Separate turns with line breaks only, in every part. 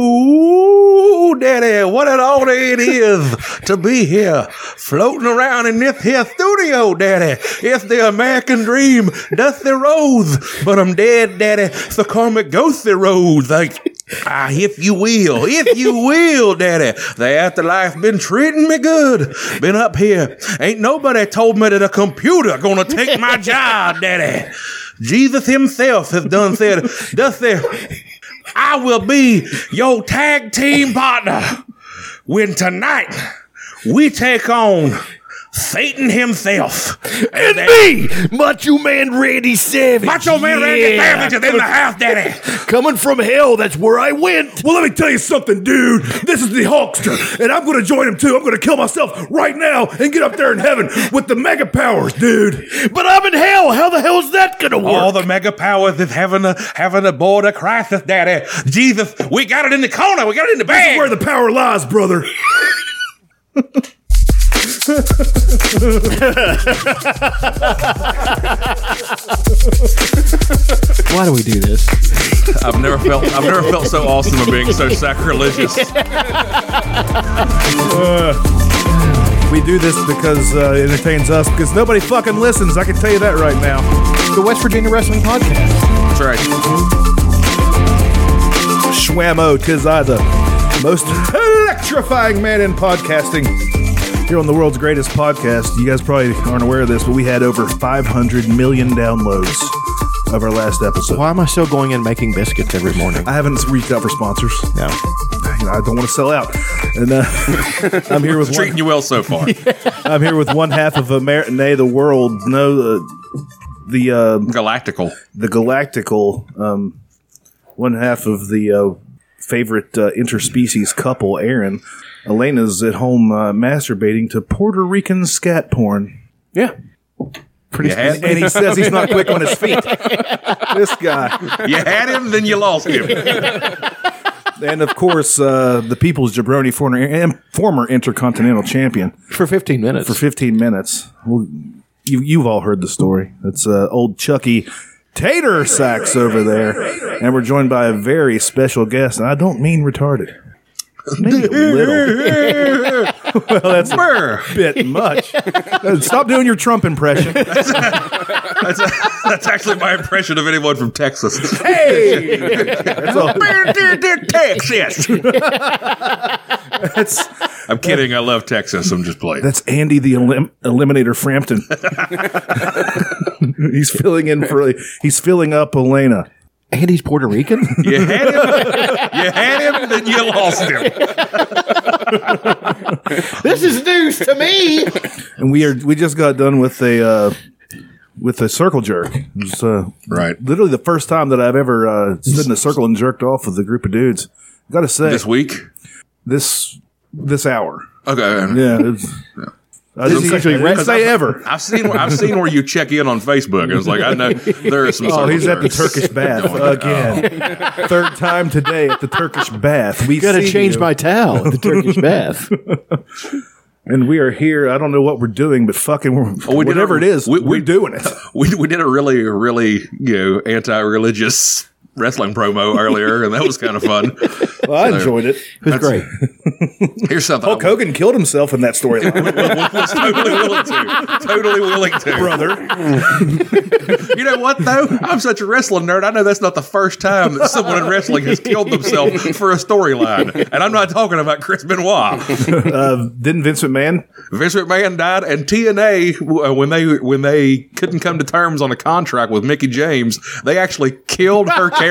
Ooh, daddy, what an honor it is to be here floating around in this here studio, daddy. It's the American dream, dusty roads, but I'm dead, daddy, so call me ghosty roads. Like, ah, if you will, if you will, daddy. The afterlife been treating me good. Been up here. Ain't nobody told me that a computer gonna take my job, daddy. Jesus himself has done said, dusty, I will be your tag team partner when tonight we take on Satan himself. And that-
Me, Macho Man Randy Savage.
Macho Man Randy
Yeah.
Savage is in the house, Daddy.
Coming from hell, that's where I went.
Well, let me tell you something, dude. This is the Hulkster, and I'm going to join him too. I'm going to kill myself right now and get up there in heaven with the mega powers, dude.
But I'm in hell. How the hell is that gonna work?
All the mega powers is having a having a border crisis, Daddy. Jesus, we got it in the corner. We got it in the bag.
Where the power lies, brother.
Why do we do this?
I've never felt I've never felt so awesome of being so sacrilegious.
We do this because uh, it entertains us, because nobody fucking listens. I can tell you that right now.
The West Virginia Wrestling Podcast.
That's right.
Schwammo, tis I, the most electrifying man in podcasting. Here on the world's greatest podcast, you guys probably aren't aware of this, but we had over 500 million downloads of our last episode.
Why am I still going in making biscuits every morning?
I haven't reached out for sponsors.
No.
You know, I don't want to sell out. And uh, I'm here with
Treating
one,
you well so far.
I'm here with one half of America, nay, the world, no, uh, the uh,
Galactical.
the galactical, um, one half of the uh, favorite uh, interspecies couple, Aaron. Elena's at home uh, masturbating to Puerto Rican scat porn. Yeah.
You had,
And he says he's not quick on his feet. this guy.
you had him, then you lost him.
And of course, uh, the people's jabroni former, and former intercontinental champion.
For 15 minutes.
for 15 minutes. Well, you, you've all heard the story. It's uh, old Chucky Tater Sacks over there. And we're joined by a very special guest. And I don't mean retarded. Maybe a little
Brr.
bit much. Uh, Stop doing your Trump impression.
That's, that's actually my impression of anyone from Texas.
That's all.
Texas.
That's,
I'm kidding. I love Texas. I'm just playing.
that's Andy the elim- Eliminator Frampton. he's filling in for, he's filling up Elena.
and he's Puerto Rican?
You had him. You had him, then you lost him.
this is news to me.
And we are, we just got done with a, uh, with a circle jerk. It was, uh,
Right.
literally the first time that I've ever uh, stood in a circle and jerked off with a group of dudes. Gotta say
This
this
week.
this this hour.
Okay.
Yeah, it's, I didn't say, I didn't say ever.
I've seen where, I've seen where you check in on Facebook. I was like, I know there are some.
Oh, he's at the
circle jerks.
Turkish bath again. Third time today at the Turkish bath. We
Gotta
see
change
you.
my towel at the Turkish bath.
and we are here. I don't know what we're doing, but fucking we're,
we did
whatever
our-
it is,
we-
we,
we-
we're doing it.
We we did a really really you know anti-religious wrestling promo earlier, and that was kind of fun.
Well, I enjoyed it.
It's great.
Here's something.
Hulk Hogan killed himself in that storyline,
was totally willing to. Totally willing to.
brother.
You know what though? I'm such a wrestling nerd. I know that's not the first time that someone in wrestling has killed themselves for a storyline, and I'm not talking about Chris Benoit.
Uh, didn't Vince McMahon?
Vince McMahon died, and TNA w- uh, when they when they couldn't come to terms on a contract with Mickey James, they actually killed her character.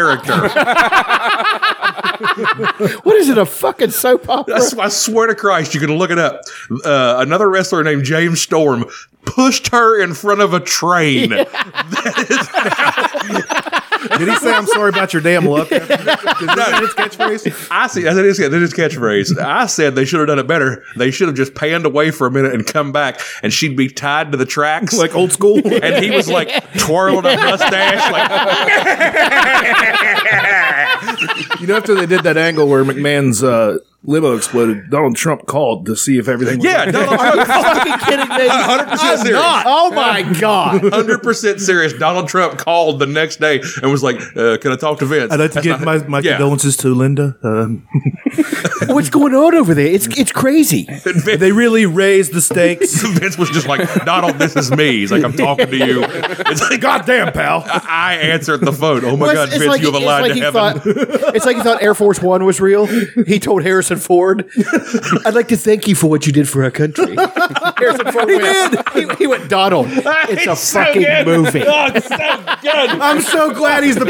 What is it, a fucking soap opera?
I, s- I swear to Christ, you can look it up. Uh, another wrestler named James Storm pushed her in front of a train.
Did he say I'm sorry about your damn luck? Is that his catchphrase?
I see. That is, that is catchphrase. I said they should have done it better. They should have just panned away for a minute and come back, and she'd be tied to the tracks.
like old school.
and he was like twirling a mustache, like
You know, after they did that angle where McMahon's uh, limo exploded, Donald Trump called to see if everything.
Yeah, Donald Trump.
fucking kidding me?
100% serious.
Oh my god!
100% serious. Donald Trump called the next day and was like, uh, Can I talk to Vince?
I'd like to
That's
get
not-
my, my
yeah.
condolences to Linda. Um,
What's going on over there? It's it's crazy.
Vince,
they really raised the stakes.
Vince was just like, Donald, this is me. He's like, I'm talking to you. It's like, God
Goddamn, pal.
I answered the phone. Oh my
Well,
God,
it's- it's
Vince,
like-
you have a
it's
lie
like
to
he
heaven.
thought- it's like he thought Air Force One was real. He told Harrison Ford, "I'd like to thank you for what you did for our country." Harrison Ford he went, He, he went, Donald. It's, a
so
fucking
good.
movie.
Oh, it's so good.
I'm so glad he's the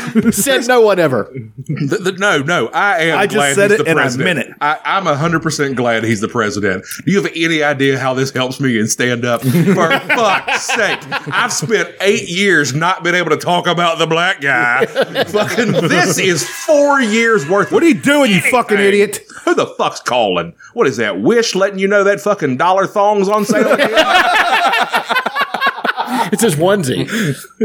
president.
Said no one ever.
Th- th- no, no, I am.
I just
glad
said
he's
it
the
and I
president.
meant it.
I, I'm hundred percent glad he's the president. Do you have any idea how this helps me in stand up? For fuck's sake, I've spent eight years not being able to talk about the black guy. Fucking, this is four years worth.
What are you doing, you fucking idiot?
Who the fuck's calling? What is that? Wish letting you know that fucking dollar thongs on sale.
It's his onesie.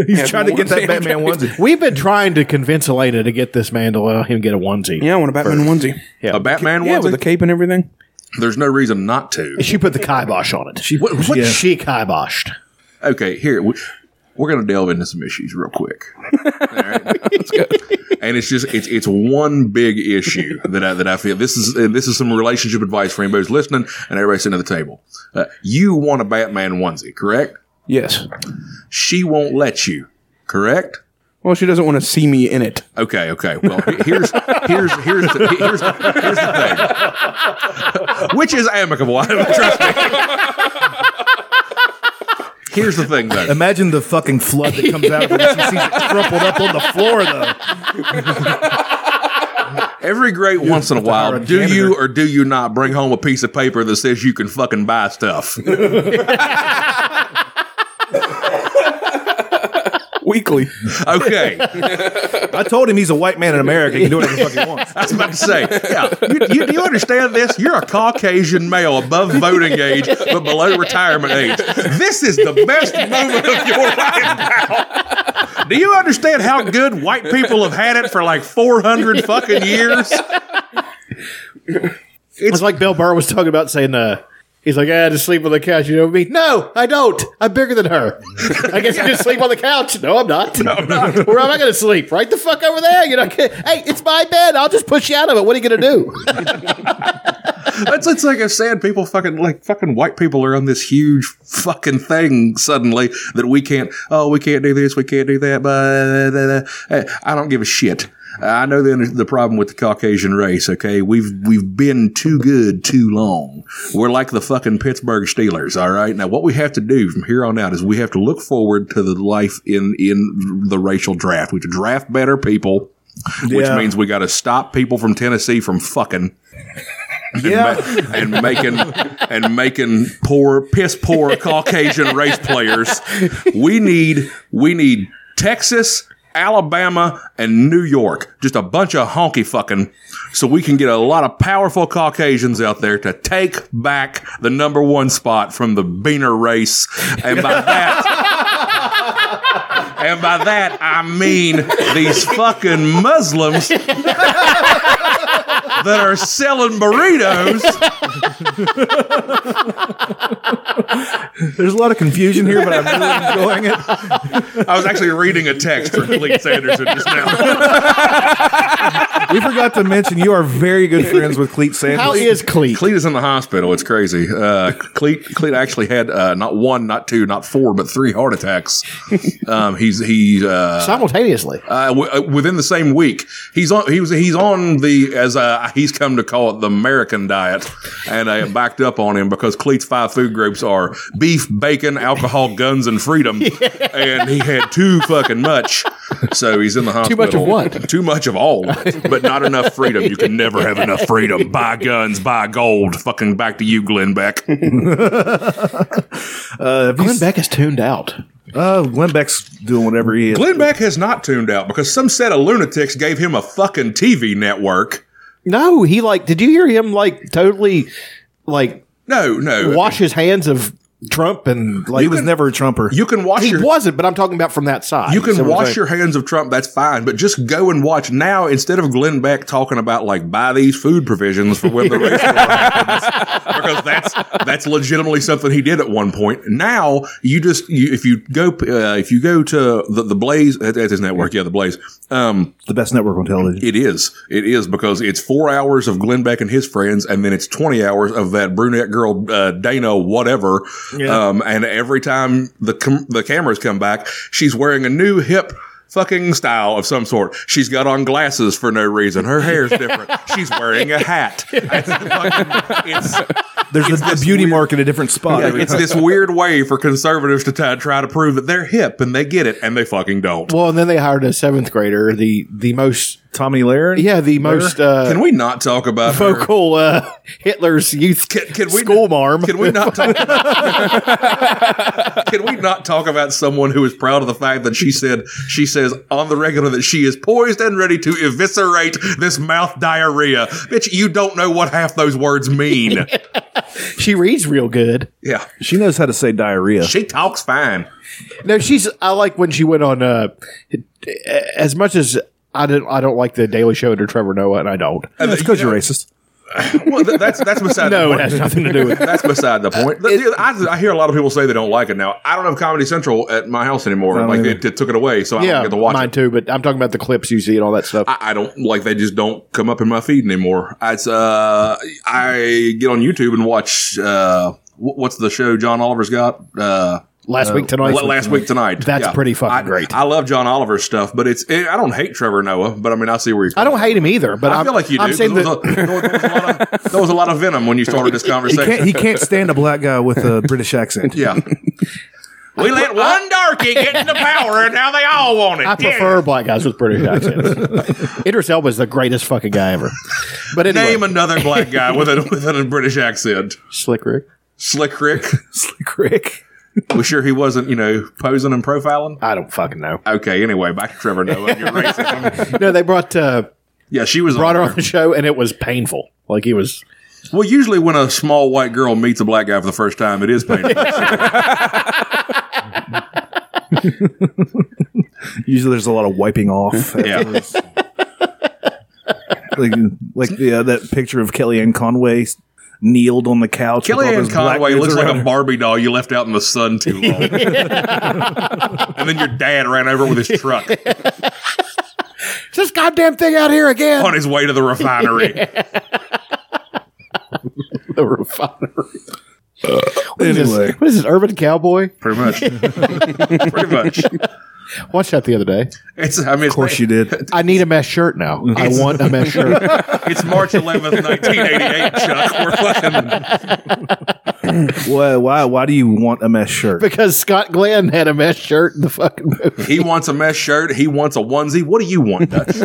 He's trying to get that Batman onesie.
We've been trying to convince Elena to get this man to allow him get a onesie.
Yeah, I want a Batman onesie.
a Batman
Yeah,
onesie.
with a cape and everything.
There's no reason not to.
She put the kibosh on it. She what, what
yeah.
she kiboshed.
okay, here we, we're going to delve into some issues real quick. All right? And it's just it's it's one big issue that I, that I feel this is and this is some relationship advice for anybody's listening and everybody sitting at the table. Uh, you want a Batman onesie, correct?
Yes.
She won't let you, correct?
Well, she doesn't want to see me in it.
Okay, okay. Well, he- here's here's here's the, here's, here's the thing, which is amicable. I don't trust me. Here's the thing, though.
Imagine the fucking flood that comes out of her when she sees it crumpled up on the floor, though.
Every great once in a
hire
while,
a
do you
janitor.
or do you not bring home a piece of paper that says you can fucking buy stuff?
Weekly.
Okay, I
I told him he's a white man in America. He can do whatever the fuck he wants.
was about to say, yeah, you, you, do you understand this? You're a Caucasian male above voting age but below retirement age. This is the best moment of your life now. Do you understand how good white people have had it for like 400 fucking years?
It's, like Bill Burr was talking about saying, uh, he's like, I just sleep on the couch. You know me? No, I don't. I'm bigger than her. I guess you just sleep on the couch. No, I'm not. Where am I going to sleep? Right the fuck over there. You know, hey, it's my bed. I'll just push you out of it. What are you going to do?
That's it's like if sad people fucking like fucking white people are on this huge fucking thing suddenly that we can't oh we can't do this we can't do that but I don't give a shit. I know the the problem with the Caucasian race. Okay, we've we've been too good too long. We're like the fucking Pittsburgh Steelers. All right, now what we have to do from here on out is we have to look forward to the life in in the racial draft. We have to draft better people, which
Yeah.
means we got to stop people from Tennessee from fucking
Yeah.
and making and making poor piss poor Caucasian race players. We need we need Texas, Alabama, and New York. Just a bunch of honky fucking so we can get a lot of powerful Caucasians out there to take back the number one spot from the Beaner race. And by that And by that I mean these fucking Muslims that are selling burritos.
There's a lot of confusion here, but I'm really enjoying it.
I was actually reading a text from Cleese Anderson just now.
We forgot to mention you are very good friends with Cleet Sanders.
How is Cleek?
Cleet is in the hospital. It's crazy. Uh, Cleet, Cleet actually had uh, not one, not two, not four, but three heart attacks. Um, he's he uh,
Simultaneously.
uh, w- uh, within the same week. He's on. He was. He's on the as uh, he's come to call it the American diet, and I backed up on him because Cleet's five food groups are beef, bacon, alcohol, guns, and freedom. And he had too fucking much, so he's in the hospital.
much of what?
Too much of all, of it, but not enough freedom. You can never have enough freedom. Buy guns, buy gold. Fucking back to you, Glenn Beck.
Glenn Beck is tuned out.
Uh, Glenn Beck's doing whatever he is.
Glenn Beck has not tuned out because some set of lunatics gave him a fucking TV network.
No, he like, did you hear him like totally like
No, no.
wash his hands of Trump and like
he was never a Trumper.
You can watch
he
your
wasn't, but I'm talking about from that side.
you can
So we're
wash
saying-
your hands of Trump. That's fine, but just go and watch now instead of Glenn Beck talking about like buy these food provisions for when the race war happens, because that's that's legitimately something he did at one point. Now you just you, if you go uh, if you go to the, the Blaze that- that's his network, yeah, the Blaze. Um,
the best network on television.
It is. It is because it's four hours of Glenn Beck and his friends, and then it's 20 hours of that brunette girl, uh, Dana, whatever. Um, and every time the, com- the cameras come back, she's wearing a new hip fucking style of some sort. She's got on glasses for no reason. Her hair's different. she's wearing a hat. It's, fucking- it's-
There's a, a beauty mark in a different spot.
it's this weird way for conservatives to t- try to prove that they're hip and they get it, and they fucking don't.
Well, and then they hired a seventh grader, the the most
Tommy Lahren.
yeah, the most uh,
Can we not talk about her?
vocal uh, Hitler's youth
Can, can we
school marm.
Can we not talk? can we not talk about someone who is proud of the fact that she said she says on the regular that she is poised and ready to eviscerate this mouth diarrhea? Bitch, you don't know what half those words mean.
she reads real good.
yeah,
She knows how to say diarrhea.
she talks fine.
No, she's. I like when she went on. Uh, as much as I don't, I don't like the Daily Show under Trevor Noah, and I don't.
That's because you're racist.
Well, th- that's that's beside the
No, it
point.
has nothing to do with.
That's beside the point. The- the- I, I hear a lot of people say they don't like it now. I don't have Comedy Central at my house anymore.
don't
Like they
either.
t- took it away, so I
Yeah,
don't get to watch
mine
it.
too. But I'm talking about the clips you see and all that stuff.
I, I don't like they just don't come up in my feed anymore. It's uh, I get on YouTube and watch uh, wh- what's the show John Oliver's got uh.
last week tonight,
Last, last week tonight.
That's pretty fucking
I-
great.
I love John Oliver's stuff, but it's eh, I don't hate Trevor Noah, but I mean I see where he's.
I don't hate him either, but
I
am
feel like you
I'm
do. 'cause
saying
there,
that
was a, there was a lot of, there was a lot of venom when you started this
He can't,
conversation.
he can't stand a black guy with a British accent.
Yeah. We let one darky get into power, and now they all want it.
I
Yeah.
prefer black guys with British accents. Idris Elba is the greatest fucking guy ever. But anyway,
Name another black guy with a with a British accent.
Slick Rick.
Slick Rick.
Slick Rick.
We're sure he wasn't, you know, posing and profiling.
I don't fucking know.
Okay, anyway, back to Trevor Noah. and your racism.
No, they brought uh,
yeah, she was.
brought her
on
on the show, and it was painful. Like he was.
Well, usually when a small white girl meets a black guy for the first time, it is painful.
Usually there's a lot of wiping off.
yeah.
like like the, uh, that picture of Kellyanne Conway s- kneeled on the couch. with all those
Kellyanne
black
Conway
dudes
looks like
around
a
her.
Barbie doll you left out in the sun too long. and then your dad ran over with his truck
It's this goddamn thing out here again.
on his way to the refinery.
the refinery. What is this?
Anyway,
What is this? Urban Cowboy?
Pretty much. Pretty much.
Watched that the other day.
It's, I mean,
of course you did.
I need a mesh shirt now. I want a mesh shirt.
it's March 11th, 1988, Chuck. We're fucking.
Why, why why do you want a mesh shirt?
because Scott Glenn had a mesh shirt in the fucking movie.
He wants a mesh shirt. He wants a onesie. What do you want, Dutch?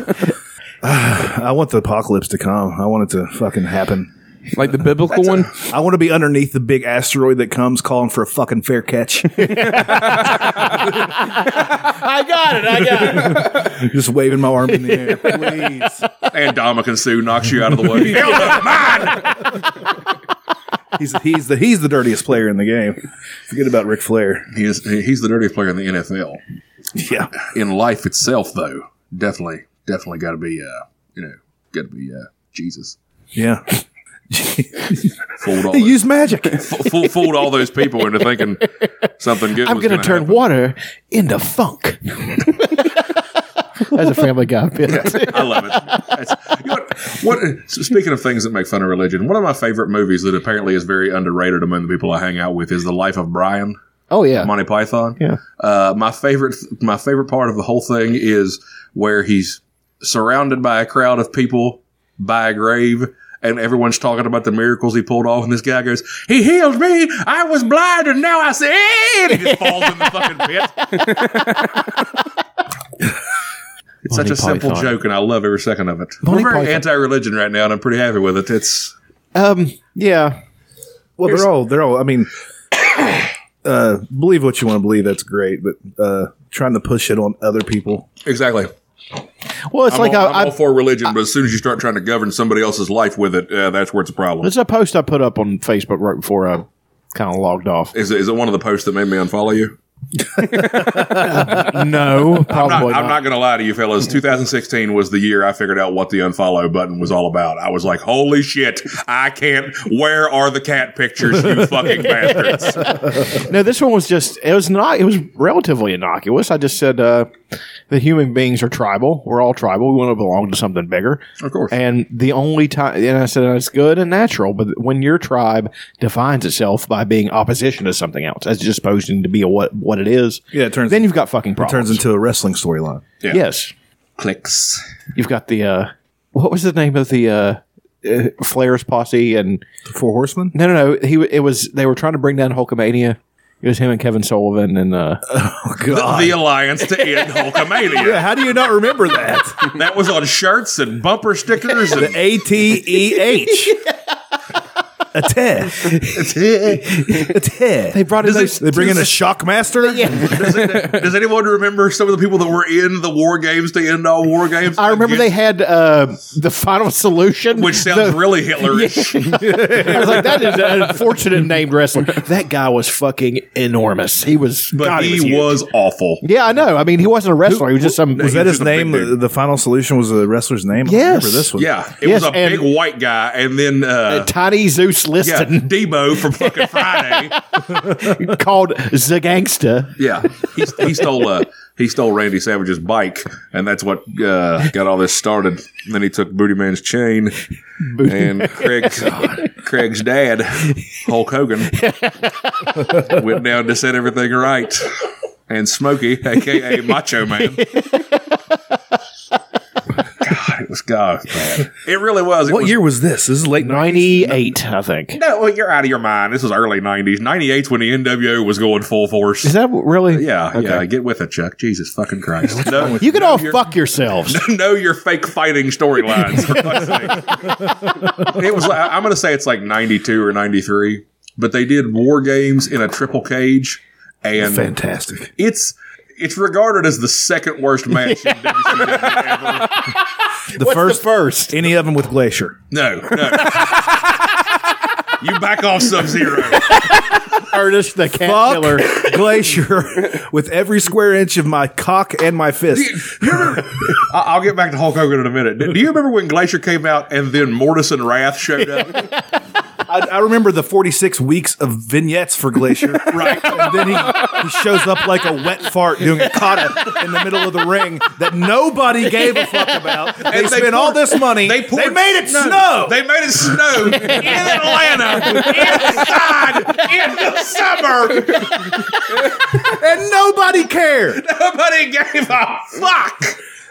I want the apocalypse to come. I want it to fucking happen.
Like the biblical one?
I want to be underneath the big asteroid that comes calling for a fucking fair catch.
I got it. I got it.
Just waving my arm in the air. Please.
And Dominican Sue knocks you out of the way. Hell no, mine!
He's he's the he's the dirtiest player in the game. Forget about Ric Flair.
He is, he's the dirtiest player in the NFL.
Yeah.
in life itself, though, definitely, definitely got to be, uh, you know, got to be uh, Jesus.
Yeah.
Fooled all,
He
those,
used magic.
fool, fooled all those people into thinking something good.
I'm
was
going to
gonna
turn
happen.
water into funk. That's a Family Guy bit.
I love it. That's- you know what, what- so speaking of things that make fun of religion, one of my favorite movies that apparently is very underrated among the people I hang out with is The Life of Brian.
Oh yeah.
Monty Python.
Yeah.
Uh, my favorite, my favorite part of the whole thing is where he's surrounded by a crowd of people by a grave. And everyone's talking about the miracles he pulled off, and this guy goes, "He healed me. I was blind, and now I see." And he just falls in the fucking pit. it's such a simple
Python.
joke, and I love every second of it.
Monty
We're very
Python.
anti-religion right now, and I'm pretty happy with it. It's
Um. Yeah.
Well, they're all they're all. I mean, uh, believe what you want to believe. That's great, but uh, trying to push it on other people.
exactly.
Well, it's
I'm,
like
all,
I,
I'm
I,
all for religion, but as soon as you start trying to govern somebody else's life with it, uh, that's where it's a problem.
it's a post I put up on Facebook right before I kind of logged off.
Is it, is it one of the posts that made me unfollow you?
No, Mm-hmm. probably
I'm not going to lie to you, fellas. 2016 was the year I figured out what the unfollow button was all about. I was like, holy shit, I can't. Where are the cat pictures, you fucking bastards?
No, this one was just it was not it was relatively innocuous. I just said uh that human beings are tribal. We're all tribal. We want to belong to something bigger.
Of course.
And the only time and I said it's good and natural, but when your tribe defines itself by being opposition to something else, as just posting to be a what what it is,
Yeah, it turns-
then you've got fucking
It
problems.
turns into a wrestling storyline.
Yeah.
Yes.
Clicks.
You've got the uh what was the name of the uh uh, Flair's posse and
The Four Horsemen?
no, no, no. He w- it was they were trying to bring down Hulkamania. It was him and Kevin Sullivan and uh,
Oh, God.
The Alliance to End Hulkamania.
How do you not remember that?
That was on shirts and bumper stickers and
A T E H. A tear. A tear. They,
brought in those
bring in a Shockmaster?
Does anyone remember some of the people that were in the war games to end all war games?
I remember they had uh, the final solution,
which sounds really Hitlerish.
I was like, "That is an unfortunate named wrestler." That guy was fucking enormous. He was,
But
God,
he
huge.
was, awful.
Yeah, I know. I mean, he wasn't a wrestler. He was just some.
Was that
was
his
just a big
name?
dude.
The final solution was the wrestler's name? I don't
Yes.
remember this one.
Yeah, it
Yes,
was a
and-
big white guy, and then uh,
Tiny Zeus
yeah,
Liston
Debo from fucking Friday.
called the Gangsta.
yeah, he, he stole uh, he stole Randy Savage's bike, and that's what uh, got all this started. And then he took Booty Man's chain and Craig's Craig's dad, Hulk Hogan, went down to set everything right. And Smokey, aka Macho Man. God, it was God, man. It really was. It
What
was
year was this? This is late
Ninety-eight, I think.
No, well, you're out of your mind. This was early 90s. 98's when the NWO was going full force.
Is that really?
yeah, yeah. Get with it, Chuck. Jesus fucking Christ. No,
You can all fuck yourselves.
know your fake fighting storylines, for fuck's sake. it was, like- I'm going to say it's like 92 or 93, but they did war games in a triple cage, and
Fantastic.
it's. It's regarded as the second worst match in WCW ever.
The first,
first.
any of them with Glacier.
No, no. you back off Sub Zero.
Ernest the Cat Killer.
Fuck Glacier with every square inch of my cock and my fist.
I- I'll get back to Hulk Hogan in a minute. Do you remember when Glacier came out and then Mortis and Wrath showed up?
I, I remember the 46 weeks of vignettes for Glacier.
right.
And then he, he shows up like a wet fart doing a kata in the middle of the ring that nobody gave a fuck about. They,
they
spent all
poured-
this money. They,
poured
made it snow.
They made it snow in Atlanta, inside, in the summer.
and nobody cared.
Nobody gave a fuck.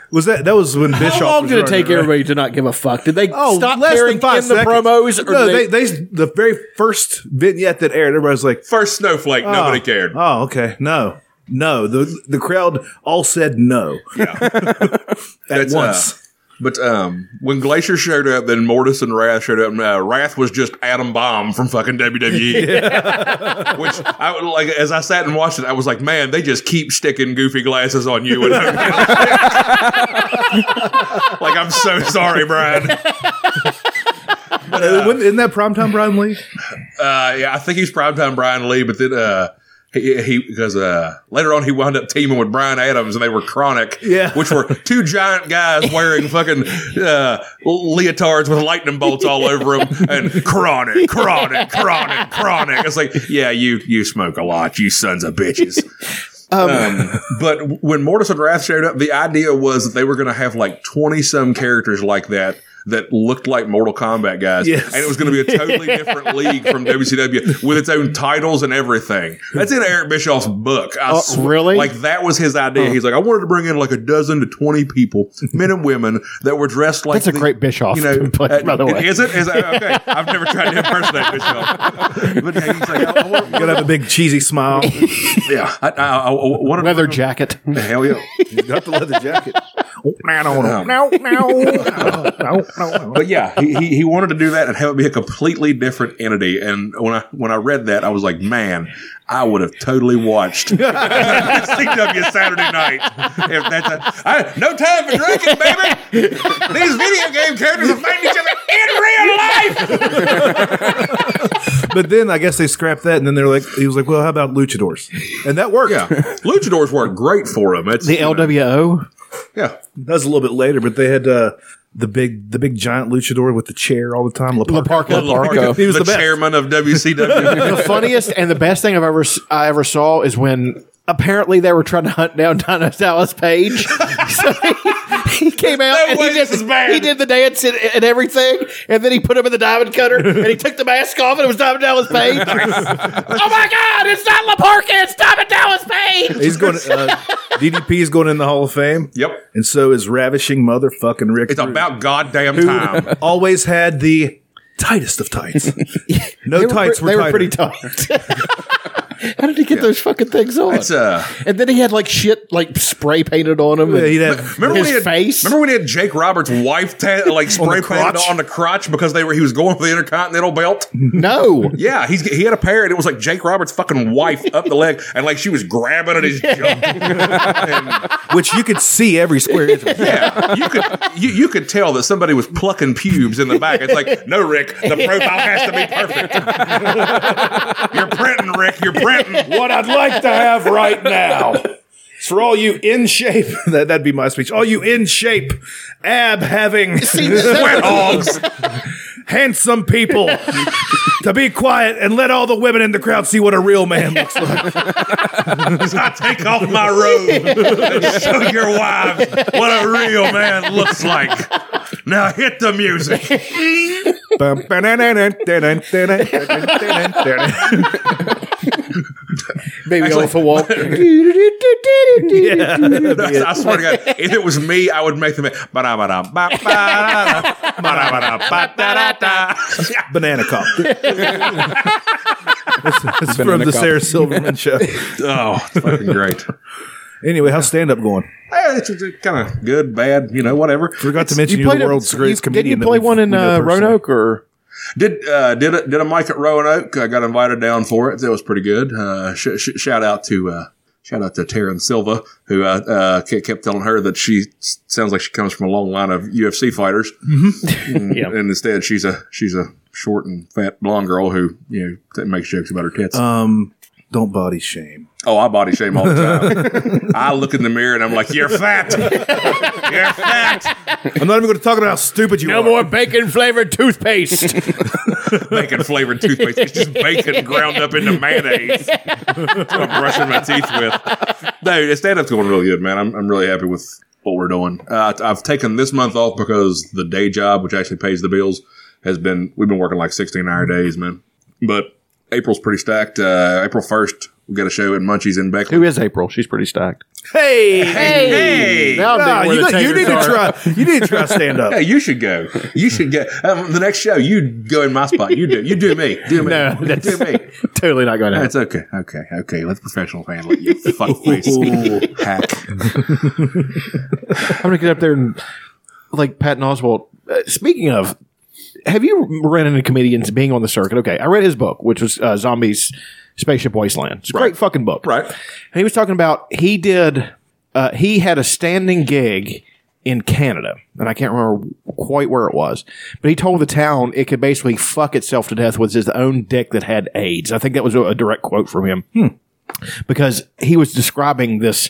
Was that that was when Bischoff?
How long
was
did it
running
take
around.
everybody to not give a fuck? Did they
Oh,
stop
less
caring
than five
in the
seconds.
promos? Or
no,
did
they,
they,
they the very first vignette that aired. Everybody was like,
First snowflake, nobody cared.
"Oh, okay, no, no." The the crowd all said no at
That's, uh,
once.
but um, when Glacier showed up, then Mortis and Wrath showed up. And, uh, Wrath was just Adam Bomb from fucking WWE. Which I would like as I sat and watched it, I was like, man, they just keep sticking goofy glasses on you. And like, I'm so sorry, Brian.
Uh, when- isn't that primetime Brian Lee?
Uh, yeah, I think he's primetime Brian Lee, but then uh, he he- because uh, later on he wound up teaming with Brian Adams, and they were Chronic,
Yeah.
which were two giant guys wearing fucking uh, leotards with lightning bolts all over them, and Chronic, Chronic, Chronic, Chronic. It's like, yeah, you you smoke a lot, you sons of bitches. Um, but when Mortis and Wrath showed up, the idea was that they were going to have like 20 some characters like that that looked like Mortal Kombat guys.
Yes.
And it was going to be a totally different league from WCW with its own titles and everything. That's in Eric Bischoff's book. I
Oh, really?
Like that was his idea. He's like, I wanted to bring in like a dozen to 20 people, men and women that were dressed like.
That's a great Bischoff complaint, by the way.
Is it? Is it? Okay. I've never tried to impersonate Bischoff. But yeah, he's like, I, I want,
You gotta have a big cheesy smile. you
yeah, I, I, I, I wanted to-
Leather jacket.
Hell yeah.
got the leather jacket.
Um, but yeah, he, he he wanted to do that and have it be a completely different entity. And when I when I read that, I was like, man, I would have totally watched CW Saturday night. If that's a, I, no time for drinking, baby. These video game characters are fighting each other in real life.
But then I guess they scrapped that, and then they're like, he was like, well, how about luchadors? And that worked.
Yeah, luchadors work great for him. It's
The LWO.
yeah,
That was a little bit later, but they had uh, the big, the big giant luchador with the chair all the time. La Parca.
Parker,
He was
the,
the best.
chairman of WCW.
the funniest and the best thing I've ever I ever saw is when apparently they were trying to hunt down Dino Dallas Page. so he, he came out and
way
he did,
this is bad.
he did the dance and, and everything, and then he put him in the diamond cutter and he took the mask off and it was Diamond Dallas Page. oh my God! It's not Laparca, it's Diamond Dallas Page.
He's going. Uh, DDP is going in the Hall of Fame.
yep,
And so is ravishing motherfucking Rick.
it's
Rude.
about goddamn time.
always had the tightest of tights. No
They were
tights
pre-
were,
they were
tighter.
pretty tight. How did he get those fucking things on?
It's uh,
and then he had like shit like spray painted on him.
Yeah,
and-
he'd have-
remember
His
when he had,
face?
Remember when he had Jake Roberts' wife ta- like spray painted
crotch?
on the crotch because they were he was going for the Intercontinental belt.
no,
Yeah, he's he had a pair, and it was like Jake Roberts' fucking wife up the leg, and like she was grabbing at his junk.
which you could see every square inch. of it.
Yeah, you could you, you could tell that somebody was plucking pubes in the back. It's like, no, Rick, the profile has to be perfect. you're printing, Rick. You're printing.
What I'd like to have right now. is For all you in shape, that, that'd be my speech. All you in shape, ab having,
Wet hogs.
handsome people, to be quiet and let all the women in the crowd see what a real man looks like.
As I take off my robe and show your wives what a real man looks like. Now hit the music.
maybe
Actually-
off a walk.
I swear to God, if it was me, I would make them.
Banana Cop. It's from
Banana
the
Cop.
Sarah Silverman show.
Oh, fucking great.
Anyway, how's stand up going?
Eh, It's kind of good, bad, you know, whatever.
Forgot to mention you are the world's greatest comedian.
Did you
that
play
we-
one in
we know
uh,
personally.
Roanoke or?
Did uh, did a, did a mic at Roanoke? I got invited down for it. That was pretty good. Uh, sh- sh- shout out to uh, shout out to Taryn Silva, who uh, uh, ke- kept telling her that she s- sounds like she comes from a long line of UFC fighters, and, and instead she's a she's a short and fat blonde girl who you know that makes jokes about her tits.
Uh. Um, Don't body shame.
oh, I body shame all the time. I look in the mirror and I'm like, "You're fat, you're fat."
I'm not even going to talk about how stupid you are.
bacon flavored toothpaste.
Bacon flavored toothpaste. It's just bacon ground up into mayonnaise. That's what I'm brushing my teeth with. No, stand up's going really good, man. I'm, I'm really happy with what we're doing. Uh, I've taken this month off because the day job, which actually pays the bills, has been, we've been working like 16 hour days, man. But April's pretty stacked. Uh, April 1st, we got a show at Munchies in Beckley.
Who is April? She's pretty stacked.
Hey,
Hey!
Now I'm
Nah,
thinking where
Ah, you,
the
got- you need
taters
to
are.
try. You need to try stand
Yeah,
up.
you should go. You should go. Um, the next show, you go in my spot. You do. You do me. Do me.
No, that's-
do me.
Totally not going to. happen.
That's okay. Okay. Okay. Let the professionals handle it. You fuckface hack.
I'm going to get up there and like Patton Oswald. Uh, speaking of, have you ran into comedians being on the circuit? Okay, I read his book, which was uh, Zombies Spaceship Wasteland. It's a great fucking book.
Right.
And he was talking about he did uh, he had a standing gig in Canada, and I can't remember quite where it was, but he told the town it could basically fuck itself to death with its own dick that had AIDS. I think that was a, a direct quote from him
Hmm.
because he was describing this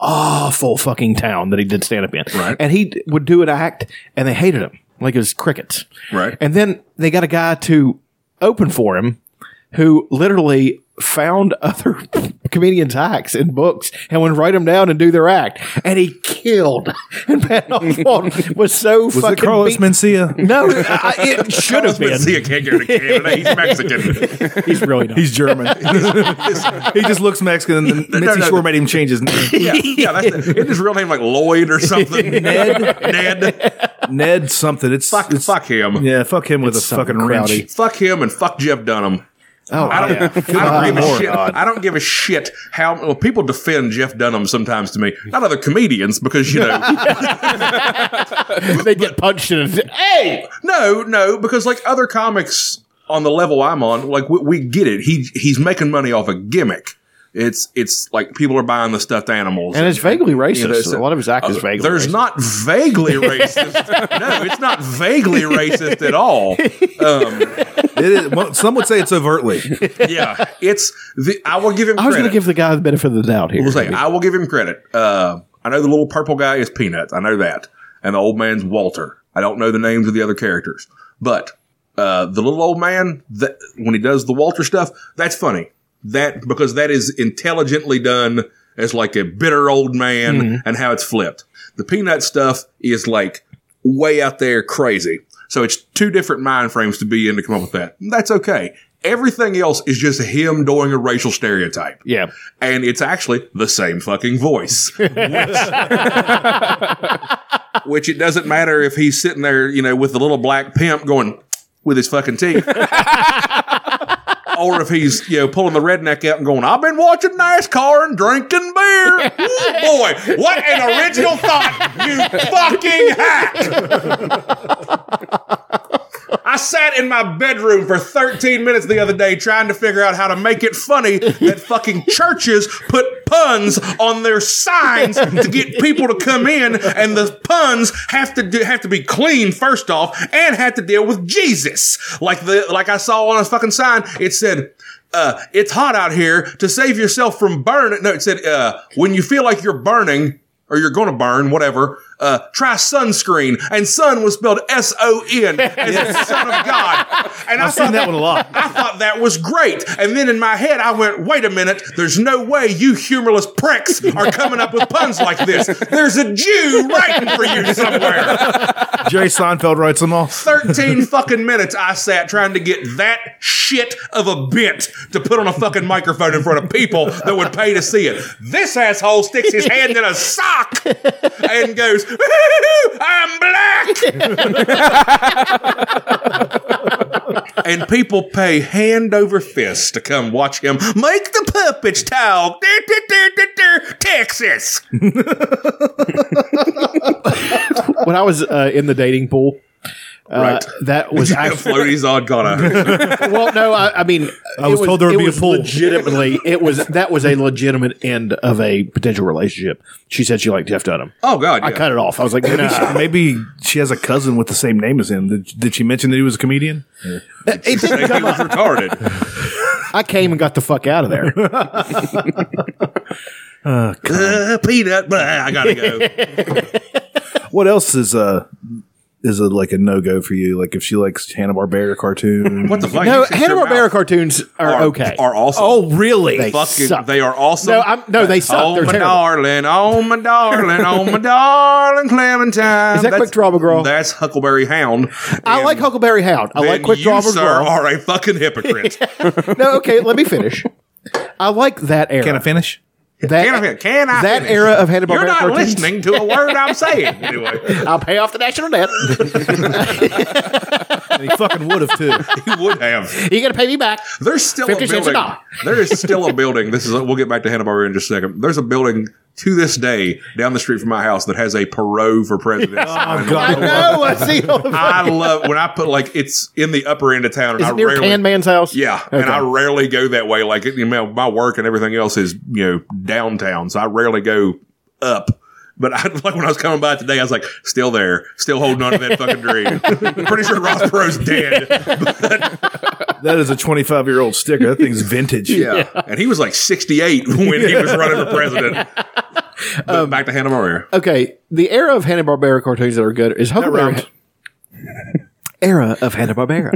awful fucking town that he did stand up in,
Right.
and he d- would do an act, and they hated him like it was crickets,
Right.
And then they got a guy to open for him who literally found other comedians' acts in books and would write them down and do their act. And he killed. And Pat Oswald was so
Was
fucking
it Carlos
beat-
Mencia?
No, I, it should have been.
See a kid go to Canada. He's Mexican.
He's really not.
He's German. he just looks Mexican, and then Mitzi
no.
Shore made him change his name.
Yeah, yeah. That's it. Isn't his real name like Lloyd or something. Ned. Ned.
Ned something. It's
Fuck.
it's-
Fuck him.
Yeah, fuck him with a
something
fucking wrench.
crowdy.
Fuck him and fuck Jeff Dunham.
Oh,
I don't, I don't give a
Lord.
shit. I don't give a shit how well, people defend Jeff Dunham sometimes to me. Not other comedians because you know
they get punched in. the- Hey,
No, no, because like other comics on the level I'm on, like we, we get it. He he's making money off a gimmick. It's it's like people are buying the stuffed animals.
And it's vaguely racist.
Yeah, there's- Uh,
a lot of his act is vaguely
There's
racist.
not vaguely racist. no, it's not vaguely racist at all. Um,
It is, well, some would say it's overtly.
yeah, it's the. I will give him.
I was going
credit.
to give the guy the benefit of the doubt here.
I will say, I will give him credit. Uh, I know the little purple guy is Peanuts. I know that. And the old man's Walter. I don't know the names of the other characters. But uh, the little old man, that, when he does the Walter stuff, that's funny. That Because that is intelligently done as like a bitter old man and how it's flipped. The Peanut stuff is like way out there crazy. So it's two different mind frames to be in to come up with that. That's okay. Everything else is just him doing a racial stereotype
yeah.
and it's actually the same fucking voice. Which, which it doesn't matter if he's sitting there, you know, with the little black pimp going with his fucking teeth. or if he's, you know, pulling the redneck out and going, I've been watching NASCAR and drinking beer. Ooh, boy, what an original thought, you fucking hack. I sat in my bedroom for 13 minutes the other day trying to figure out how to make it funny that fucking churches put puns on their signs to get people to come in, and the puns have to do, have to be clean first off, and have to deal with Jesus. Like the like I saw on a fucking sign, it said. Uh, it's hot out here to save yourself from burning. No, it said, uh, when you feel like you're burning, or you're going to burn, whatever, uh, try sunscreen. And sun was spelled S O N as in Son of God. And I
I've seen
thought
that one a lot.
I thought that was great. And then in my head, I went, wait a minute, there's no way you humorless pricks are coming up with puns like this. There's a Jew writing for you somewhere.
Jerry Seinfeld writes them all.
13 fucking minutes I sat trying to get that shit of a bit to put on a fucking microphone in front of people that would pay to see it. This asshole sticks his hand in a sock and goes, "Woo-hoo-hoo, I'm black. and people pay hand over fist to come watch him make the puppets talk. Dur, dur, dur, dur, dur, Texas.
When I was uh, in the dating pool, uh, that was actually.
Floaties on Ghana.
well, no, I, I mean,
I was told there would be a pool.
Legitimately, it was that was a legitimate end of a potential relationship. She said she liked Jeff Dunham.
Oh, God.
I
yeah.
cut it off. I was like, nah.
Maybe she has a cousin with the same name as him. Did, did she mention that he was a comedian?
it didn't
He
come
was
up.
retarded.
I came and got the fuck out of there.
Uh, peanut, blah, I gotta go.
What else is uh is a, like a no go for you? Like if she likes Hanna Barbera cartoon.
What the fuck?
No,
You shut
Hanna
your
Barbera
mouth.
cartoons are, okay. Oh,
Are also
Oh, really?
They
fucking.
suck.
They are also.
No, I'm- no, they suck.
Oh
They're
my
terrible.
darling, oh my darling, oh my darling Clementine.
Is that Quick Draw McGraw?
That's Huckleberry Hound.
I
And
like Huckleberry Hound. I
then
like Quick
you,
Draw
sir,
McGraw.
are a fucking hypocrite.
No, okay, let me finish. I like that era.
Can I finish?
that,
Can I fin- can I
that
finish?
era of Hanna Barbera
You're not
cartoons.
listening to a word I'm saying. Anyway,
I'll pay off the national debt.
And he fucking would have too.
you would have.
you got to pay me back.
There's still a
50 cents
building.
a dollar.
there is still a building. This is. We'll get back to Hanna Barbera in just a second. There's a building to this day down the street from my house that has a Perot for president.
Oh,
sign.
I know. I see. All of
I love when I put like it's in the upper end of town, and
Is
I
it near
rarely.
Can Man's house?
yeah, and I rarely go that way. Like you know, my work and everything else is you know downtown, so I rarely go up. But I, like when I was coming by today, I was like, still there, still holding on to that fucking dream. Pretty sure Ross Perot's dead.
That is a 25 year old sticker. That thing's vintage.
Yeah. and he was like 68 when he was running for president. But
Um,
back to Hannah Maria.
Okay, the era of Hanna Barbera cartoons that are good is Huckleberry.
rhymed.
era of Hanna Barbera,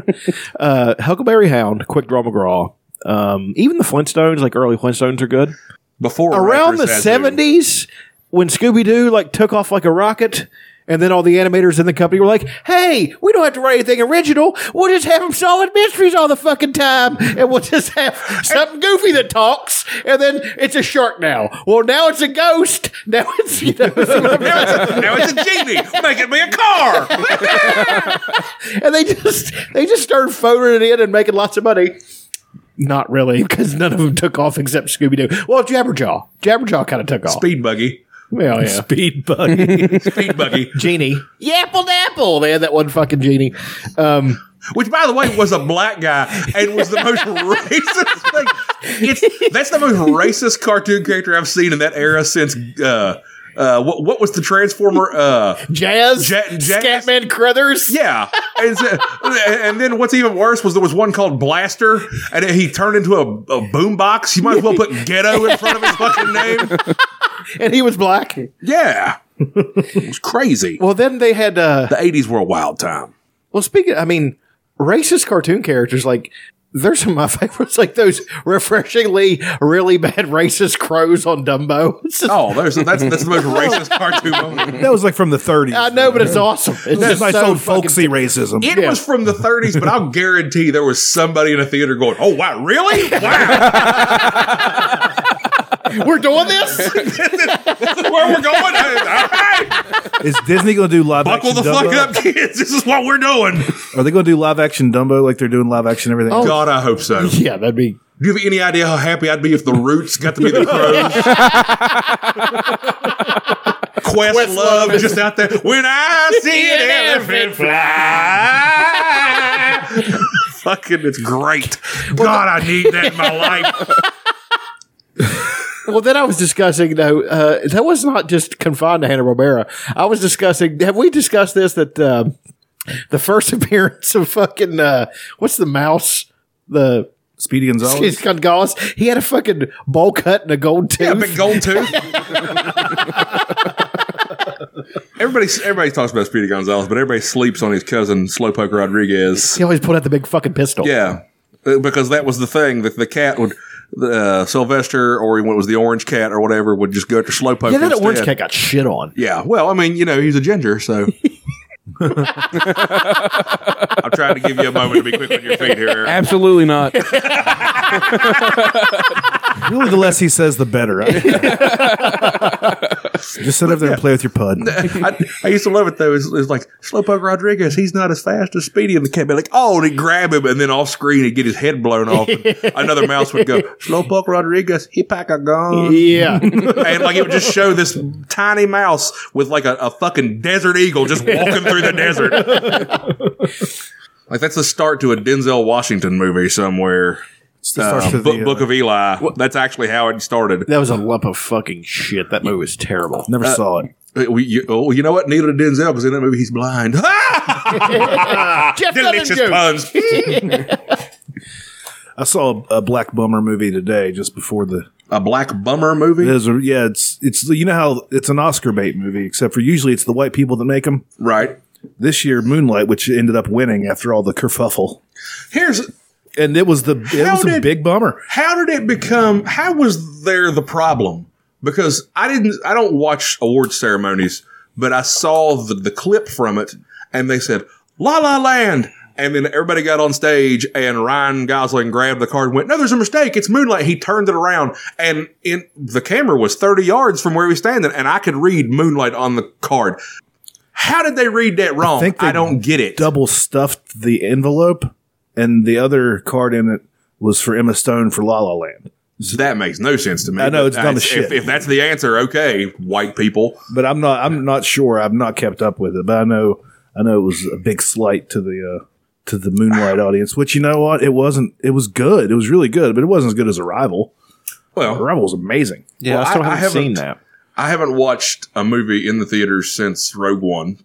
uh, Huckleberry Hound, Quick Draw McGraw, um, even the Flintstones, like early Flintstones, are good.
Before
Around
Raptors
the
had to-
seventies, when Scooby Doo like took off like a rocket. And then all the animators in the company were like, "Hey, we don't have to write anything original. We'll just have them solving mysteries all the fucking time, and we'll just have something goofy that talks. And then it's a shark now. Well, now it's a ghost. Now it's you know,
Now it's, a, now it's a genie making me a car.
and they just they just started phoning it in and making lots of money. Not really, because none of them took off except Scooby Doo. Well, Jabberjaw, Jabberjaw kind of took off.
Speed buggy.
well, yeah,
Speed buggy.
Speed buggy.
genie, Yapple Dapple. They had that one fucking genie. Um,
which by the way was a black guy and was the most racist thing. It's that's the most racist cartoon character I've seen in that era since. Uh, uh, what, what was the Transformer? Uh,
Jazz,
Ja- Jazz?
Scatman Crothers.
yeah, and, so- and then what's even worse was there was one called Blaster, and he turned into a, a boombox. You might as well put ghetto in front of his fucking name.
and he was black.
Yeah, it was crazy.
Well, then they had. Uh,
The eighties were a wild time.
well, speaking, I mean, racist cartoon characters like. There's some of my favorites, like those refreshingly really bad racist crows on Dumbo. It's just-
Oh, there's that's that's the most racist cartoon. moment.
That was like from the 30s.
I know, but it's awesome. It's
That's
just
nice
so
old
fucking-
folksy racism.
It was from the 30s, but I'll guarantee there was somebody in a theater going, "Oh wow, really? Wow,
We're doing this.
this is where we're going? All right,
Is Disney going to do live
buckle the
action
fuck up,
Dumbo?
kids. This is what we're doing."
Are they going to do live action Dumbo like they're doing live action everything? else?
God, I hope so. Do
yeah, that'd be
you have any idea how happy I'd be if the Roots got to be the Crows? Quest, love, just out there. When I see an elephant fly, fucking, it's great. God, I need that in my life.
Well, then I was discussing though uh, that was not just confined to Hanna Barbera. I was discussing. Have we discussed this that uh, the first appearance of fucking uh, what's the mouse the
Speedy Gonzales.
he's Gonzalez? He had a fucking bowl cut and a gold tooth.
Yeah, big gold tooth. everybody, everybody talks about Speedy Gonzalez, but everybody sleeps on his cousin Slowpoke Rodriguez.
he always pulled out the big fucking pistol.
Yeah, Uh, because that was the thing that the cat would, uh, Sylvester or what was the orange cat or whatever would just go after Slowpoke.
yeah. That
instead.
orange cat got shit on.
Yeah, well, I mean, you know, he's a ginger, so. I'm trying to give you a moment to be quick on your feet here.
Absolutely not.
Really, the less he says, the better. I- Just sit up there and play with your pud.
I, I used to love it though. It's, it's like Slowpoke Rodriguez. He's not as fast as Speedy, and the cat be like, "Oh!" And he'd grab him, and then off screen he'd get his head blown off. And another mouse would go, "Slowpoke Rodriguez, he pack a gun,"
Yeah,
and like it would just show this tiny mouse with like a, a fucking desert eagle just walking through the desert. like that's the start to a Denzel Washington movie somewhere. Uh,
Starts with
Book,
the, uh,
Book of Eli. That's actually how it started.
that was a lump of fucking shit. That movie was terrible.
Never saw it.
Uh, we- you, oh, you know what? Neither did Denzel because in that movie he's blind.
Ah, Jeff
Delicious
Dunham jokes.
puns.
I saw a, a Black Bummer movie today, just before the.
A black bummer movie,
There's a- yeah, it's it's you know how it's an Oscar bait movie, except for usually it's the white people that make them.
right?
This year, Moonlight, which ended up winning after all the kerfuffle,
Here's
and it was the it
How
was a
did-
big bummer.
how did it become? How was there the problem? Because I didn't. I don't watch award ceremonies, but I saw the, the clip from it, and they said "La La Land." And then everybody got on stage, and Ryan Gosling grabbed the card and went, "No, there's a mistake. It's Moonlight." He turned it around, and in the camera was 30 yards from where he was standing, and I could read Moonlight on the card. How did they read that wrong? I,
think they
don't get it.
Double stuffed the envelope, and the other card in it was for Emma Stone for La La Land.
So that makes no sense to me.
I know,
But
it's dumb as
that's-
shit.
If, if that's the answer, okay, white people.
But I'm not I'm not sure. I've not kept up with it, but I know I know it was a big slight to the uh, to the Moonlight audience. Which you know what, it wasn't. It was good. It was really good, but it wasn't as good as Arrival.
Well,
Arrival was amazing.
Yeah,
Well,
I still
I- I
haven't, seen that.
haven't- I haven't watched a movie in the theaters since Rogue One.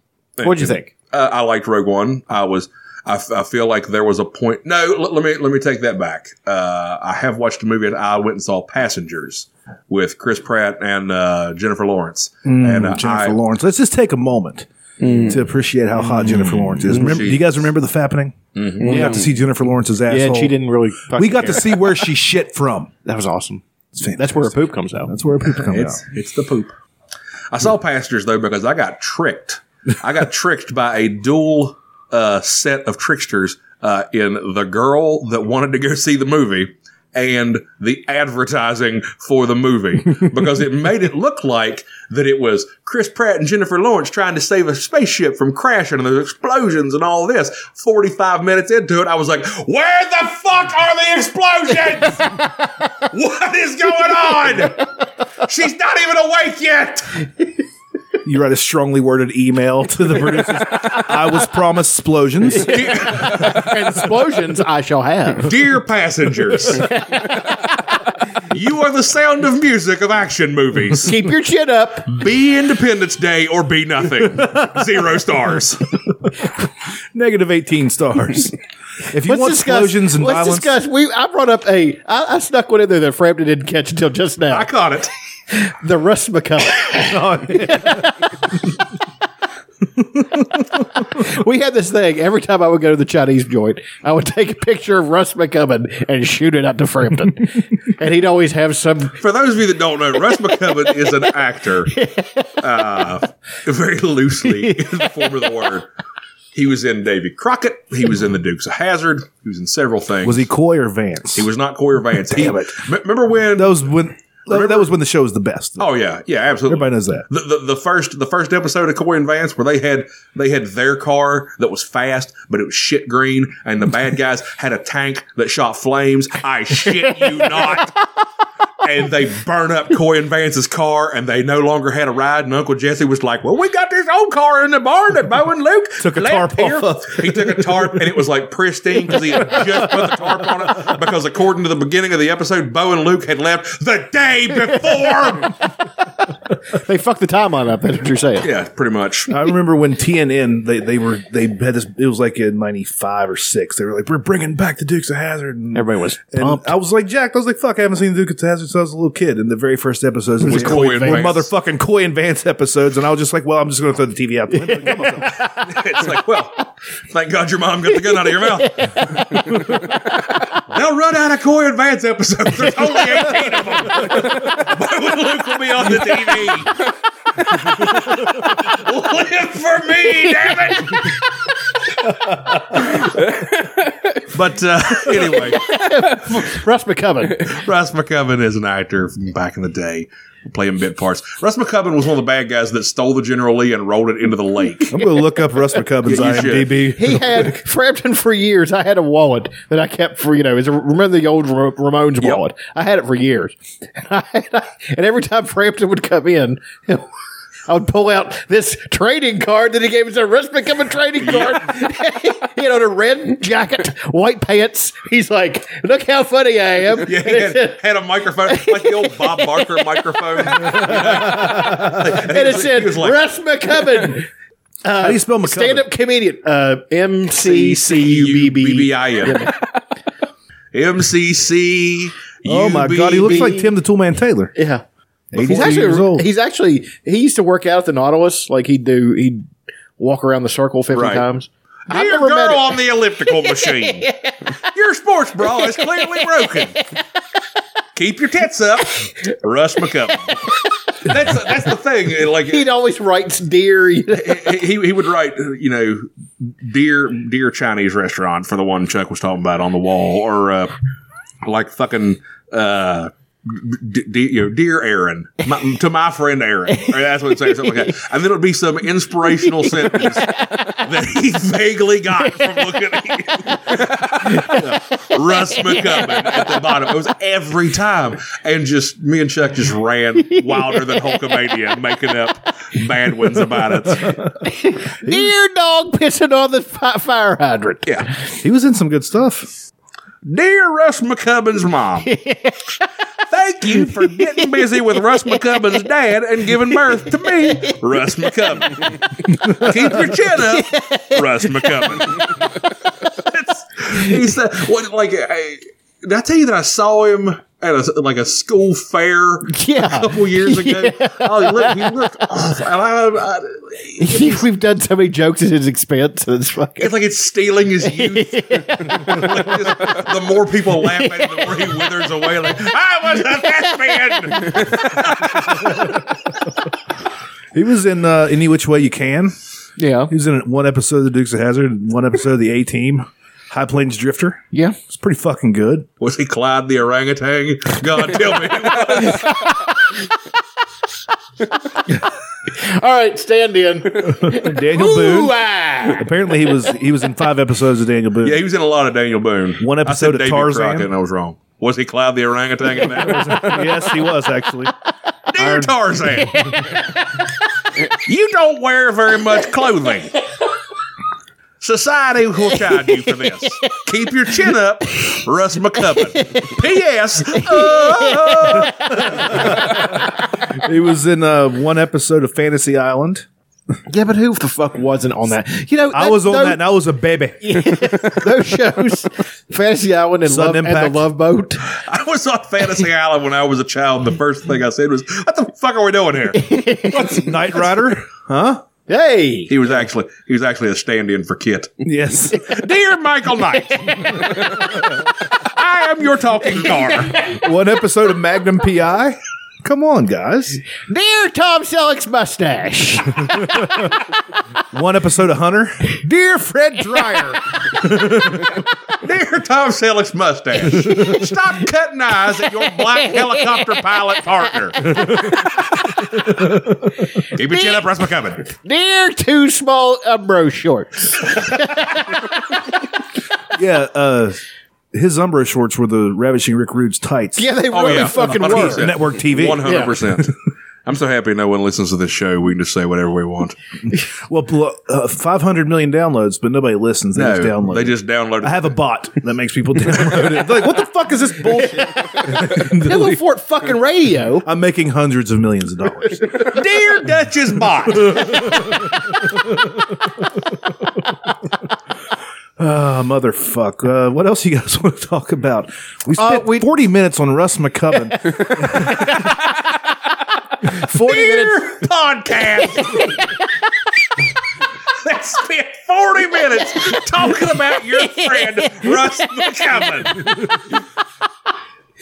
What'd you think?
Uh, I liked Rogue One. I was. I, f- I feel like there was a point. No, l- let me let me take that back. Uh, I have watched a movie. and I went and saw Passengers with Chris Pratt and uh, Jennifer Lawrence. and uh,
Jennifer
I-
Lawrence. Let's just take a moment
Mm.
to appreciate how hot Jennifer Lawrence is. Remember, do you guys remember the fappening? We got to see Jennifer Lawrence's asshole.
Mm-hmm. Yeah, and she didn't really.
We
fucking
got to
care.
see where she shit from.
That was awesome. That's where her poop comes out.
That's where her poop comes out.
It's the poop. I saw Passengers though because I got tricked. I got tricked by a dual uh, set of tricksters uh, in the girl that wanted to go see the movie and the advertising for the movie because it made it look like that it was Chris Pratt and Jennifer Lawrence trying to save a spaceship from crashing and there's explosions and all this. 45 minutes into it, I was like, where the fuck are the explosions? what is going on? She's not even awake yet.
you write a strongly worded email to the producers. I was promised explosions.
and explosions I shall have.
Dear passengers, you are the sound of music of action movies.
Keep your chin up.
Be Independence Day or be nothing. Zero stars.
Negative 18 stars. If you
Let's
want
discuss.
explosions and
let's
violence,
discuss. We I brought up a I, I snuck one in there that Frampton didn't catch until just now.
I caught it.
the Rusmica. we had this thing every time I would go to the Chinese joint. I would take a picture of Russ McCubbin and shoot it out to Frampton, and he'd always have some
For those of you that don't know, Russ McCubbin is an actor, uh, very loosely in the form of the word. He was in Davy Crockett. He was in The Dukes of Hazard. He was in several things.
was he Coy or Vance?
He was not Corey Vance. Damn it! Remember when?
that was when that, that was when the show was the best.
oh yeah, yeah, absolutely.
Everybody knows that.
the, the, the first the first episode of Corey and Vance where they had they had their car that was fast but it was shit green and the bad guys had a tank that shot flames. I shit you not. And they burn up Coy and Vance's car, and they no longer had a ride. And Uncle Jesse was like, "Well, we got this old car in the barn that Bo and Luke took
a tarp off
He took a tarp, and it was like pristine because he had just put the tarp on it. Because according to the beginning of the episode, Bo and Luke had left the day before.
They fucked the timeline up. That's what you're saying.
yeah, pretty much.
I remember when TNN they they were they had this. It was like in '95 or six. They were like, "We're bringing back the Dukes of Hazard." And,
Everybody was
and
pumped.
I was like, "Jack," I was like, "Fuck," I haven't seen the Dukes of Hazard since I was a little kid. And the very first episodes
Was
were-
Coy
were
and Vance.
motherfucking Coy and Vance episodes, and I was just like, "Well, I'm just going to throw the TV out." The window and kill myself."
It's like, well, thank God your mom got the gun out of your mouth. They'll run out of Coy and Vance episodes. There's only 18 of them. But when Luke will be on the TV. Live for me, damn it! but uh, anyway,
Russ McCubbin.
Russ McCubbin is an actor from back in the day, playing bit parts. Russ McCubbin was one of the bad guys that stole the General Lee and rolled it into the lake.
I'm going to look up Russ McCubbin's
Yeah, you should.
IMDb.
He had Frampton for years. I had a wallet that I kept for you know. Is remember the old Ra- Ramones wallet? I had it for years, and, I, and every time Frampton would come in. I would pull out this trading card that he gave us a Russ McCubbin trading card. he had on a red jacket, white pants. He's like, "Look how funny I am."
Yeah, he had, had a microphone, like the old Bob Barker microphone. you know? And,
and
he
it
was-
said
he was like,
Russ McCubbin,
How do you spell McCubbin?
stand up comedian, uh, M C C U B B.
B-B-I-M. MCC.
Oh my god, he looks like Tim the Toolman Taylor.
Yeah, he's
84 years old.
actually he's actually he used to work out at the Nautilus. Like he'd do, he'd walk around the circle fifty
Right.
times. I've
Dear
never met
girl
it.
on the elliptical machine. Your sports bra is clearly broken. Keep your tits up. Russ McCubbin. That's, that's the thing. and Like
He'd always writes dear. You know?
he, he would write, uh, you know, dear dear Chinese restaurant for the one Chuck was talking about on the wall, or uh, like fucking. Uh, D- d- you know, dear Aaron, my, to my friend Aaron, Or that's what it says, something like that. And then it would be some inspirational sentence that he vaguely got from looking at Russ McCubbin at the bottom. It was every time, and just me and Chuck just ran wilder than Hulkamania, making up bad ones about it.
dear dog pissing on the fi- fire hydrant.
Yeah.
He was in some good stuff.
Dear Russ McCubbin's mom, thank you for getting busy with Russ McCubbin's dad and giving birth to me, Russ McCubbin. Keep your chin up, Russ McCubbin. It's- he said, what, like, I, did I tell you that I saw him at a, like a school fair
Yeah.
a couple years ago? Oh, he looked, he looked awful. And I- I-
We've done so many jokes at his expense. It's fucking.
It's like it's stealing his youth. Like, just- the more people laugh at him, the more he withers away. Like I was a thespian.
He was in uh, Any Which Way You Can.
Yeah,
He was in one episode of The Dukes of Hazard, and one episode of The A Team, High Plains Drifter.
yeah.
It's pretty fucking good.
Was he Clyde the orangutan? God, tell me.
All right, stand in.
Daniel Boone. Apparently, he was he was in five episodes of Daniel Boone.
Yeah, he was in a lot of Daniel Boone.
One
I said
episode of
Davy
Tarzan.
Crockett, and I was wrong. Was he Clyde the orangutan in that?
yes, he was actually.
Dear Tarzan. you don't wear very much clothing. Society will chide you for this. Keep your chin up, Russ McCubbin. P.S. Uh,
He was in uh, one episode of Fantasy Island.
Yeah, but who the fuck wasn't on that? You know,
I
that-
was on
those-
that and I was a baby.
those shows, Fantasy Island and, Love,
Sudden
and the
Impact.
Love Boat.
I was on Fantasy Island when I was a child. The first thing I said was, "What the fuck are we doing here?"
Knight Rider.
Hey,
He was actually he was actually a stand-in for Kit.
Yes.
Dear Michael Knight, I am your talking car.
one episode of Magnum PI. Come on, guys.
dear Tom Selleck's mustache,
One episode of Hunter.
dear Fred Dreyer.
Dear Tom Selleck's mustache, stop cutting eyes at your black helicopter pilot partner. Keep your chin up, Russ McCubbin.
Dear two small Umbro shorts.
Yeah. Uh, his Umbro shorts were the Ravishing Rick Rude's tights.
Oh, Yeah, they really
Oh, yeah.
fucking
Hundred
were.
percent.
Network TV.
One hundred percent. I'm so happy no one listens to this show. We can just say whatever we want.
Well, blo- uh, 500 million downloads, but nobody listens. They
No,
just download.
they
it.
just downloaded.
I have a bot that makes people download it. They're like, what the fuck is this bullshit?
They were for fucking radio.
I'm making hundreds of millions of dollars.
Dear Duchess Bot.
Oh, motherfuck. Uh, what else you guys want to talk about? We
Uh,
spent
we-
40 minutes on Russ McCubbin.
40 minutes.
Dear podcast. that spent 40 minutes talking about your friend, Russ McCubbin.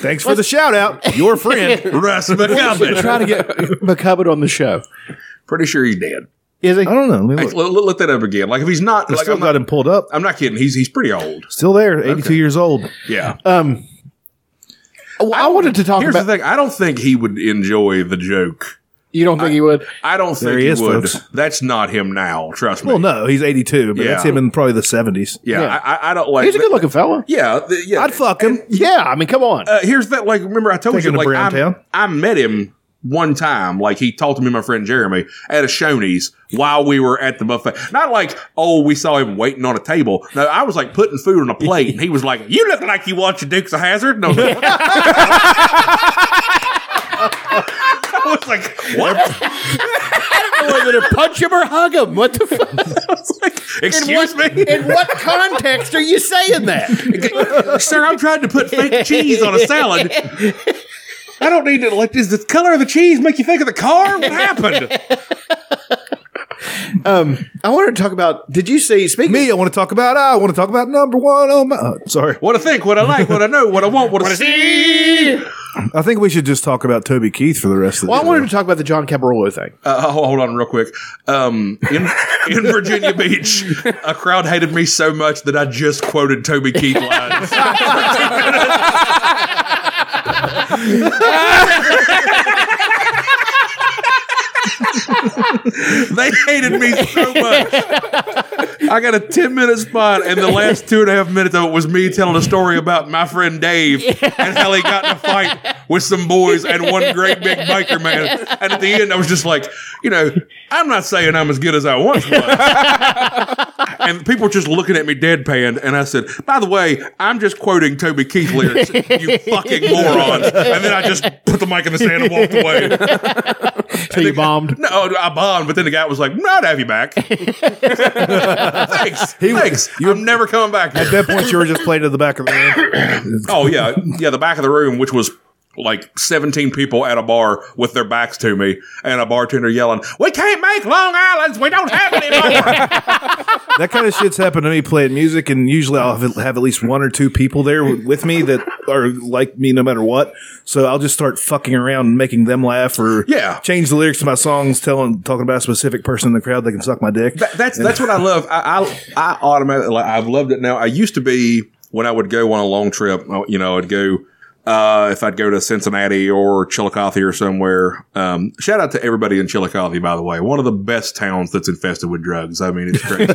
Thanks for the shout out. Your friend.
Russ McCubbin.
Trying to get McCubbin on the show.
Pretty sure he's dead.
Is he?
I don't know. Let me
Hey,
look.
look, look- look that up again. Like, if he's not, like,
Still
I'm,
got
not
him pulled up.
I'm not kidding. He's he's pretty old.
Still there, 82 years old.
Yeah.
Um, Oh, well, I, wanted to talk
Here's
about.
the thing. I don't think he would enjoy the joke.
you don't think he would?
I don't think
There
he,
he is,
would.
folks.
That's not him now. Trust me.
Well, no, he's 82, but that's
Yeah.
him in probably the 70s.
yeah.
yeah.
I- I, I don't like.
He's a
that-
good looking fella.
Yeah. the- yeah.
I'd fuck him.
Yeah, I mean, come on.
uh, here's that like remember I told
Taking
you
to
like
Brown Town?
I, I met him one time like he talked to me and my friend Jeremy at a Shoney's while we were at the buffet not like oh we saw him waiting on a table no I was like putting food on a plate and he was like you look like you watch Dukes of Hazard no I was like what
I don't know whether to punch him or hug him. What the fuck?
excuse
what,
me
In what context are you saying that?
sir I'm trying to put fake cheese on a salad I don't need to like does the color of the cheese make you think of the car what happened
I wanted to talk about. Did you see? Speaking
Me, I want to talk about, I want to talk about number one on my. oh, sorry.
What I think, what I like, what I know, what I want, what I see. Uh,
I think we should just talk about Toby Keith for the rest of the
Well, I
show.
wanted to talk about the John Caparolo thing.
oh, hold on, real quick. Um, in, in Virginia Beach, a crowd hated me so much that I just quoted Toby Keith lines. they hated me so much. I got a 10 minute spot, and the last two and a half minutes of it was me telling a story about my friend Dave and how he got in a fight with some boys and one great big biker man. And at the end, I was just like, you know, I'm not saying I'm as good as I once was. And people were just looking at me deadpan, and I said, "By the way, I'm just quoting Toby Keith lyrics, you fucking morons." And then I just put the mic in the stand and walked away.
So you bombed.
No, I bombed, but then the guy was like, "Not have you back." thanks, thanks. You're never coming back.
At that point, you were just playing to the back of the room.
oh yeah, yeah. The back of the room, which was like 17 people at a bar with their backs to me, and a bartender yelling, "We can't make Long Island's. We don't have any more."
that kind of shit's happened to me playing music, and usually I'll have, have at least one or two people there with me that are like me no matter what. So I'll just start fucking around and making them laugh or
Yeah.
change the lyrics to my songs, telling talking about a specific person in the crowd that can suck my dick.
That- that's that's what I love. I I, I automatically like, I've loved it now. I used to be when I would go on a long trip, you uh, know, I'd go. Uh, if I'd go to Cincinnati or Chillicothe or somewhere, um, shout out to everybody in Chillicothe, by the way. One of the best towns that's infested with drugs. I mean, it's crazy.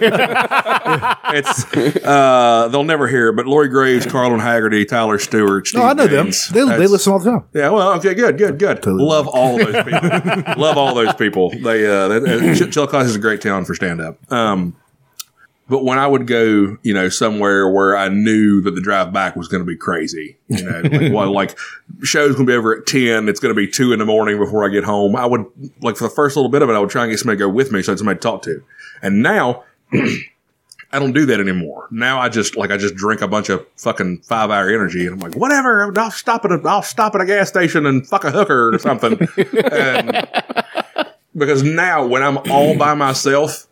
it's uh, they'll never hear it, but Lori Graves, Carlin Haggerty, Tyler Stewart. Steve
No, Oh, I know them.
James.
They, they
That's-
listen all the time.
yeah, well, okay, good, good, good. Love all those people. Love all those people. They uh, that, uh, Ch- Chillicothe is a great town for stand up. Um, but when I would go, you know, somewhere where I knew that the drive back was going to be crazy, you know, like, well, like show's going to be over at ten. It's going to be two in the morning before I get home. I would like for the first little bit of it, I would try and get somebody to go with me, so I had somebody to talk to. And now I don't do that anymore. Now I just like I just drink a bunch of fucking five hour energy, and I'm like, whatever. I'll stop at a, I'll stop at a gas station and fuck a hooker or something. and, because now when I'm all by myself,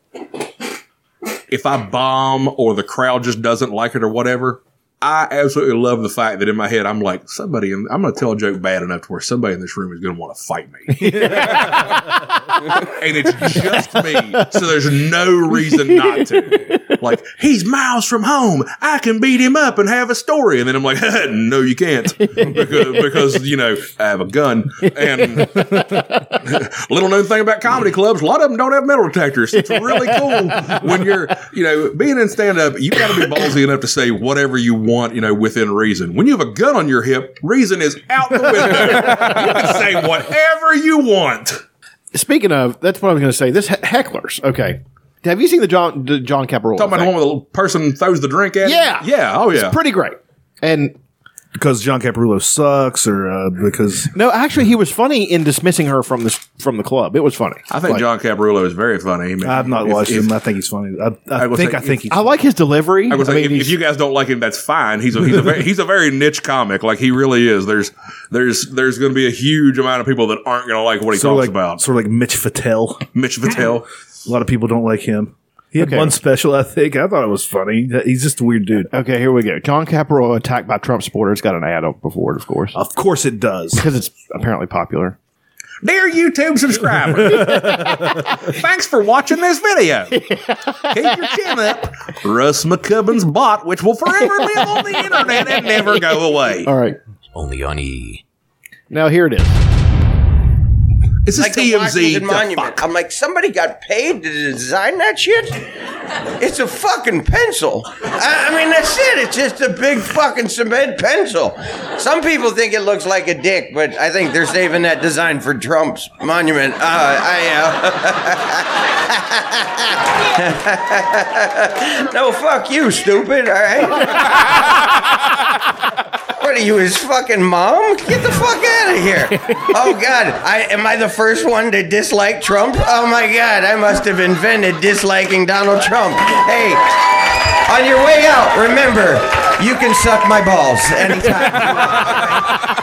if I bomb or the crowd just doesn't like it or whatever, I absolutely love the fact that in my head I'm like somebody. In, I'm going to tell a joke bad enough to where somebody in this room is going to want to fight me and it's just me. So there's no reason not to. Like, he's miles from home. I can beat him up and have a story. And then I'm like, no, you can't. Because, because, you know, I have a gun. And little known thing about comedy clubs, a lot of them don't have metal detectors. It's really cool when you're, you know, being in stand up, you got to be ballsy enough to say whatever you want, you know, within reason. When you have a gun on your hip, reason is out the window. you can say whatever you want.
Speaking of, that's what I was going to say. This he- hecklers. Okay. Have you seen the John the John Caparol?
Talking about the one where the little person throws the drink at. him?
Yeah.
yeah, oh yeah.
It's pretty great. And
Because John Caparulo sucks, or uh, because
no, actually, he was funny in dismissing her from this from the club. It was funny.
I think John Caparulo is very funny. I mean,
I've not
if-
watched
if-
him. I think he's funny. I, I,
I will
think
say,
I think he's.
I like his delivery.
I was
I
like,
mean,
if,
he's-
if you guys don't like him, that's fine. He's a, he's a very, he's a very niche comic. Like he really is. There's there's there's going to be a huge amount of people that aren't going to like what he
sort of
talks
like
about.
sort of like Mitch Fattel.
Mitch Vitale.
A lot of people don't like him. He had
Okay.
one special, I think. I thought it was funny. He's just a weird dude.
okay, here we go. John Caparol attacked by Trump supporters. Got an ad up before it, of course,
Of course, it does.
because it's apparently popular.
Dear YouTube subscriber, thanks for watching this video. Keep your chin up. Russ McCubbin's bot, which will forever live on the internet and never go away.
All right,
Only on E.
now here it is.
This is
like the
TMZ.
Washington
The
Monument.
fuck?
I'm like, somebody got paid to design that shit. It's a fucking pencil. I, I mean, that's it. It's just a big fucking cement pencil. Some people think it looks like a dick, but I think they're saving that design for Trump's monument. Uh, I uh, no, fuck you, stupid. All right. What are you, his fucking mom? Get the fuck out of here! Oh God, I am I the first one to dislike Trump? Oh my God, I must have invented disliking Donald Trump. Hey, on your way out, remember you can suck my balls anytime. you want.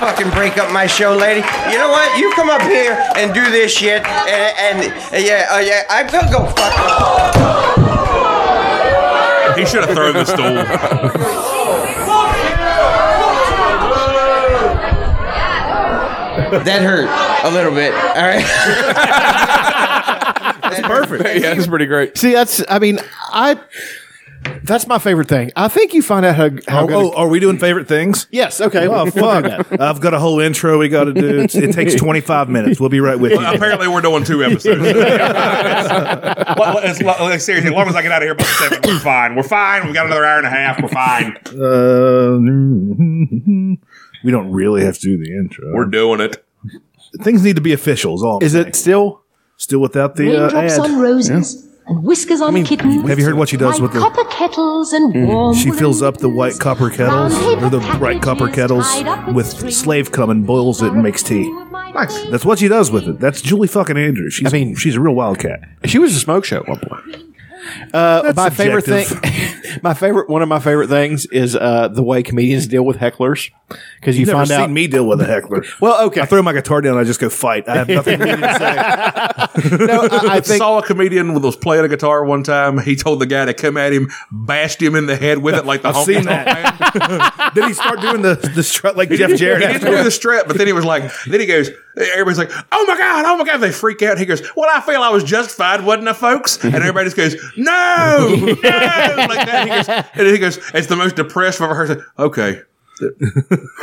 Fucking break up my show, lady. You know what? You come up here and do this shit, and, and yeah, oh yeah, I will go fuck.
He should have thrown the stool.
That hurt a little bit. All right. That's perfect.
Yeah, that's pretty great.
See, that's I mean, I that's my favorite thing. I think you find out how. how
Oh,
good
oh, are we doing favorite things?
yes. Okay.
Oh,
Well,
fuck. I've got a whole intro we got to do. It's, it takes 25 minutes. We'll be right with you.
Apparently, we're doing two episodes. Well, it's lo- like, seriously, as long as I get out of here by seven, we're fine. We're fine. We've got another hour and a half. We're fine.
Uh, we don't really have to do the intro.
We're doing it.
Things need to be official. Is, all I'm
is
saying.
it still?
still without the uh,
Raindrops
ad?
on roses and whiskers on kittens.
Have you heard what she does with the- Hmm.
copper kettles and warm
She fills
woolen
up the white
mittens,
copper kettles
round
or the
paper
bright copper
packages
kettles
tied up
with
string.
slave cum and boils it and makes tea.
Nice.
That's what she does with it. That's Julie fucking Andrews. She's,
I mean-
she's a real wildcat.
She was a smoke show at one point. Uh, my favorite thing, my favorite one of my favorite things is uh, the way comedians deal with hecklers because you
You've never
find
seen
out.
me deal with a heckler.
Well, okay.
I throw my guitar down. I just go fight. I have nothing really to say.
no, I, I
I
think
saw a comedian who was playing a guitar one time. He told the guy to come at him, bashed him in the head with it like the I've
seen that. Then he start doing the the strut like Jeff Jarrett.
He didn't
after-
do the strip, but then he was like, then he goes, everybody's like, oh my God, oh my God. They freak out. He goes, well, I feel I was justified, wasn't I, folks? And everybody just goes, no, no, like that. He goes, and then he goes, it's the most depressed I've ever heard. He's like, okay.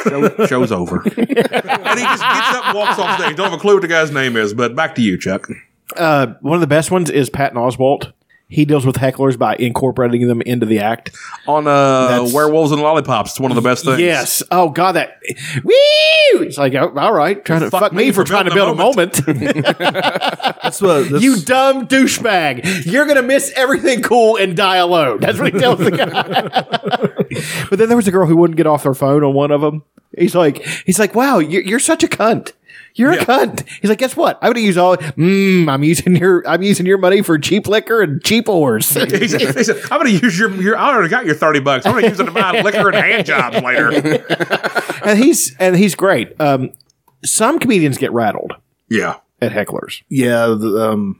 Show, show's over. and he just gets up and walks off stage. Don't have a clue what the guy's name is, but back to you, Chuck.
Uh, one of the best ones is Patton Oswalt. He deals with hecklers by incorporating them into the act.
On uh,
That's-
Werewolves and Lollipops, it's one of the best things.
Yes. Oh God, that woo! It's like oh, all right, trying to
Fuck
fuck, me, for trying to build
building
a
a
moment.
That's what that's,
you dumb douchebag! You're gonna miss everything cool and die alone. That's what he tells the guy. but then there was a girl who wouldn't get off her phone on one of them. He's like, he's like, wow, you're, you're such a cunt. You're a cunt. He's like, guess what? I'm gonna use all. Mm, I'm using your. I'm using your money for cheap liquor and cheap whores.
He said, he said, I'm going to use your, your, I already got your 30 bucks. I'm going to use it to buy liquor and hand jobs later.
and he's and he's great. Um, some comedians get rattled
Yeah.
at hecklers.
yeah the, um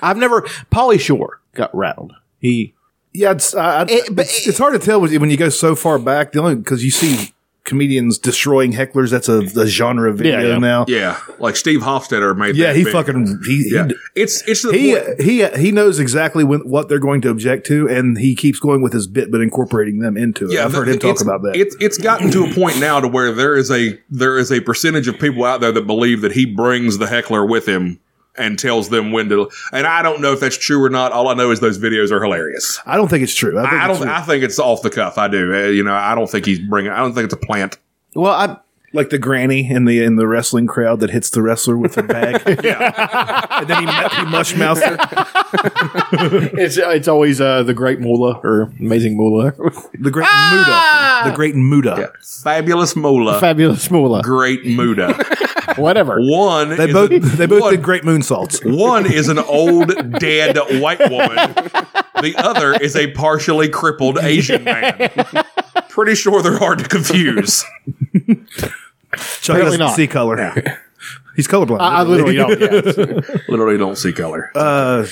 I've never. Polly Shore got rattled. He
yeah it's I, I-
It- but
it's,
it-
it's hard to tell when you go so far back. The only because you see comedians destroying hecklers. That's a, a genre of video
Yeah, yeah.
now.
Yeah. Like Steve Hofstadter made
Yeah,
that
he
big.
fucking he he
Yeah. It's, it's the
he
point-
he he knows exactly when, what they're going to object to, and he keeps going with his bit, but incorporating them into it. uh, I've heard him
th-
talk
it's-
about that.
It's it's gotten to a point now to where there is a there is a percentage of people out there that believe that he brings the heckler with him and tells them when to. And I don't know if that's true or not. All I know is those videos are hilarious.
I don't think it's true. I, think
I, I
it's
don't.
true.
I think it's off the cuff. I do. Uh, you know, I don't think he's bringing. I don't think it's a plant.
well, I
like the granny in the in the wrestling crowd that hits the wrestler with her bag. yeah, and then he, mu- he mush mouths her.
it's it's always uh, the great mullah or amazing mullah,
The great
Ah!
Muda. The great Muda.
Fabulous Moolah.
fabulous mullah,
Great Muda.
whatever.
One.
They
is
both
a-
they both
one-
did great moonsaults.
One is an old dead white woman. The other is a partially crippled Asian man. Pretty sure they're hard to confuse.
Chuck doesn't
not.
see color. He's colorblind.
I, I literally don't. Yeah.
Literally don't see color.
Uh,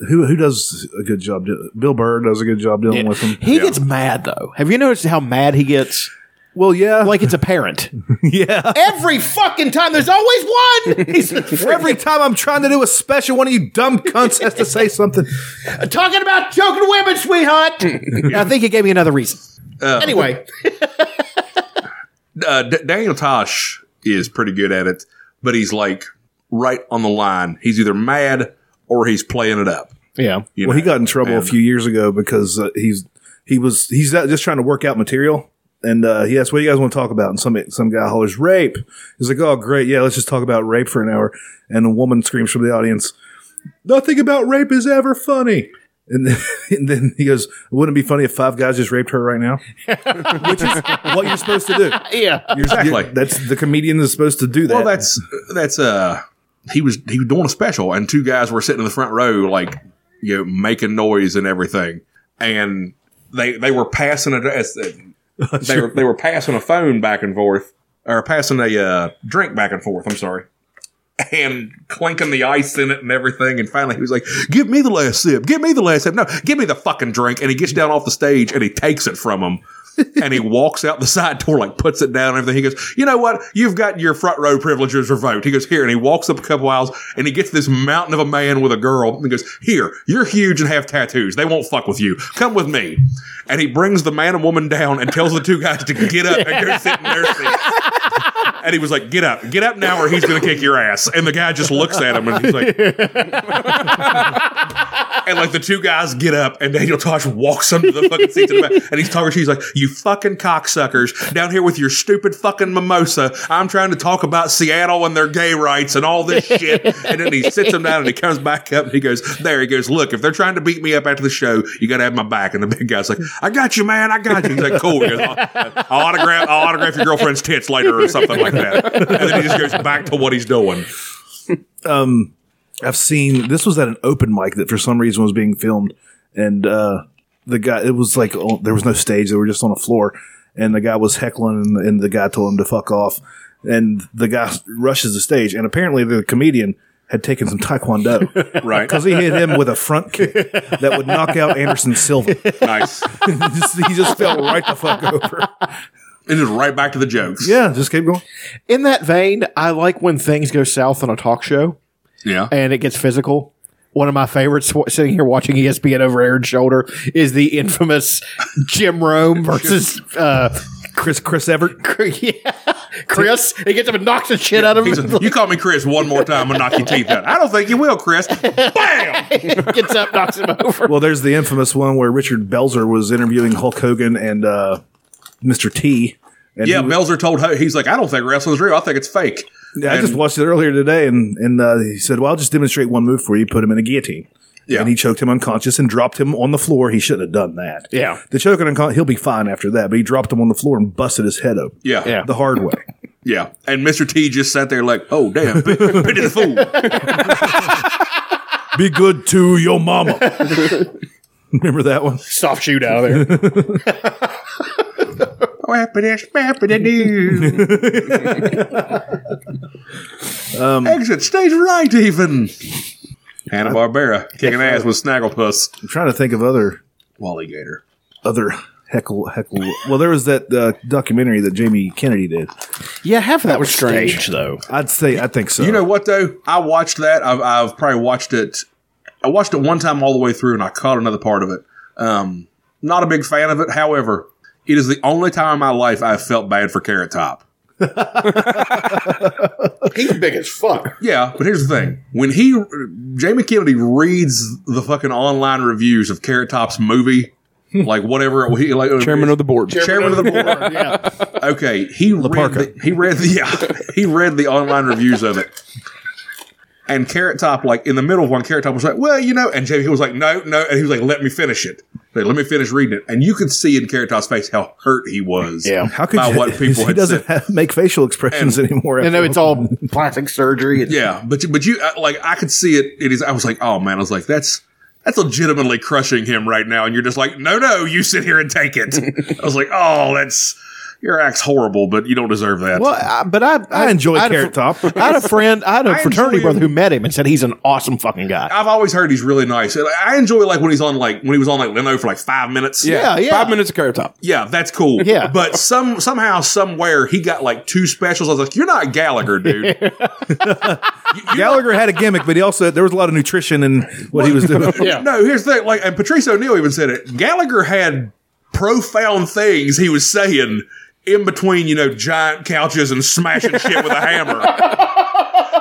who who does a good job? do- Bill Burr does a good job dealing with him.
He gets mad though. Have you noticed how mad he gets?
Well, yeah,
Like it's a parent.
yeah.
Every fucking time, there's always one. He's
Every time I'm trying to do a special, one of you dumb cunts has to say something.
talking about choking women, sweetheart. I think he gave me another reason. anyway,
Uh, D- Daniel Tosh is pretty good at it, but he's like right on the line. He's either mad or he's playing it up.
yeah,
you
Well, he
know?
got in trouble a
And-
few years ago because uh, he's he was he's out just trying to work out material, and uh, he asked, "What do you guys want to talk about?" And some some guy hollers, "Rape!" He's like, "Oh, great, yeah, let's just talk about rape for an hour." And a woman screams from the audience, "Nothing about rape is ever funny." And then, and then he goes, "Wouldn't it be funny if five guys just raped her right now?" Which is what you're supposed to do.
yeah.
You're-
Exactly.
you're- that's the comedian is supposed to do that.
Well, that's that's uh he was he was doing a special, and two guys were sitting in the front row, like you know, making noise and everything, and they they were passing a they were they were passing a phone back and forth or passing a uh, drink back and forth. I'm sorry. And clinking the ice in it and everything, and finally he was like, "Give me the last sip. Give me the last sip. No, give me the fucking drink." And he gets down off the stage and he takes it from him and he walks out the side door, like puts it down and everything. He goes, You know what? You've got your front row privileges revoked. He goes, Here. And he walks up a couple aisles and he gets this mountain of a man with a girl and he goes, Here, you're huge and have tattoos. They won't fuck with you. Come with me. And he brings the man and woman down and tells the two guys to get up and go sit in their seats. And he was like, Get up, get up now or he's going to kick your ass. And the guy just looks at him and he's like, and like the two guys get up, and Daniel Tosh walks under the fucking seats in the back, and he's talking. She's like, "You fucking cocksuckers down here with your stupid fucking mimosa. I'm trying to talk about Seattle and their gay rights and all this shit." And then he sits them down, and he comes back up, and he goes, "There." He goes, "Look, if they're trying to beat me up after the show, you got to have my back." And the big guy's like, "I got you, man. I got you." He's like, "Cool." He goes, "I'll, I'll autograph, I'll autograph your girlfriend's tits later, or something like that." And then he just goes back to what he's doing.
I've seen this was at an open mic that for some reason was being filmed, and uh, the guy it was like oh, there was no stage; they were just on a floor, and the guy was heckling, and, and the guy told him to fuck off, and the guy rushes the stage, and apparently the comedian had taken some taekwondo
Right?
because he hit him with a front kick that would knock out Anderson Silva.
Nice.
Just- he just fell right the fuck over.
And just right back to the jokes.
Yeah, just keep going.
In that vein, I like when things go south on a talk show.
Yeah.
and it gets physical. One of my favorites wa- sitting here watching E ESPN over Aaron's shoulder is the infamous Jim Rome versus uh,
Chris Chris Everett.
yeah. Chris, he gets up and knocks the shit out of
He's
him.
a- you call me Chris one more time, I'll knock your teeth out. I don't think you will, Chris. Bam!
gets up, knocks him over.
Well, there's the infamous one where Richard Belzer was interviewing Hulk Hogan and uh, Mr. T. And
Yeah,
he-
Belzer told her, he's like, I don't think wrestling's real. I think it's fake.
Yeah, I
And-
just watched it earlier today, and and uh, he said, "Well, I'll just demonstrate one move for you. Put him in a guillotine."
Yeah.
And he choked him unconscious and dropped him on the floor. He shouldn't have done that.
Yeah.
The choking unconscious, he'll be fine after that, but he dropped him on the floor and busted his head open.
Yeah.
Yeah.
The hard way.
Yeah. And Mr. T just sat there like, oh, damn, pity pity the fool.
Be good to your mama. Remember that one?
Soft shoot out of there.
Happiness, happiness. Exit stage right, even. Hanna Barbera kicking ass with Snagglepuss.
I'm trying to think of other
Wally Gator.
other heckle heckle. Well, there was that uh, documentary that Jamie Kennedy did.
Yeah, half of that was
strange.
staged, though.
I'd say I think so.
You know what though? I watched that. I've, I've probably watched it. I watched it one time all the way through, and I caught another part of it. Um, not a big fan of it. However, it is the only time in my life I've felt bad for Carrot Top.
He's big as fuck.
Yeah, but here's the thing: when he Jamie Kennedy reads the fucking online reviews of Carrot Top's movie,
Hmm.
like whatever he like
Chairman of the board.
chairman of the board.
yeah.
Okay, he read
Parka.
the, he read the yeah he read the online reviews of it. And Carrot Top, like in the middle of one, Carrot Top was like, "Well, you know," and Jamie Kennedy was like, "No, no," and he was like, "Let me finish it. Like, Let me finish reading it." And you could see in Carrot Top's face how hurt he was.
Yeah.
how could
by
you,
what people
he
had
doesn't
said.
have, make facial expressions anymore.
I
after
know it's all plastic surgery. It's,
Yeah, but you- but you I- like I could see it. It is. I was like, oh man, I was like, that's that's legitimately crushing him right now. And you're just like, no, no, you sit here and take it. I was like, oh, that's your act's horrible, but you don't deserve that.
Well, I, but I,
I enjoy
had a
Carrot
fr-
Top.
I had a friend, I had a
I
fraternity
enjoy-
brother who met him and said he's an awesome fucking guy.
I've always heard he's really nice. And I enjoy like when he's on like when he was on like Leno for like five minutes.
Yeah, yeah.
Five minutes of carrot top.
yeah, that's cool.
Yeah.
but some somehow somewhere he got like two specials. I was like, you're not Gallagher, dude.
Gallagher had a gimmick, but he also there was a lot of nutrition in what he was doing.
No, here's the thing. Like, and Patrice O'Neill even said it. Gallagher had profound things he was saying in between, you know, giant couches and smashing shit with a hammer.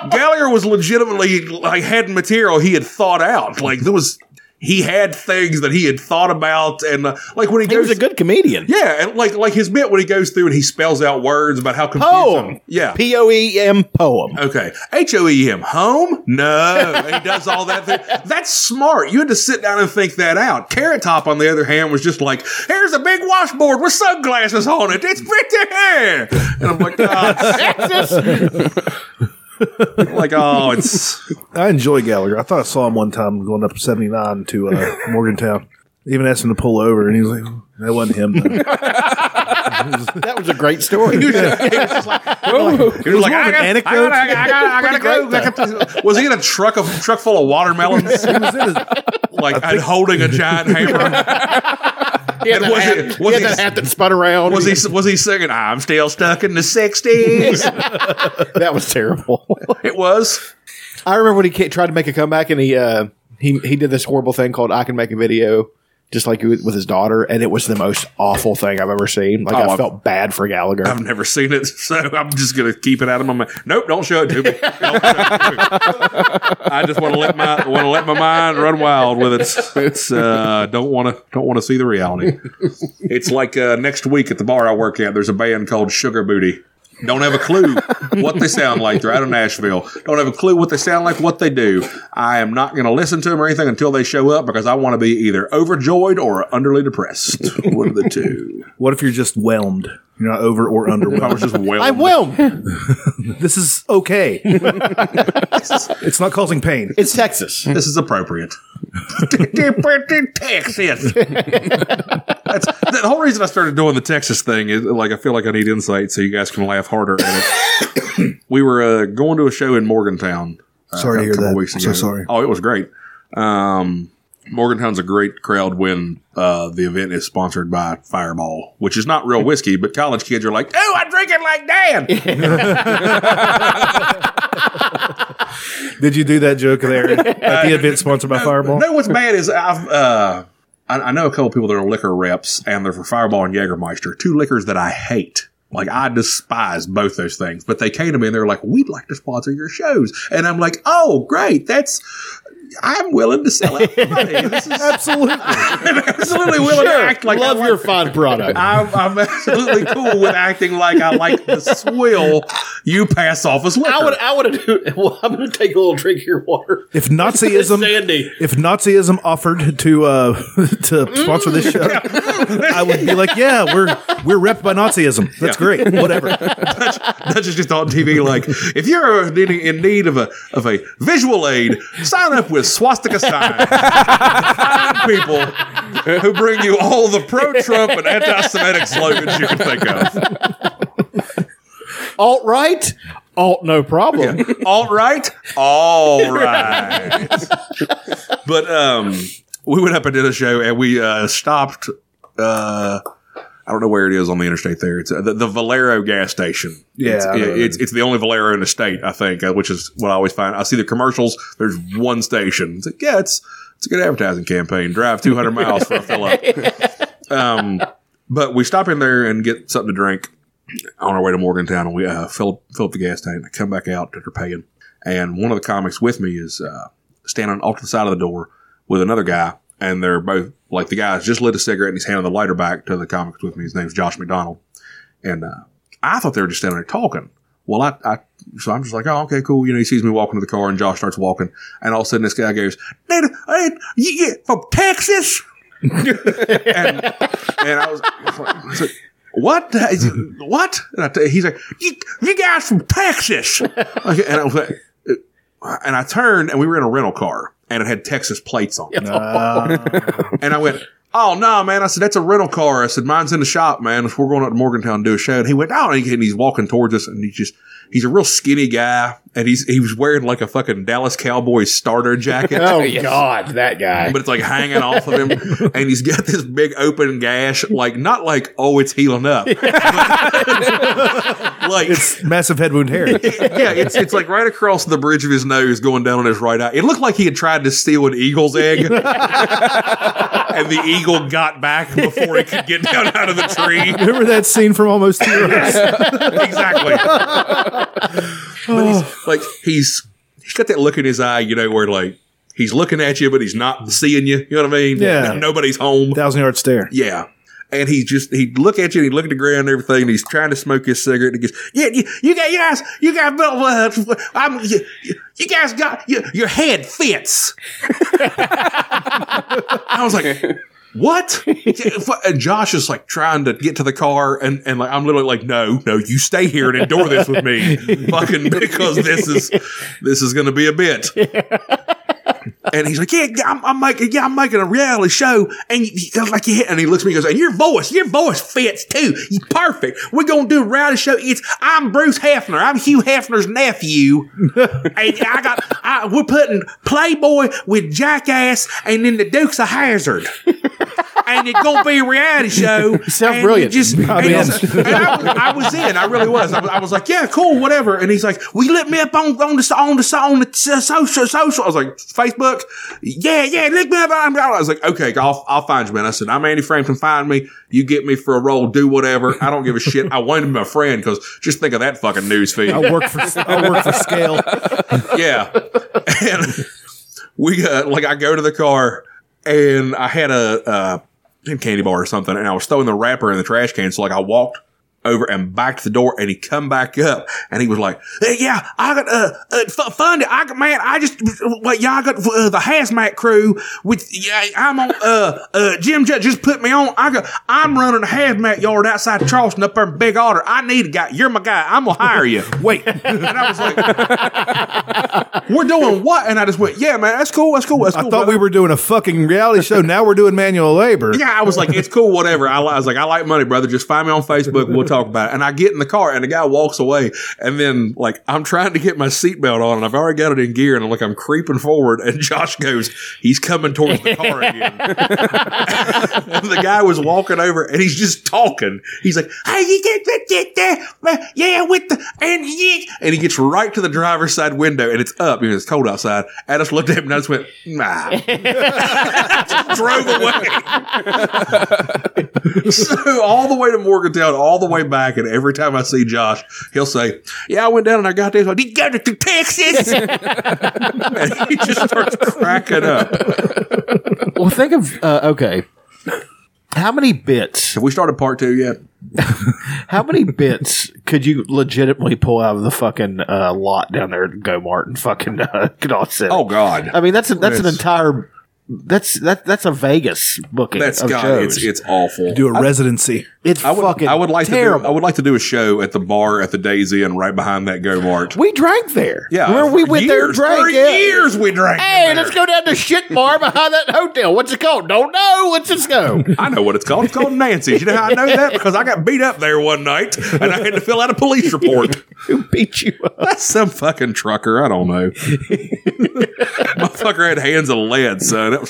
Gallagher was legitimately like had material he had thought out. Like there was, he had things that he had thought about, and uh, like when he
He
goes,
was a good comedian.
yeah, and like like his bit when he goes through and he spells out words about how confused.
Poem.
Yeah.
P O E M poem.
Okay. H O E M. Home? No. And he does all that. Thing. That's smart. You had to sit down and think that out. Carrot Top, on the other hand, was just like, here's a big washboard with sunglasses on it. It's pretty hair. And I'm like, oh, it's- like, oh, it's.
I enjoy Gallagher. I thought I saw him one time going up 79 to uh, Morgantown. Even asked him to pull over, and he was like, "That wasn't him." though."
That was a great story.
He was like,
more of
I
an
got- I
anecdote.
got- I got- I gotta go. I gotta- Was he in a truck of truck full of watermelons?
He was in his-
Like, and holding a giant hammer.
He had
And
that
was
hat-
it- was
he had
it-
that hat that spun around.
Was he was he singing? I'm still stuck in the '60s.
that was terrible.
It was.
I remember when he ca- tried to make a comeback and he uh, he he did this horrible thing called "I can make a video," just like with with his daughter, and it was the most awful thing I've ever seen. Like
Oh,
I
I've-
felt bad for Gallagher.
I've never seen it, so I'm just gonna keep it out of my mind. Nope, don't show it to me. Don't show it to me. I just want to let my want to let my mind run wild with it. It's uh, don't want to don't want to see the reality. It's like uh, next week at the bar I work at. There's a band called Sugar Booty. Don't have a clue what they sound like. They're out of Nashville. Don't have a clue what they sound like, what they do. I am not going to listen to them or anything until they show up because I want to be either overjoyed or underly depressed. One of the two.
what if you're just whelmed? You're not over or
I
underwhelmed.
was just well.
I'm whelmed.
this is okay. it's not causing pain.
It's Texas.
This is appropriate. Different in Texas. That's, the whole reason I started doing the Texas thing is like I feel like I need insight so you guys can laugh harder at it. we were uh, going to a show in Morgantown. uh,
Sorry to
a
hear
couple
that.
weeks
I'm so
ago.
sorry.
Oh, it was great. Um, Morgantown's a great crowd when uh, the event is sponsored by Fireball, which is not real whiskey, but college kids are like, "Oh, I drink it like Dan."
Did you do that joke there at the event sponsored by Fireball?
No, what's bad is I've uh, I I, I know a couple people that are liquor reps, and they're for Fireball and Jägermeister, two liquors that I hate. Like I despise both those things, but they came to me and they're like, "We'd like to sponsor your shows," and I'm like, "Oh, great! That's I'm willing to sell out the money. This is
Absolutely.
absolutely willing to act like I
Love
like
your fine product.
I'm, I'm absolutely cool with acting like I like the swill you pass off as liquor.
I would. I would do. Well, I'm going to take a little drink of your water.
If Nazism,
Sandy.
if Nazism offered to uh, to sponsor this show,
Mm.
I would be like, yeah, we're we're repped by Nazism. That's great. Whatever.
That's just on TV. Like, if you're needing, in need of a of a visual aid, sign up with swastika signs. Find people who bring you all the pro-Trump and anti-Semitic slogans you can think of.
Alt right. Alt no problem.
All right, all right. but um, we went up and did a show, and we uh, stopped. Uh, I don't know where it is on the interstate. There, it's uh, the, the Valero gas station.
Yeah,
it's,
I know
it-
that.
it's it's the only Valero in the state, I think, uh, which is what I always find. I see the commercials. There's one station. It's like, yeah, it's it's a good advertising campaign. Drive 200 miles for a fill up. Um, but we stop in there and get something to drink on our way to Morgantown, and we uh, fill, fill up the gas tank. And I come back out that they're paying, and one of the comics with me is uh, standing off to the side of the door with another guy, and they're both like the guy's just lit a cigarette and he's handing the lighter back to the comics with me. His name's Josh McDonald, and uh, I thought they were just standing there talking. Well, I, I so I'm just like, oh, okay, cool. You know, he sees me walking to the car, and Josh starts walking, and all of a sudden this guy goes, "Dude, hey, you, you from Texas?" And I was, I was like, what? the- is- What? And I t- he's like, you, you guys from Texas. Okay, and I was like, uh, and I turned and we were in a rental car and it had Texas plates on it.
Uh,
and I went, oh, no, man. I said, that's a rental car. I said, mine's in the shop, man. We're going up to Morgantown to do a show. And he went, oh, and, he- and he's walking towards us and he just, he's a real skinny guy and he's, he was wearing like a fucking Dallas Cowboys starter jacket
Oh God, that guy.
but it's like hanging off of him, and he's got this big open gash, like not like oh it's healing up, but- like
Massive head wound hair.
yeah, it's it's like right across the bridge of his nose, going down on his right eye. It looked like he had tried to steal an eagle's egg, and the eagle got back before he could get down out of the tree.
Remember that scene from Almost Heroes?
exactly. But he's, like he's he's got that look in his eye, you know, where like he's looking at you, but he's not seeing you. You know what I mean?
Yeah.
Nobody's home.
Thousand yard stare.
Yeah. And he just he'd look at you and he'd look at the ground and everything and he's trying to smoke his cigarette and he goes, Yeah, you, you got you guys you guys uh, I'm you, you guys got your your head fits. I was like what? And Josh is like trying to get to the car, and, and like I'm literally like, no, no, you stay here and endure this with me, fucking, because this is this is going to be a bit. And he's like, yeah, yeah, I'm, I'm making, yeah, I'm making a reality show, and he goes like, yeah, and he looks at me and goes, and your voice, your voice fits too, you perfect. We're gonna do a reality show. It's I'm Bruce Hefner, I'm Hugh Hefner's nephew, and I got, I, we're putting Playboy with Jackass, and then the Dukes of Hazard and it's gonna be a reality show.
sound
and
brilliant.
you Just, and
I'm in.
just- and I, I was in. I really was. I was, I was like, yeah, cool, whatever. And he's like, we lit me up on on the on the on the uh, social social. I was like, Facebook. Yeah, yeah, look me up. on- I was like, okay, I'll I'll find you, man. I said, I'm Andy Frampton. Find me. You get me for a role. Do whatever. I don't give a shit. I wanted to be my friend because just think of that fucking news feed
I work for I work for scale.
yeah. And we got like I go to the car and I had a uh, candy bar or something, and I was throwing the wrapper in the trash can. So like I walked over and back to the door, and he come back up, and he was like, "Hey, "Yeah, I got uh, uh f- funded. I got man, I just well, yeah, I got uh, the hazmat crew with yeah, I'm on uh uh Jim Judge just put me on. I got I'm running a hazmat yard outside Charleston up there in Big Otter. I need a guy. You're my guy. I'm gonna hire you. Wait, and I was like, "We're doing what?" And I just went, "Yeah, man, that's cool. That's cool. That's cool."
I thought
brother."
we were doing a fucking reality show. Now we're doing manual labor.
Yeah, I was like, it's cool, whatever. I, li- I was like, I like money, brother. Just find me on Facebook. We'll talk about it. And I get in the car, and the guy walks away. And then, like, I'm trying to get my seatbelt on, and I've already got it in gear. And I'm like, I'm creeping forward, and Josh goes, he's coming towards the car again. and the guy was walking over, and he's just talking. He's like, hey, you get uh, that, get that, yeah, with the, and yeah. And he gets right to the driver's side window, and it's up up. You know, it's cold outside. I just looked at him and I just went, nah. just drove away. so all the way to Morgantown, all the way back, and every time I see Josh, he'll say, yeah, I went down and I got this. I did go to Texas. and he just starts cracking up.
Well, think of uh, okay. How many bits?
Have we started part two yet?
How many bits could you legitimately pull out of the fucking uh, lot down there at Go Mart and fucking uh, Canal City?
Oh, God.
I mean that's a, that's an
Yes.
entire that's that that's a Vegas booking.
That's
of
God.
shows.
It's, it's awful.
Do a residency.
It's
I would,
fucking
I would like
terrible.
to do, I would like to do a show at the bar at the Daisy and right behind that Go Mart.
we drank there.
Yeah,
Remember we
for
went there and
years,
drank.
for
yeah.
years we drank. in
Hey,
there.
let's go down to shit bar behind that hotel. What's it called? Don't know. Let's just go.
I know what it's called. It's called Nancy's. You know how I know that because I got beat up there one night and I had to fill out a police report.
Who beat you up?
That's some fucking trucker. I don't know. Motherfucker had hands of lead, son. It was-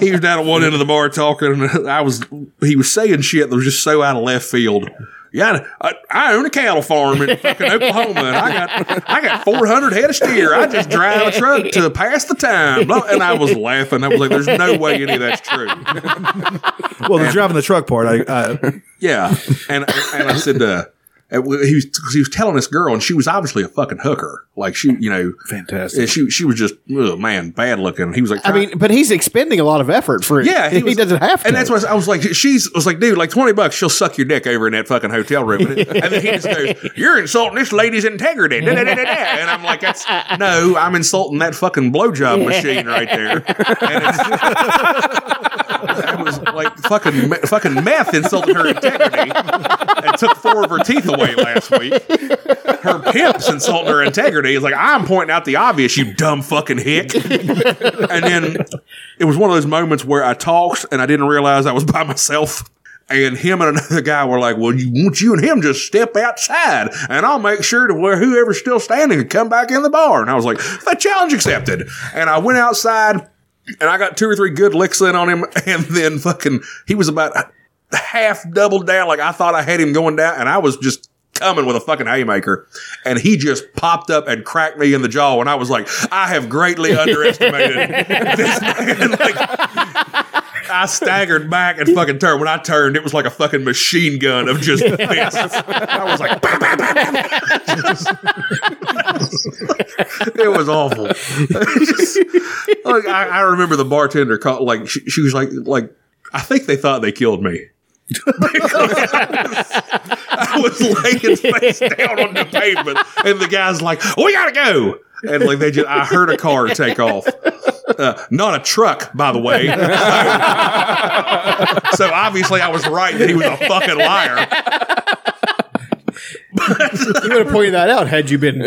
he was down at one end of the bar talking, and I was he was saying shit that was just so out of left field. Yeah, I, I own a cattle farm in fucking Oklahoma, and I got I got four hundred head of steer. I just drive a truck to pass the time, Blah- and I was laughing. I was like, "There's no way any of that's true."
Well, the driving the truck part, I, I
Yeah, and and I said, uh, and we- he was 'cause he was telling this girl, and she was obviously a fucking hooker. Like she, you know,
fantastic.
and she she was just oh, man bad looking. He was like,
I mean, but he's expending a lot of effort for it.
yeah,
he,
was-
doesn't have to.
And that's why I was- I was like, she's I was like, dude, like twenty bucks, she'll suck your dick over in that fucking hotel room. And then he just goes, "You're insulting this lady's integrity." Da, da, da, da, da. And I'm like, that's no, I'm insulting that fucking blowjob machine right there. And it's, that was like fucking me- fucking meth insulted her integrity and took four of her teeth away last week. Her pimps insulting her integrity. It's like I'm pointing out the obvious, you dumb fucking hick. And then it was one of those moments where I talked and I didn't realize I was by myself. And him and another guy were like, "Well, you won't you and him just step outside, and I'll make sure to where whoever's still standing can come back in the bar." And I was like, "The challenge accepted." And I went outside, and I got two or three good licks in on him, and then fucking he was about half doubled down, like I thought I had him going down, and I was just coming with a fucking haymaker, and he just popped up and cracked me in the jaw, and I was like, "I have greatly underestimated this man." Like, I staggered back and fucking turned. When I turned, it was like a fucking machine gun of just fists. I was like, "Bah, bah, bah, bah." it was awful. Just- like, I, I remember the bartender called, like, she, she was like, like, I think they thought they killed me. I was laying face down on the pavement, and the guy's like, "We gotta go." And like they just, I heard a car take off. Uh, not a truck, by the way. So obviously, I was right that he was a fucking liar.
you would have pointed that out had you been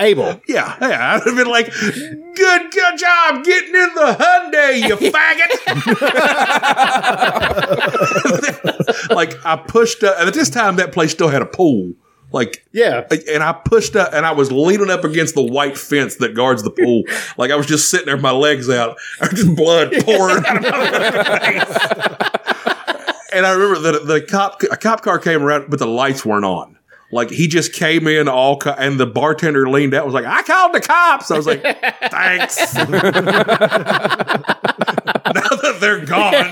able.
Yeah, yeah. I'd have been like, "Good, good job getting in the Hyundai, you faggot." like I pushed up, and at this time, that place still had a pool. Like
Yeah.
and I pushed up and I was leaning up against the white fence that guards the pool. like I was just sitting there with my legs out, and just blood pouring out of my face. And I remember that the cop a cop car came around, but the lights weren't on. Like he just came in all, co- and the bartender leaned out and was like, "I called the cops." I was like, "Thanks." now that they're gone,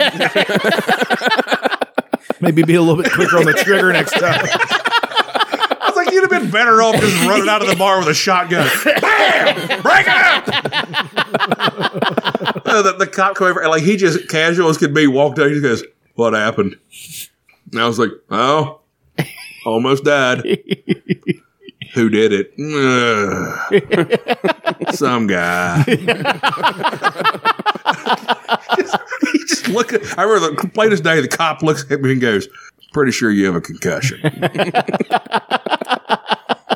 Maybe be a little bit quicker on the trigger next time.
I was like, "You'd have been better off just running out of the bar with a shotgun." Bam! Break it up! Uh, the, the cop came over, and like he just casual as could be walked out. He goes, "What happened?" And I was like, "Oh, almost died. Who did it? Ugh. Some guy." he just look. I remember the plainest day. The cop looks at me and goes, "Pretty sure you have a concussion."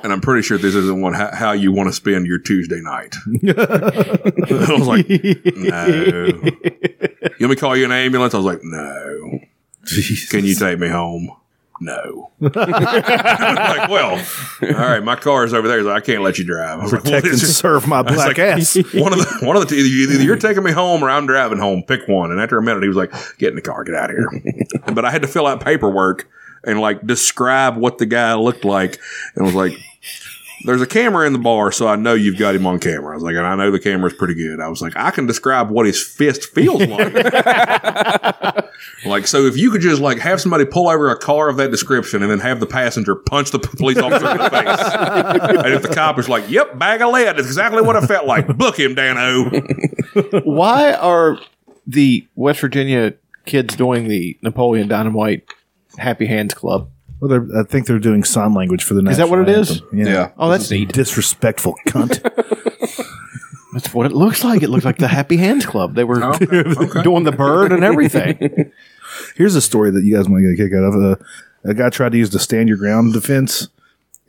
And I'm pretty sure this isn't one how, how you want to spend your Tuesday night. I was like, no. You want me to call you an ambulance? I was like, no. Can you take me home? No. I'm like, well, all right, my car's over there. He's like, I can't let you drive. I was like, well,
Protect and
it's just-
serve my black
like-
ass.
one of the one of the two, either, either you're taking me home or I'm driving home. Pick one. And after a minute, he was like, "Get in the car, get out of here." but I had to fill out paperwork and like describe what the guy looked like, and was like, there's a camera in the bar, so I know you've got him on camera. I was like, and I know the camera's pretty good. I was like, I can describe what his fist feels like. like, so if you could just like have somebody pull over a car of that description and then have the passenger punch the police officer in the face. and if the cop is like, yep, bag of lead, that's exactly what it felt like. Book him, Dano.
Why are the West Virginia kids doing the Napoleon Dynamite Happy Hands Club?
Well, they're- I think they're doing sign language for the national
that what it is?
anthem. Yeah.
Oh, that's neat.
Disrespectful cunt.
That's what it looks like. It looks like the Happy Hands Club. They were doing the bird and everything.
Here's a story that you guys might get a kick out of. Uh, a guy tried to use the stand your ground defense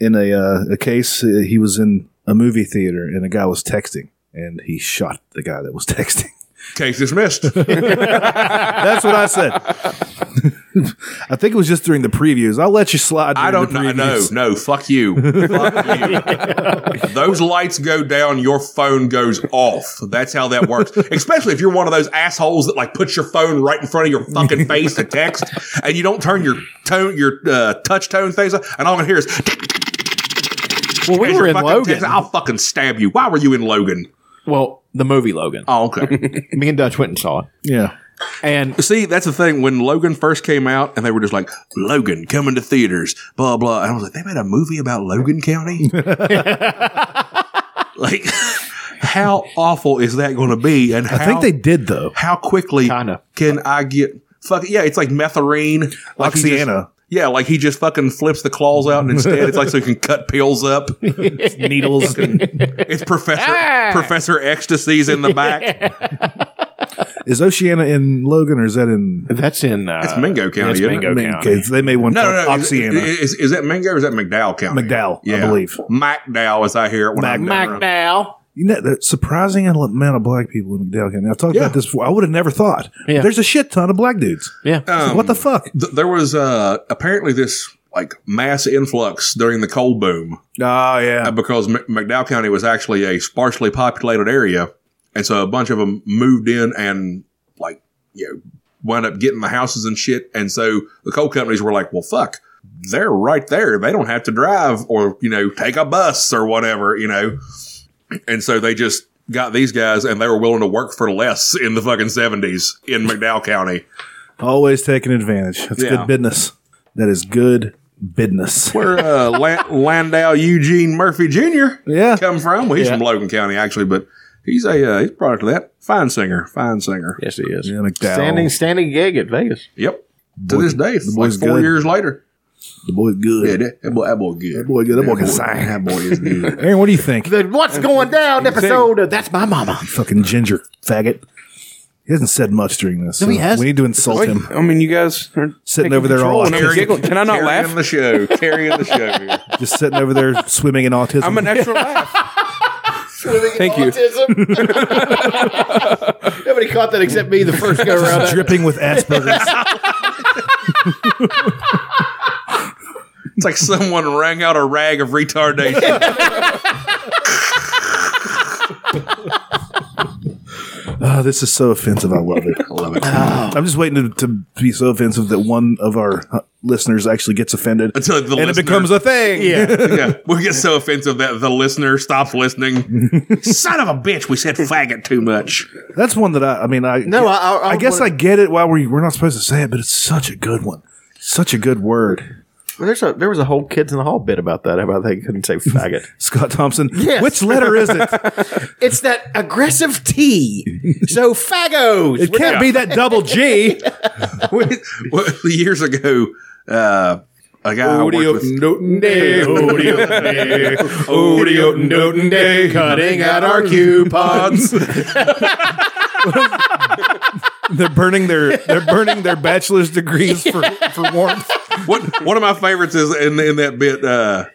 in a, uh, a case. Uh, He was in a movie theater and a guy was texting and he shot the guy that was texting.
Case dismissed.
That's what I said. I think it was just during the previews. I'll let you slide.
I don't
during
know.
the
No,
previews.
no. Fuck you. Fuck you. those lights go down. Your phone goes off. That's how that works. Especially if you're one of those assholes that like puts your phone right in front of your fucking face to text, and you don't turn your tone, your uh, touch tone things up, and all I can hear is.
Well, we
as
were
you're
in
fucking
Logan.
texting, I'll fucking stab you. Why were you in Logan?
Well, the movie Logan.
Oh, okay.
Me and Dutch went and saw it.
Yeah.
And
See, that's the thing. When Logan first came out, and they were just like, "Logan coming to theaters," blah blah. And I was like, "They made a movie about Logan County." like, how awful is that going to be? And
I think they did though.
How quickly
Kinda.
can I get? Fuck yeah! It's like methorine, like he just-
Oxiana.
yeah, like he just fucking flips the claws out, and instead it's like so he can cut pills up.
Needles.
It's Professor Professor Ecstasy's in the back.
is Oceana in Logan or is that in?
that's in uh,
It's Mingo County,
That's
isn't it?
Mingo County.
Okay, they made one
No,
called
no, no. Is,
Oxiana.
is, is that Mingo or is that McDowell County?
McDowell, I believe.
McDowell, as I hear it when I'm
Mac-
down around-
now.
You know, the surprising amount of black people in McDowell County. I've talked
Yeah.
about this before. I would have never thought.
Yeah.
There's a shit ton of black dudes.
Yeah.
Um,
what the fuck?
th- there was uh, apparently this like mass influx during the coal boom
Oh,
uh,
yeah.
because M- McDowell County was actually a sparsely populated area, and so a bunch of them moved in and like you know wound up getting the houses and shit, and so the coal companies were like, well, fuck. They're right there. They don't have to drive or, you know, take a bus or whatever, you know. And so they just got these guys and they were willing to work for less in the fucking 70s in McDowell County.
Always taking advantage. That's
Yeah.
good business. That is good business.
where uh, La- Landau Eugene Murphy Jr.
Yeah.
come from. Well, he's from Logan County actually, but he's a uh, he's a product of that. Fine singer, fine singer.
Yes, he is.
Yeah, McDowell.
Standing, standing gig at Vegas.
Yep. To this day, like
boy's
four
good.
years later.
The boy's good.
Yeah, that, that boy, that boy good. That
boy good. That boy can sing.
That boy is good.
Aaron, what do you think?
The What's Going Down episode of That's My Mama.
Fucking ginger faggot. He hasn't said much during this.
he
so
hasn't.
We need to insult him.
I mean, you guys are
Sitting
taking
over there all
control and I'm
Carrying-
giggling. Can I not
carrying
laugh?
the show. Carrying the show here.
Just sitting over there swimming in autism.
I'm an extra laugh. Thank you.
Autism. Nobody caught that except me the first go around.
dripping with Asperger's.
It's like someone wrung out a rag of retardation.
Oh, this is so offensive. I love it. I love it. I'm just waiting to, to be so offensive that one of our uh, listeners actually gets offended.
Until the
and it
listener-
becomes a thing.
Yeah.
yeah, we get so offensive that the listener stops listening. Son of a bitch, we said faggot too much.
That's one that I, I mean, I,
No, I- I- I
guess I
wanna-
get it why we, we're not supposed to say it, but it's such a good one. Such a good word.
There's a, there was a whole Kids in the Hall bit about that, about they couldn't say faggot.
Scott Thompson.
Yes.
Which letter is it?
it's that aggressive T. So faggos.
It can't be that double G.
Well, years ago, uh, a guy I worked with,
Odeo Noten Day, cutting out our coupons.
they're burning their they're burning their bachelor's degrees for, for warmth.
what, one of my favorites is in, in that bit. Uh,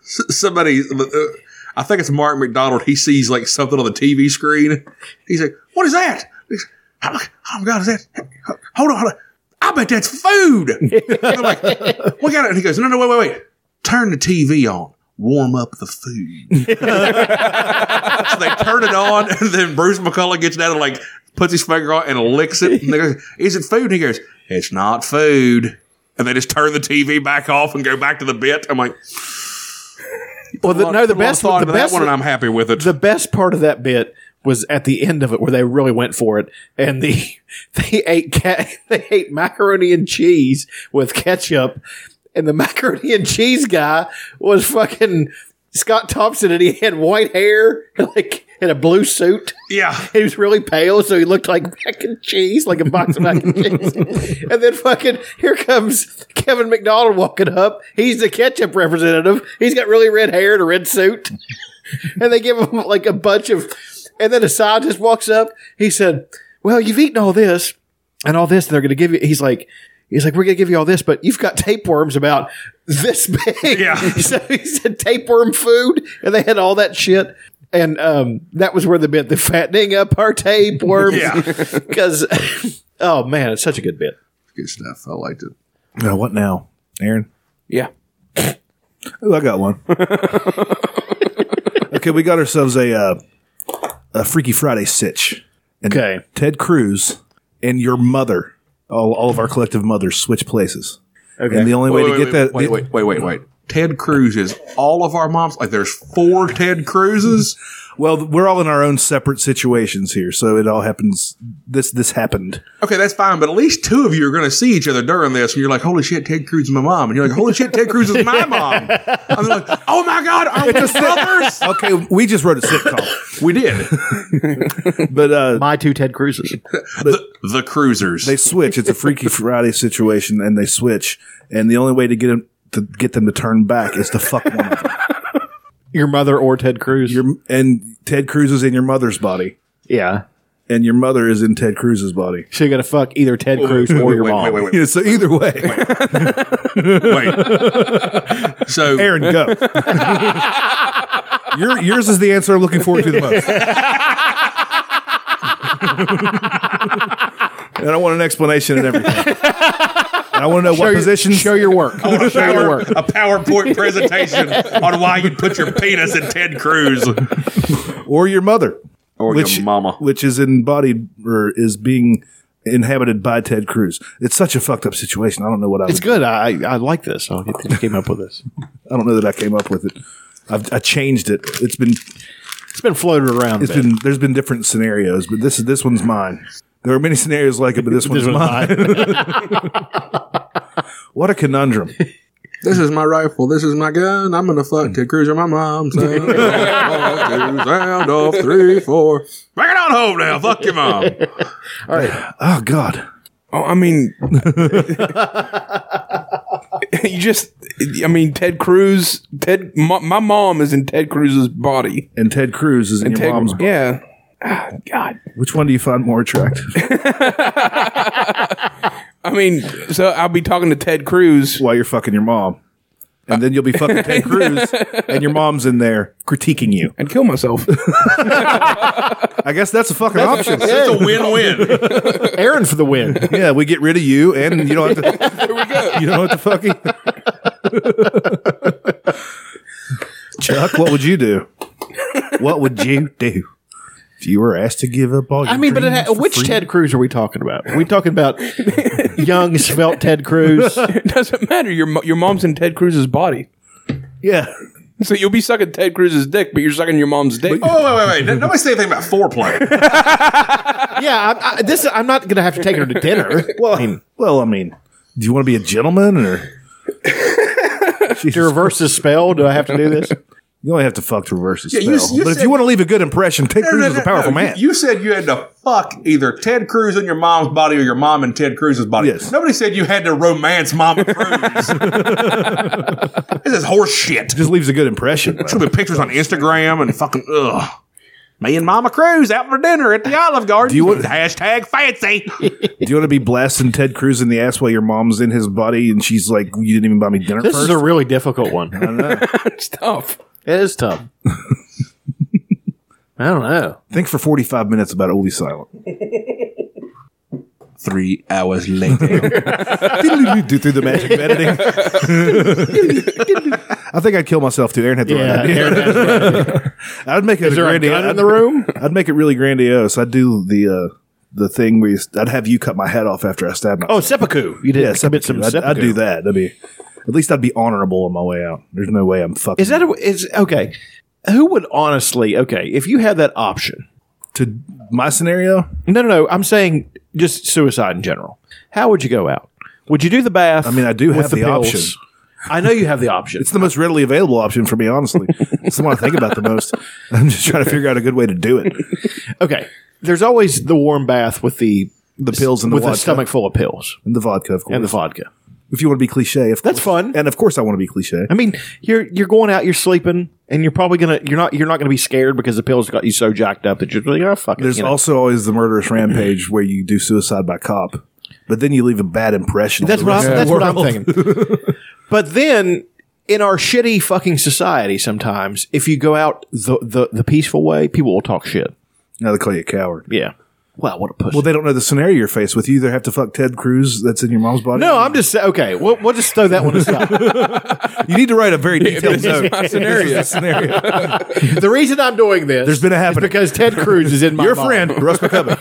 s- somebody, uh, I think it's Mark McDonald. He sees like something on the TV screen. He's like, "What is that?" He's, oh, my God, is that? Hold on, hold on. I bet that's food. And they're like, "We got it." And he goes, "No, no, wait, wait, wait. Turn the TV on." Warm up the food. so they turn it on, and then Bruce McCullough gets down and like puts his finger on and licks it. And they go, "Is it food?" And he goes, "It's not food." and they just turn the TV back off and go back to the bit. I'm like,
Well, the, no, the
Put a lot of
best
thought
the
into that
best
one, and I'm happy with it.
The best part of that bit was at the end of it where they really went for it, and the they ate cat they ate macaroni and cheese with ketchup, and the macaroni and cheese guy was fucking Scott Thompson, and he had white hair, like in a blue suit.
yeah,
He was really pale, so he looked like mac and cheese, like a box of mac and cheese. and then fucking here comes Kevin McDonald walking up. He's the ketchup representative. He's got really red hair and a red suit. and they give him like a bunch of and then a scientist walks up. He said, Well, you've eaten all this and all this, and they're gonna give you he's like He's like, we're gonna give you all this, but you've got tapeworms about this big.
Yeah.
so he said tapeworm food, and they had all that shit. And um, that was where the bit, the fattening up our tapeworms.
Yeah.
Because, oh man, it's such a good bit.
good stuff. I liked it.
Now, what now, Aaron?
Yeah.
Ooh, I got one. okay, we got ourselves a uh, a Freaky Friday sitch. And
Okay.
Ted Cruz and your mother, all, all of our collective mothers, switch places. Okay. And the only way to get that,
Wait, wait, wait, wait, wait. Ted Cruz is all of our moms. Like, there's four Ted Cruzes.
well, we're all in our own separate situations here, so it all happens. This this happened.
Okay, that's fine, but at least two of you are going to see each other during this, and you're like, "Holy shit, Ted Cruz is my mom," and you're like, "Holy shit, Ted Cruz is my mom." I'm like, "Oh my god, are we brothers?"
Okay, we just wrote a sitcom,
we did.
but uh,
My two Ted Cruzes.
The, the Cruisers.
they switch. It's a Freaky Friday situation, and they switch. And the only way to get them to get them to turn back is to fuck one of them.
Your mother or Ted Cruz.
your and Ted Cruz is in your mother's body,
yeah.
and your mother is in Ted Cruz's body.
So you got to fuck either Ted Cruz or your
wait,
mom.
wait, wait, wait,
Yeah, so either way,
wait. so
Aaron, go. your, yours is the answer I'm looking forward to the most. and I want an explanation and everything. And I want to know what position.
Show your work. show your work.
a PowerPoint presentation on why you'd put your penis in Ted Cruz
or your mother,
or
which which is embodied or is being inhabited by Ted Cruz. It's such a fucked up situation. I don't know what I.
It's
would-
good. I, I like this. I came up with this.
I don't know that I came up with it. I've, I changed it. It's been
It's been floated around.
It's been there's been different scenarios, but this is this one's mine. There are many scenarios like it, but this one's mine. what a conundrum!
This is my rifle. This is my gun. I'm gonna fuck Ted Cruz or my mom. Sound off, two, sound off, three, four. Bring it on home now. Fuck your mom.
Oh God!
Oh, I mean, you just, I mean, Ted Cruz, Ted, my, my mom is in Ted Cruz's body.
And Ted Cruz is in your
Ted,
mom's. book.
yeah. Ah, God.
Which one do you find more attractive?
I mean, so I'll be talking to Ted Cruz.
While you're fucking your mom, and then you'll be fucking Ted Cruz, and your mom's in there critiquing you.
and kill myself.
I guess that's a fucking option.
It's a win-win.
Aaron for the win.
Yeah, we get rid of you, and you don't have to.
there we go.
You don't have to fucking. Chuck, what would you do? What would you do if you were asked to give up all your?
I mean, but it
dreams
ha-
for
which
free?
Ted Cruz are we talking about? Are we talking about young, svelte Ted Cruz?
It doesn't matter. Your mo- your mom's in Ted Cruz's body,
Yeah,
so you'll be sucking Ted Cruz's dick, but you're sucking your mom's dick.
Oh wait, wait, wait. Nobody say anything about foreplay.
yeah, I, I, this I'm not going to have to take her to dinner
well, I mean, well, I mean, do you want to be a gentleman or?
to reverse the spell. Do I have to do this?
You only have to fuck to reverse the spell.
you- you
but if
said-
you want to leave a good impression, Ted Cruz is a powerful
No, you-
man.
You, said you had to fuck either Ted Cruz in your mom's body or your mom in Ted Cruz's body.
Yes.
Nobody said you had to romance Mama Cruz. this is horse shit.
just leaves a good impression. though.
Put pictures on Instagram and fucking ugh. Me and Mama Cruz out for dinner at the Olive Garden.
Do you want-
hashtag fancy?
Do you want to be blasting Ted Cruz in the ass while your mom's in his body and she's like, "You didn't even buy me dinner
This
first?
is a really difficult one.
It's tough.
It is tough. I don't know.
Think for forty-five minutes about Oldie Silent.
Three hours later.
do through the magic of editing. I think I'd kill myself too. Aaron had the right idea. I'd make it a
there a
grandiose.
gun in
I'd-
the room?
I'd make it really grandiose. I'd do the uh, the thing where you, I'd have you cut my head off after I stab myself.
Oh, seppuku. You did
yeah,
commit
seppuku.
some
I'd,
seppuku.
I'd do that. That'd be. At least I'd be honorable on my way out. There's no way I'm fucking
Is that a, is okay? Who would honestly okay if you had that option?
to my scenario.
No, no, no. I'm saying just suicide in general. How would you go out? Would you do the bath?
I mean, I do
with
have the
pills?
option.
I know you have the option.
It's the most readily available option for me, honestly. it's the one I think about the most. I'm just trying to figure out a good way to do it.
okay. There's always the warm bath with the
The pills and the
with
vodka.
a stomach full of pills
and the vodka, of course.
and the vodka.
if you want to be cliche, of
That's
course.
fun.
And of course, I want to be cliche.
I mean, you're you're going out, you're sleeping, and you're probably gonna you're not you're not gonna be scared because the pills got you so jacked up that you're like, oh fuck. it,"
There's
you know.
also always the murderous rampage where you do suicide by cop, but then you leave a bad impression. on
That's
the
what I'm,
rest of
that's
the
what I'm
world.
thinking. but then in our shitty fucking society, sometimes if you go out the, the the peaceful way, people will talk shit.
Now they call you a coward.
Yeah. Wow, what a pussy.
Well, they don't know the scenario you're faced with. You either have to fuck Ted Cruz, that's in your mom's body.
no, I'm just okay. We'll, we'll just throw that one aside.
You need to write a very detailed
This is
note.
my scenario.
scenario.
the reason I'm doing this
There's been a happening.
is because Ted Cruz is in my
Your
mind.
friend, Russ McCubbin.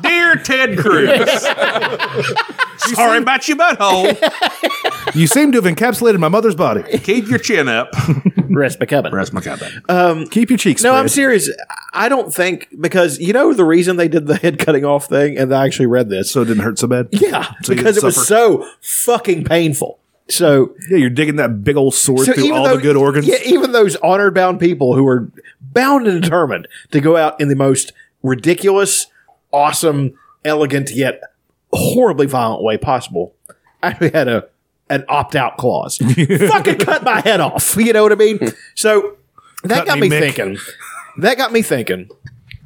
Dear Ted Cruz, sorry about your butthole.
you seem to have encapsulated my mother's body.
Keep your chin up.
Rest McKevin.
That's my goddamn.
Keep your cheeks.
No, I'm
spread.
serious. I don't think because you know the reason they did the head cutting off thing, and I actually read this.
So it didn't hurt so bad.
yeah,
So you
because it
didn't
was
suffer.
so fucking painful. So,
Yeah, you're digging that big old sword
so
through all
though-
the good organs.
yeah, even those honor bound people who are bound and determined to go out in the most ridiculous, awesome, elegant yet horribly violent way possible, actually had a an opt out clause. fucking cut my head off. You know what I mean? So that
Cut
got
me,
me
Mick.
thinking. That got me thinking.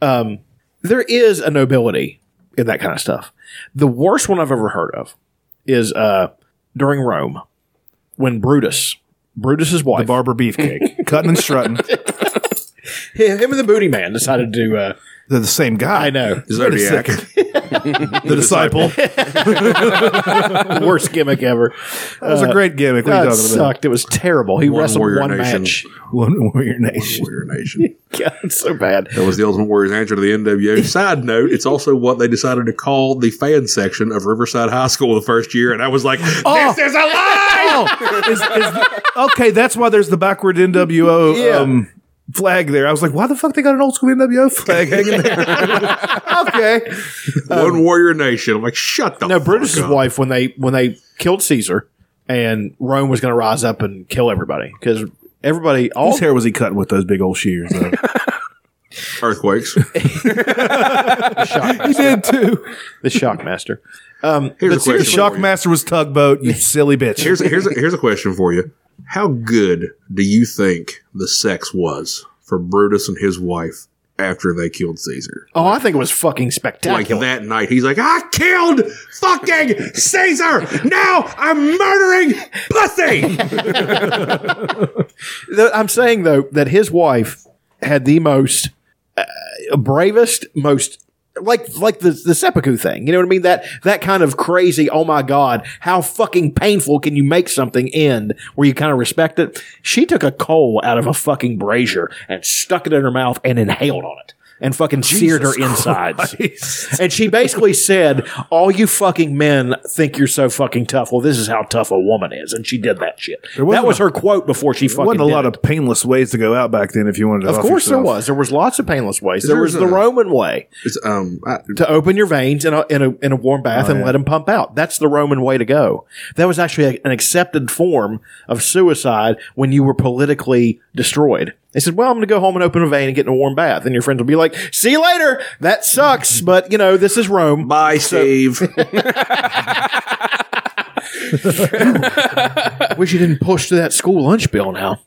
Um, there is a nobility in that kind of stuff. The worst one I've ever heard of is uh, during Rome when Brutus, Brutus's wife,
Barber beefcake, cutting and strutting.
him and the Booty Man decided to. Uh,
They're the same guy.
I know
Zodiac.
The disciple. that
worst gimmick ever.
was a great gimmick. What are
Uh, That
you talking about?
sucked. It was terrible. He wrestled
Warrior
one
Nation.
match.
One warrior nation.
Warrior Nation.
Yeah, it's so bad.
That was the Ultimate Warrior's answer to the NWO. Side note, it's also what they decided to call the fan section of Riverside High School the first year. And I was like, this is a lie!
Oh, is- is- okay, that's why there's the backward NWO um, flag there. I was like, why the fuck they got an old school NWO flag hanging there? okay. Oh,
One Warrior Nation. I'm like, shut the
No,
fuck
Brutus's
up.
wife when they when they killed Caesar and Rome was going to rise up and kill everybody because everybody all
Whose hair was he cutting with those big old shears? Though?
Earthquakes.
he did too.
the Shockmaster. Um,
Here's a
but seriously,
question.
Shockmaster was tugboat. You silly bitch.
Here's a, here's a, here's a question for you. How good do you think the sex was for Brutus and his wife after they killed Caesar?
oh, I think it was fucking
Like
spectacular.
that night, he's like, I killed fucking Caesar. Now I'm murdering pussy.
Th- I'm saying though that his wife had the most uh, bravest, most like like the the seppuku thing. You know what I mean? That that kind of crazy. Oh my god! How fucking painful can you make something end where you kind of respect it? She took a coal out of a fucking brazier and stuck it in her mouth and inhaled on it. And fucking seared her insides. And she basically said, All you fucking men think you're so fucking tough. Well, this is how tough a woman is. And she did that shit. That
wasn't
was
a-
her quote before she fucking
wasn't a
did
lot
it.
of painless ways to go out back then if you wanted to.
Of
off
course there
yourself.
was. There was lots of painless ways. There was
There's
the
a-
Roman way
It's, um, I,
to open your veins in a, in a, in a warm bath and let them pump out. That's the Roman way to go. That was actually a, an accepted form of suicide when you were politically destroyed. They said, well, I'm going to go home and open a vein and get in a warm bath. And your friends will be like, see you later. That sucks. But, you know, this is Rome.
bye, Steve.
wish you didn't push to that school lunch bill now.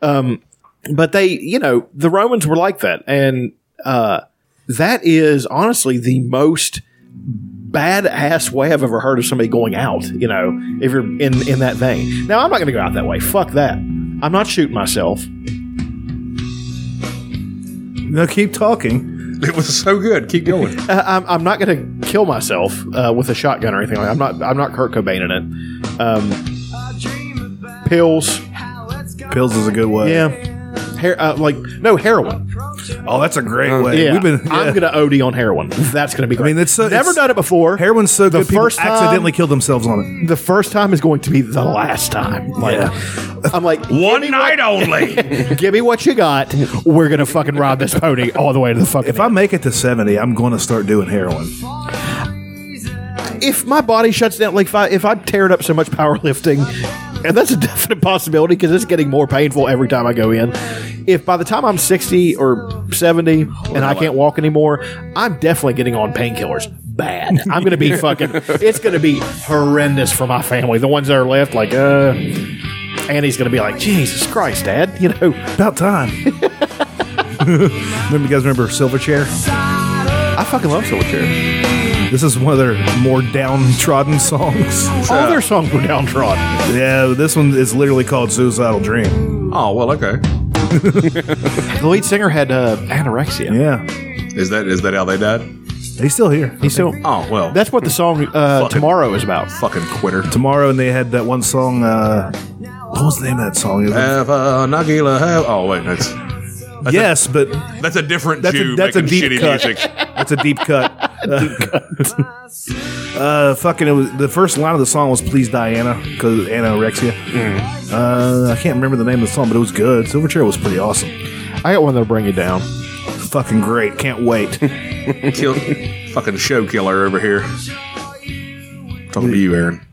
Um, but they, you know, the Romans were like that, and uh, that is honestly the most badass way I've ever heard of somebody going out. You know, if you're in in that vein. Now I'm not going to go out that way. Fuck that. I'm not shooting myself.
No, keep talking.
It was so good. Keep going.
Uh, I'm, I'm not going to kill myself uh, with a shotgun or anything like. That. I'm not. I'm not Kurt Cobain in it. Um, pills.
Pills is a good way.
Yeah. Her- uh, like no heroin.
Oh, that's a great
Uh,
way.
Yeah,
We've been. yeah.
I'm gonna OD on heroin. That's gonna be. Great.
mean, it's so-
never
it's-
done it before.
Heroin's so
the
good, people
first time-
accidentally kill themselves on it.
The first time is going to be the last time. Like, I'm like,
One night only.
give me what you got. We're gonna fucking rob this pony all the way to the fucking.
If I make it to 70, I'm going to start doing heroin.
if my body shuts down, like if I if I tear it up so much powerlifting, and that's a definite possibility because it's getting more painful every time I go in. If by the time I'm sixty or seventy and I can't walk anymore, I'm definitely getting on painkillers. Bad. I'm gonna be fucking. It's gonna be horrendous for my family. The ones that are left, like uh, Annie's gonna be like, Jesus Christ, Dad. You know,
About time. remember, you guys remember Silverchair?
I fucking love Silverchair.
This is one of their more downtrodden songs.
All their songs were downtrodden.
Yeah, this one is literally called Suicidal Dream.
Oh well, okay.
The lead singer had uh, anorexia.
Yeah.
Is that is that how they died?
He's still here.
He's still.
Oh well,
That's what the song uh, "Tomorrow" is about.
fucking quitter.
Tomorrow, and they had that one song. Uh, what was the name of that song? It
Uh,
was-
Have a Nagila have. Oh wait, that's
yes, but
that's a different
That's a-
Jew
that's a
making
deep
shitty
cut.
music.
that's a deep cut. uh, fucking, it was the first line of the song was "Please, Diana," because anorexia.
Mm.
Uh, I can't remember the name of the song, but it was good. Silverchair was pretty awesome.
I got one that'll bring you down.
Fucking great. Can't wait.
Kill, fucking show killer over here. Talking to you, Aaron.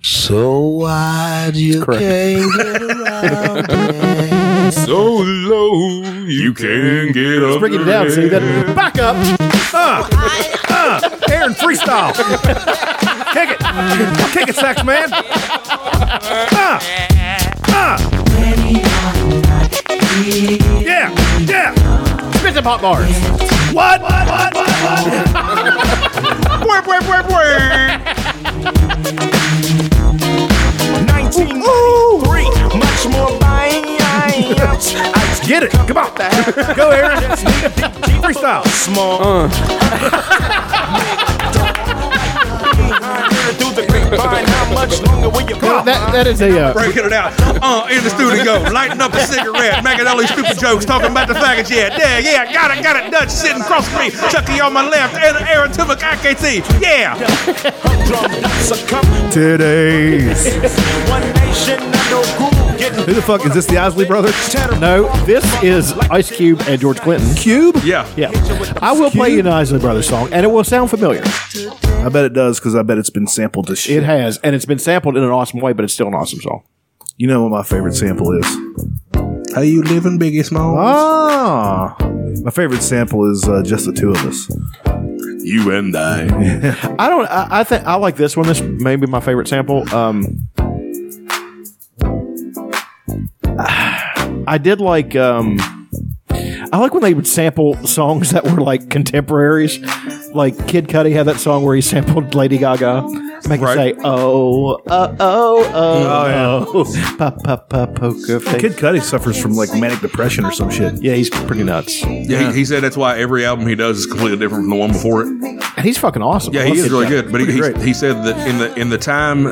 So low you can't get up.
Bring you down, so you better back up.
Aaron, freestyle. Kick it. Kick it, sax man. Ah. Ah. Yeah. Yeah.
Spit some hot bars.
What? What? What? What? what?
Wah, wah, wah, wah.
1993, much more buying. I
Get it. Come on. Go, Aaron. Freestyle.
small. Through the grapevine, how much longer will you
That, that is a. Uh,
Breaking it out. Uh, in the studio, lighting up a cigarette, making all these stupid jokes, talking about the faggots. Yeah, yeah, yeah, got it, got it. Dutch sitting across from me. Chucky on my left, and Aaron Tubik, IKT. Yeah.
succumb?
Today's.
One nation under rule, getting
Who the fuck is this? The Isley Brothers?
no, this is Ice Cube and George Clinton.
Cube?
Yeah.
Yeah, I will play you an Isley Brothers song, and it will sound familiar.
I bet it does because I bet it's been sampled to shit.
It has, and it's been sampled in an awesome way, but it's still an awesome song.
You know what my favorite sample is?
How you living, Biggie Small?
Ah. My favorite sample is uh, just the two of us.
You and I.
I don't. I, I think I like this one. This may be my favorite sample. Um, I did like. Um, I like when they would sample songs that were like contemporaries. Like Kid Cudi had that song where he sampled Lady Gaga. Make
Right.
it say oh oh oh oh, oh pa pa pa poker face.
Kid Cudi suffers from like manic depression or some shit.
yeah, he's pretty nuts, and
Yeah, he, he said that's why every album he does is completely different from the one before it.
he's fucking awesome.
Yeah,
I
he
love
is
Kid
really
Cudi.
good. But he,
Pretty
he,
great.
he said that in the in the time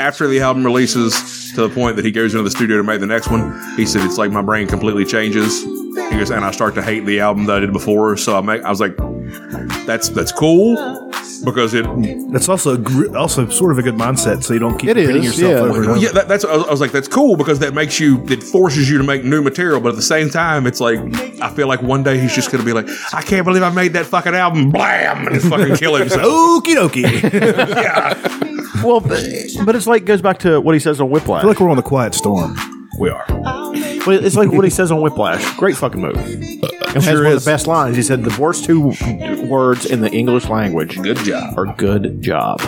after the album releases to the point that he goes into the studio to make the next one, he said it's like my brain completely changes. He goes, and I start to hate the album that I did before. So I make, I was like, that's that's cool because it.
That's also a gr- also sort of a good mindset, so you don't keep
It
repeating
is,
yourself
yeah.
over and
Well,
over.
yeah, that, that's I was, I was like, that's cool because that makes you it forces you to make new material. But at the same time, it's like I feel like one day he's just gonna be like, I can't believe I made that fucking album, blam, and just fucking kill himself.
Okie dokie.
Well, but, but it's like goes back to what he says on Whiplash.
I feel like we're on the quiet storm.
we are.
But it's like what he says on Whiplash. Great fucking movie.
Uh,
It has one of
is.
the best lines. He said, "The worst two words in the English language
Good job.
are good job,"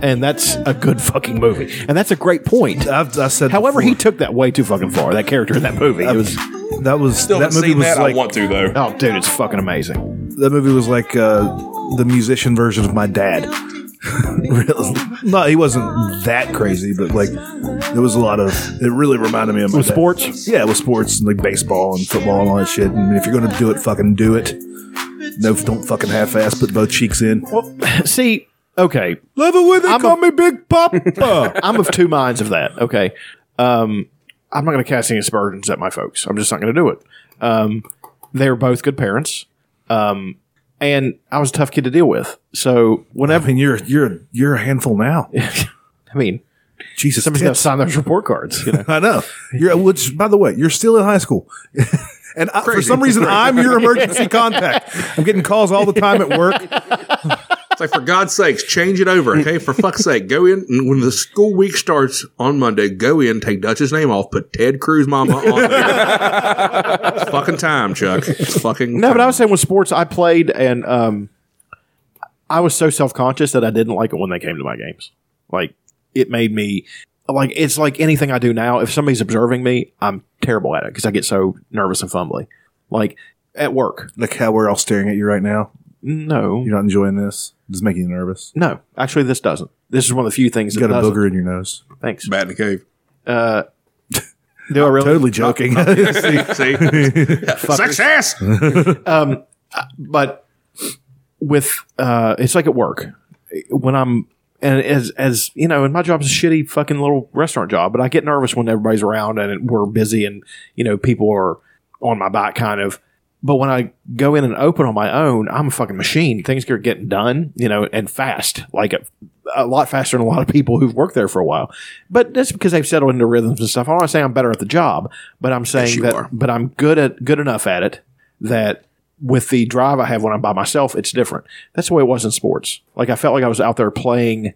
and that's a good fucking movie. And that's a great point.
I've, I said.
However, he
before,
took that way too fucking far. That character in that movie, it was
that was
Still
that
haven't
movie
seen
was
that.
like
I want to though.
oh, dude, it's fucking amazing.
that movie was like uh, the musician version of my dad. Really? No, he wasn't that crazy, but like there was a lot of. It really reminded me of my
With
dad.
sports?
Yeah, with sports and like baseball and football and all that shit. And if you're going to do it, fucking do it. No, don't fucking half-ass. Put both cheeks in.
See, okay,
Love it when they
I'm
call
a-
me Big Papa.
I'm of two minds of that. Okay, um, I'm not going to cast any aspersions at my folks. I'm just not going to do it. Um, They were both good parents. Um, and I was a tough kid to deal with. So
I
whenever,
mean, you're you're you're a handful now.
I mean,
Jesus,
somebody's got to
tits.
sign those report cards. You know?
I know. You're which, by the way, you're still in high school. And I, for some reason, I'm your emergency contact. I'm getting calls all the time at work.
It's like, for God's sakes, change it over, okay? For fuck's sake, go in. And when the school week starts on Monday, go in, take Dutch's name off, put Ted Cruz Mama on there. It's fucking time, Chuck. It's fucking
No, but I was saying with sports, I played and um, I was so self conscious that I didn't like it when they came to my games. Like it made me like it's like anything I do now. If somebody's observing me, I'm terrible at it because I get so nervous and fumbly. Like at work,
Like how we're all staring at you right now.
no,
You're not enjoying this. It's making you nervous.
no. Actually, this doesn't. This is one of the few things
You
that
got a
doesn't.
booger in your nose.
Thanks.
bat in the cave.
Do I really?
Totally joking.
See? Success!
but with uh it's like at work when i'm and as as you know and my job's a shitty fucking little restaurant job but i get nervous when everybody's around and it- we're busy and you know people are on my back kind of but when i go in and open on my own i'm a fucking machine things are getting done you know and fast like a, a lot faster than a lot of people who've worked there for a while but that's because they've settled into rhythms and stuff i want to say i'm better at the job but i'm saying that but i'm good at good enough at it that with the drive I have when I'm by myself, it's different. That's the way it was in sports. Like I felt like I was out there playing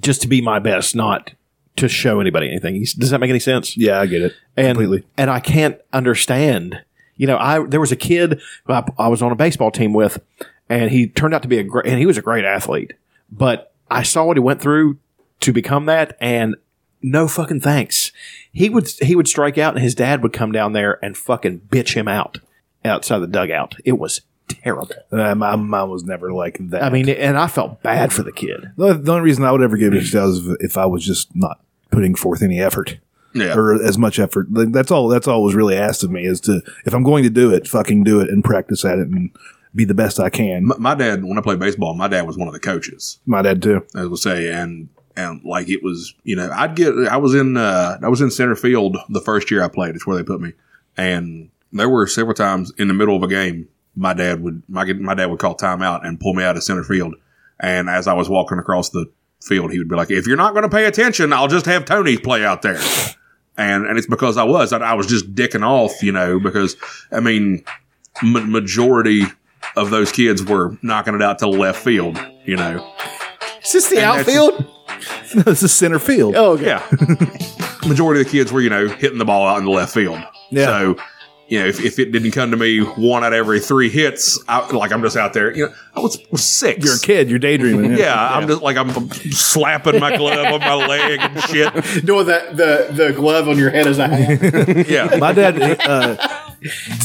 just to be my best, not to show anybody anything. Does that make any sense?
yeah, I get it.
and, completely. And I can't understand. You know, I there was a kid who I, I was on a baseball team with, and he turned out to be a great, and he was a great athlete. But I saw what he went through to become that, and no fucking thanks. He would he would strike out, and his dad would come down there and fucking bitch him out outside the dugout. It was terrible.
Uh, my mom was never like that.
I mean, and I felt bad for the kid.
the, only- the only reason I would ever give it to is if- if I was just not putting forth any effort.
Yeah.
Or as much effort. Like, That's all. That's all was really asked of me is to if I'm going to do it, fucking do it and practice at it and be the best I can.
My- My dad, when I played baseball, my dad was one of the coaches.
My dad too.
I would say, and and like it was, you know, I'd get. I was in, uh, I was in center field the first year I played. It's where they put me, and there were several times in the middle of a game, my dad would, my my dad would call timeout and pull me out of center field, and as I was walking across the field, he would be like, "If you're not going to pay attention, I'll just have Tony play out there." And, and it's because I was I, I was just dicking off, you know, because I mean, ma- majority of those kids were knocking it out to left field, you know.
Is this the
And that's-
this is center field.
Oh, okay.
Yeah. Majority of the kids were, you know, hitting the ball out in the left field.
Yeah.
So, you know, if, if it didn't come to me one out of every three hits, I, like I'm just out there, you know, I was, was six.
You're a kid. You're daydreaming.
Yeah, I'm just like I'm slapping my glove on my leg and shit.
Doing that the the glove on your head is a hat.
Yeah,
My dad, uh,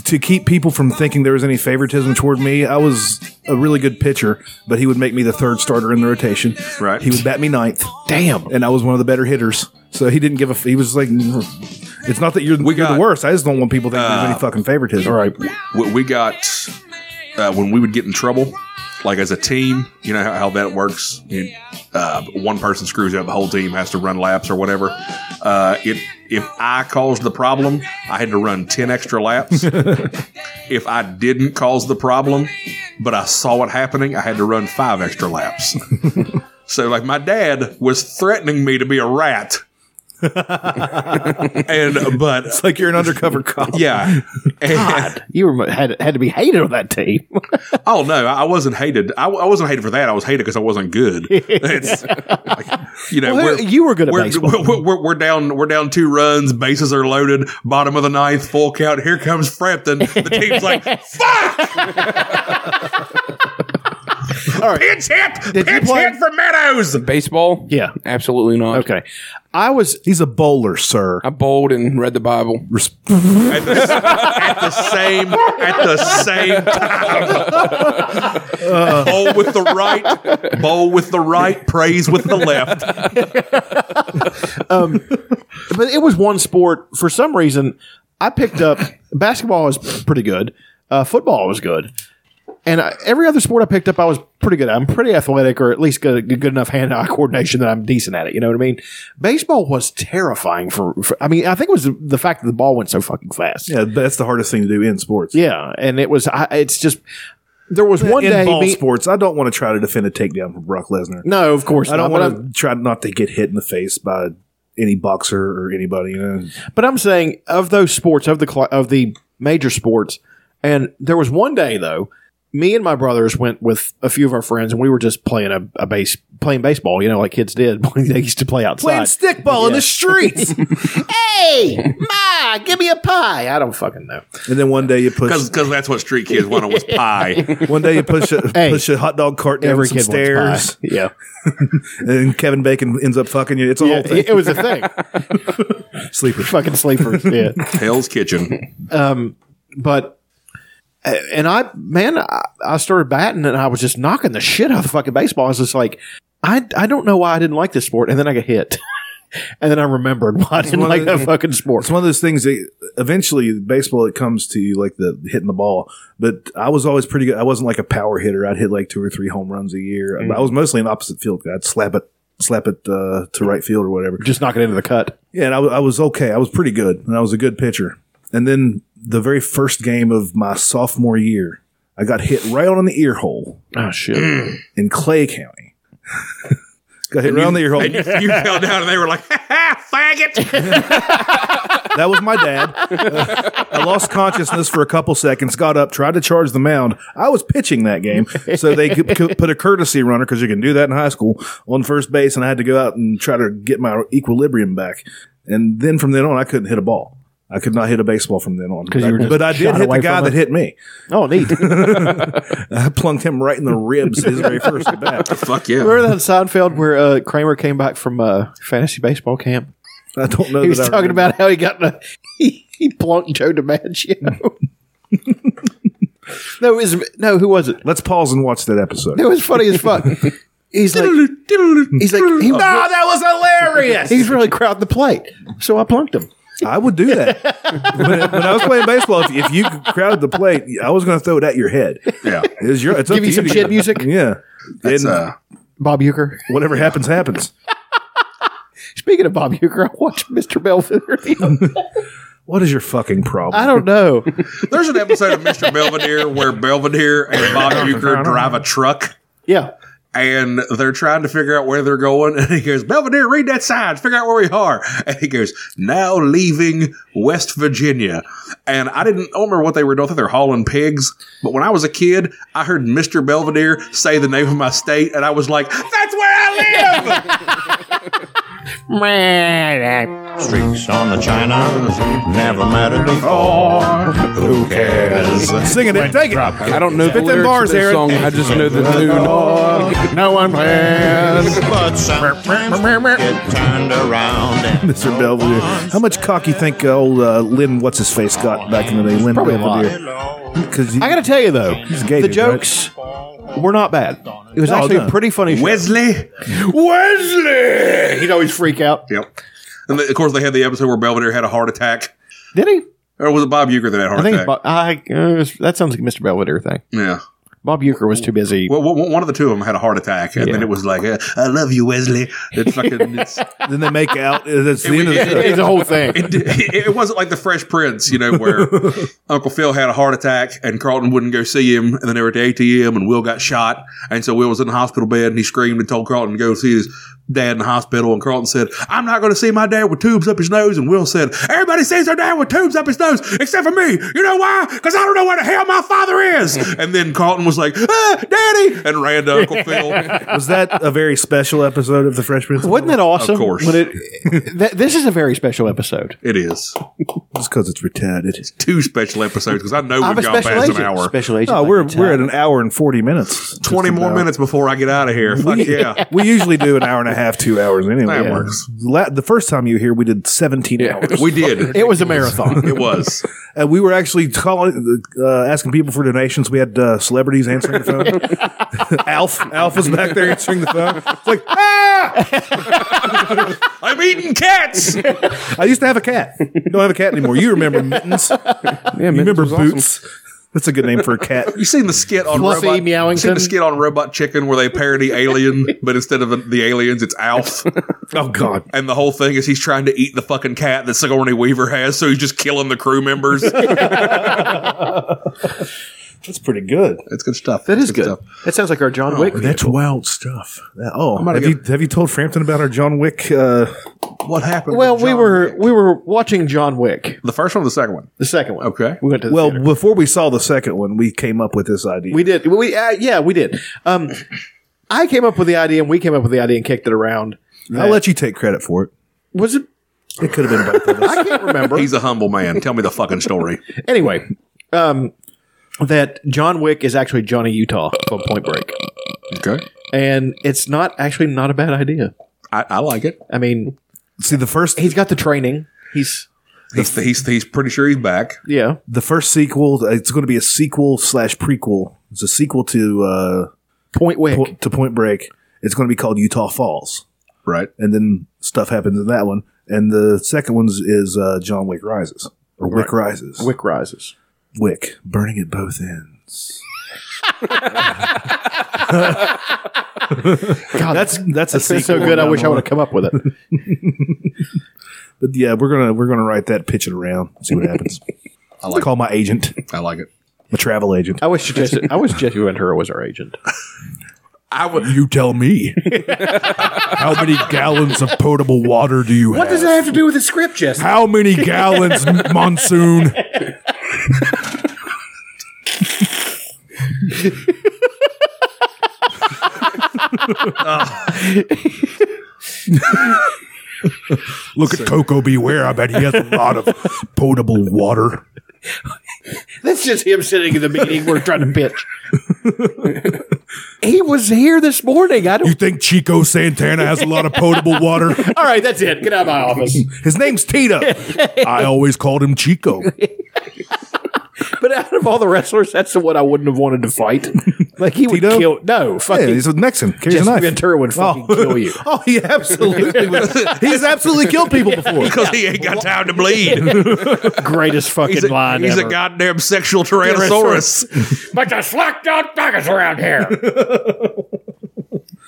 to keep people from thinking there was any favoritism toward me, I was a really good pitcher, but he would make me the third starter in the rotation.
Right.
He would bat me ninth,
Damn.
and I was one of the better hitters. So he didn't give a. F- he was like, "It's not that you're, you're
got- uh,
the worst. I just don't want people thinking there's any fucking favoritism." All right.
we, we got uh, when we would get in trouble, like as a team. You know how, how that works. You- uh, one person screws up, the whole team has to run laps or whatever. Uh, it, if I caused the problem, I had to run ten extra laps. if I didn't cause the problem, but I saw it happening, I had to run five extra laps. so, like, my dad was threatening me to be a rat. and but
It's like you're an undercover cop.
yeah, and,
You were, had had to be hated on that team.
Oh no, I I wasn't hated. I, I wasn't hated for that. I was hated because I wasn't good. It's, like, you know,
Well,
we're,
you were good at
we're,
baseball.
We're, we're, we're down. We're down two runs. Bases are loaded. Bottom of the ninth. Full count. Here comes Frampton. The team's like, "Fuck!" Pinch hit.
Did you
Pinch
play-
hit for Meadows.
Baseball?
Yeah.
Absolutely not.
Okay. I was
He's a bowler, sir.
I bowled and read the Bible.
At the, at the same. At the same time. bowl with the right. Bowl with the right. Praise with the left.
but it was one sport for some reason i picked up basketball is pretty good uh, football was good And I, every other sport I picked up, I was pretty good at. I'm pretty athletic, or at least good, good enough hand eye coordination that I'm decent at it. You know what I mean? Baseball was terrifying for, for I mean, I think it was the, the fact that the ball went so fucking fast.
Yeah, that's the hardest thing to do in sports.
Yeah, and it was. I, it's just there was one
in
day.
ball
me-
sports, I don't want to try to defend a takedown from Brock Lesnar.
no, of course
I don't
not, but
want to try not to get hit in the face by any boxer or anybody. You know,
But I'm saying of those sports, of the cl- of the major sports, and there was one day though, me and my brothers went with a few of our friends, and we were just playing a, a base playing baseball. You know, like kids did. they used to play
playing
outside.
stickball in the streets.
hey, ma, give me a pie. I don't fucking know.
and then one day you push.
Because that's what street kids wanted was pie.
One day you push a
Hey.
push a hot dog cart down
Every
some
kid wants
stairs,
pie. Yeah,
and Kevin Bacon ends up fucking you. It's a whole thing.
it, it was a thing.
Sleeper.
fucking sleepers. Yeah.
Hell's Kitchen.
but and I man, I, I started batting and I was just knocking the shit out of fucking baseball. I was just like, I I don't know why I didn't like this sport, and then I got hit, and then I remembered why I didn't
one
like
of the-
that fucking sport.
It's one of those things that eventually baseball it comes to like the hitting the ball. But I was always pretty good. I wasn't like a power hitter. I'd hit like two or three home runs a year.
Mm-hmm.
I was mostly an opposite field guy. I'd slap it slap it uh, to right field or whatever.
Just knocking into the cut.
Yeah, and I, wa- I was okay. I was pretty good, and I was a good pitcher. And then the very first game of my sophomore year, I got hit right on the ear hole
Oh shit!
in Clay County. got hit right on the ear hole.
And you fell down and they were like, ha ha, faggot.
That was my dad. I lost consciousness for a couple seconds, got up, tried to charge the mound. I was pitching that game. So they could, could put a courtesy runner, because you can do that in high school, on first base, and I had to go out and try to get my equilibrium back. And then from then on, I couldn't hit a ball. I could not hit a baseball from then on. But,
you were
I,
just
but I did
shot
hit the
away
guy
from
that
it?
hit me.
Oh neat. Remember
I plunked him right in the ribs his very first at bat.
Fuck yeah.
that in Seinfeld where uh, Kramer came back from uh, fantasy baseball camp?
I don't know.
He was
that I
talking
remember.
about how he got in a, he, he plunked Joe DiMaggio. no, it was, no, who was it?
Let's pause and watch that episode.
It was funny as fuck. He's like, he's like, he was,
that was hilarious.
Oh, he's really crowding the plate. So I plunked him.
I would do that. when, when I was playing baseball, if, if you crowded the plate, I was going to throw it at your head.
Yeah.
It was your, it's up
Give
to
you some
to-
shit music?
Yeah.
That's,
And
uh,
Bob Euchre.
whatever happens, happens.
Speaking of Bob Euchre, I watched Mr. Belvedere.
What is your fucking problem?
I don't know.
there's an episode of Mr. Belvedere where Belvedere and Bob Euchre drive a truck.
Yeah.
and they're trying to figure out where they're going. And he goes, Belvedere, read that sign, figure out where we are. And he goes, now leaving West Virginia. And I didn't I don't remember what they were doing. I think they're hauling pigs. But when I was a kid, I heard Mr. Belvedere say the name of my state, and I was like, that's where I live.
Streaks on the china never mattered before. Who cares?
Sing it and take it.
I don't know the
Spit them
lyrics
bars,
of this
Aaron.
song. I just know the tune.
No one plans. But sometimes get turned around. and
Mr. Belvedere. How much cock you think uh, old uh, Lynn, what's his face, got back in the day? Lynn
Probably a lot.
Because
I got to tell you, though,
gay,
the
dude, right?
jokes were not bad. It was
No,
actually
no.
a pretty funny show.
Wesley.
Wesley! He'd always freak out.
Yep. And then, of course, they had the episode where Belvedere had a heart attack.
Did he?
Or was it Bob Euchre that had a heart
I think it's
attack?
Bob, I, uh, that sounds like a Mr. Belvedere thing.
yeah.
Bob Euchre was too busy.
Well, one one of the two of them had a heart attack, and then it was like, uh, "I love you, Wesley." It's fucking. It's,
Then they make out. That's the end of the show.
it's a whole thing.
it, it wasn't like the Fresh Prince, you know, where Uncle Phil had a heart attack and Carlton wouldn't go see him, and then they were at the ATM and Will got shot, and so Will was in the hospital bed and he screamed and told Carlton to go see his dad in the hospital, and Carlton said, "I'm not going to see my dad with tubes up his nose," and Will said, "Everybody sees their dad with tubes up his nose except for me. You know why? Because I don't know where the hell my father is." and then Carlton was like, "Ah, Daddy," and ran to Uncle Phil.
Was that a very special episode of The Fresh Prince?
Wasn't that awesome?
Of course.
When it, th- this is a very special episode.
It is
Just because it's retarded.
two special episodes because I know
I'm
we've
a
gone
special
past
agent.
an hour.
Special agent.
No,
like
we're,
you tell.
we're at an hour and 40 minutes.
20 more
minutes.
minutes before I get out of here. Fuck yeah.
We usually do an hour and a half, two hours anyway.
That works.
La- the first time you were here, we did 17 hours.
We did.
It was a marathon.
It was.
Uh, we were actually calling, uh, asking people for donations. We had uh, celebrities answering the phone. Alf, Alf was back there answering the phone. It's like ah!
I'm eating cats.
I used to have a cat. Don't have a cat anymore. You remember mittens?
Yeah,
You remember boots? That's a good name for a cat.
You seen the skit on
Fluffy
Robot?
Meowington?
Seen the skit on Robot Chicken where they parody Alien, but instead of the aliens, it's Alf.
Oh God.
And the whole thing is he's trying to eat the fucking cat that Sigourney Weaver has, so he's just killing the crew members.
That's pretty good.
That's good stuff.
That
That's
is good. That sounds like our John Wick.
That's wild stuff. That- Oh,
gonna
have you have you told Frampton about our John Wick? Uh,
stuff. What happened? to
well, we
John
were
Wick?
we were watching John Wick,
the first one, or the second one.
the second one.
Okay.
we went to the
well,
theater.
before we saw the second one, we came up with this idea.
We did. We uh, yeah, we did. Um, I came up with the idea, and we came up with the idea, and kicked it around.
I'll let you take credit for it.
Was it?
It could have been both of us.
I can't remember.
He's a humble man. Tell me the fucking story.
anyway, um, that John Wick is actually Johnny Utah from Point Break,
Okay.
and it's not actually not a bad idea.
I, I like it.
I mean,
See, the first
he's got the training. He's
He's, he's, he's pretty sure he's back.
yeah.
the first sequel. It's going to be a sequel slash prequel. It's a sequel to uh,
Point Wick.
po- to Point Break. It's going to be called Utah Falls,
Right.
and then stuff happens in that one. And the second one is uh, John Wick Rises or Wick Rises.
Wick rises.
Wick burning at both ends.
God,
That's that's a
It's so
sequel.
good. I wish I would have come up with it.
But yeah, we're gonna we're gonna write that pitch it around. See what happens. I will call my agent,
I like it.
my travel agent.
I wish Jesse, I wish Jesse Ventura was our agent.
I would.
You tell me. How many gallons of potable water do you have?
have to do with the script, Jesse?
How many gallons, Monsoon? Look at Coco Beware. I bet he has a lot of potable water.
That's just him sitting in the meeting we're trying to pitch. he was here this morning. I
You
don't.
think Chico Santana has a lot of potable water?
All right, that's it. Get out of my office.
His name's Tita. I always called him Chico.
But out of all the wrestlers, that's the one I wouldn't have wanted to fight. Like he would
Tito?
kill. No,
Yeah,
fucking
he's a Mexican. Carries
Jesse
a knife.
Ventura would fucking kill you.
oh, he absolutely would. He's absolutely killed people before.
Because he ain't got time to bleed.
greatest fucking
He's a,
line
he's a
ever.
goddamn sexual tyrannosaurus.
Bunch of slack dog buggers around here.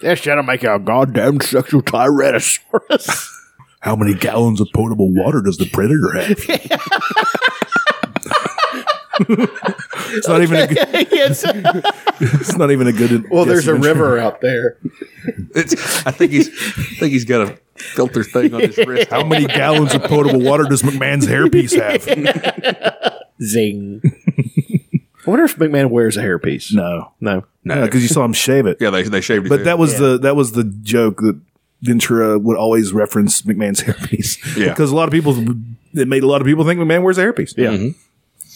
This shit'll make you a goddamn sexual tyrannosaurus.
How many gallons of potable water does the predator have? it's not even a good,
Yes.
it's not even a good.
Well, there's
Jesse
a
Ventura.
river out there.
It's, I think he's I think he's got a filter thing on his wrist.
How many gallons of potable water does McMahon's hairpiece have?
Zing. I wonder if McMahon wears a hairpiece.
No,
No.
no, because you saw him shave it.
Yeah, they they shaved his
But
head.
that was the that was the joke that Ventura would always reference McMahon's hairpiece.
Yeah.
because a lot of people it made a lot of people think McMahon wears a hairpiece.
Yeah.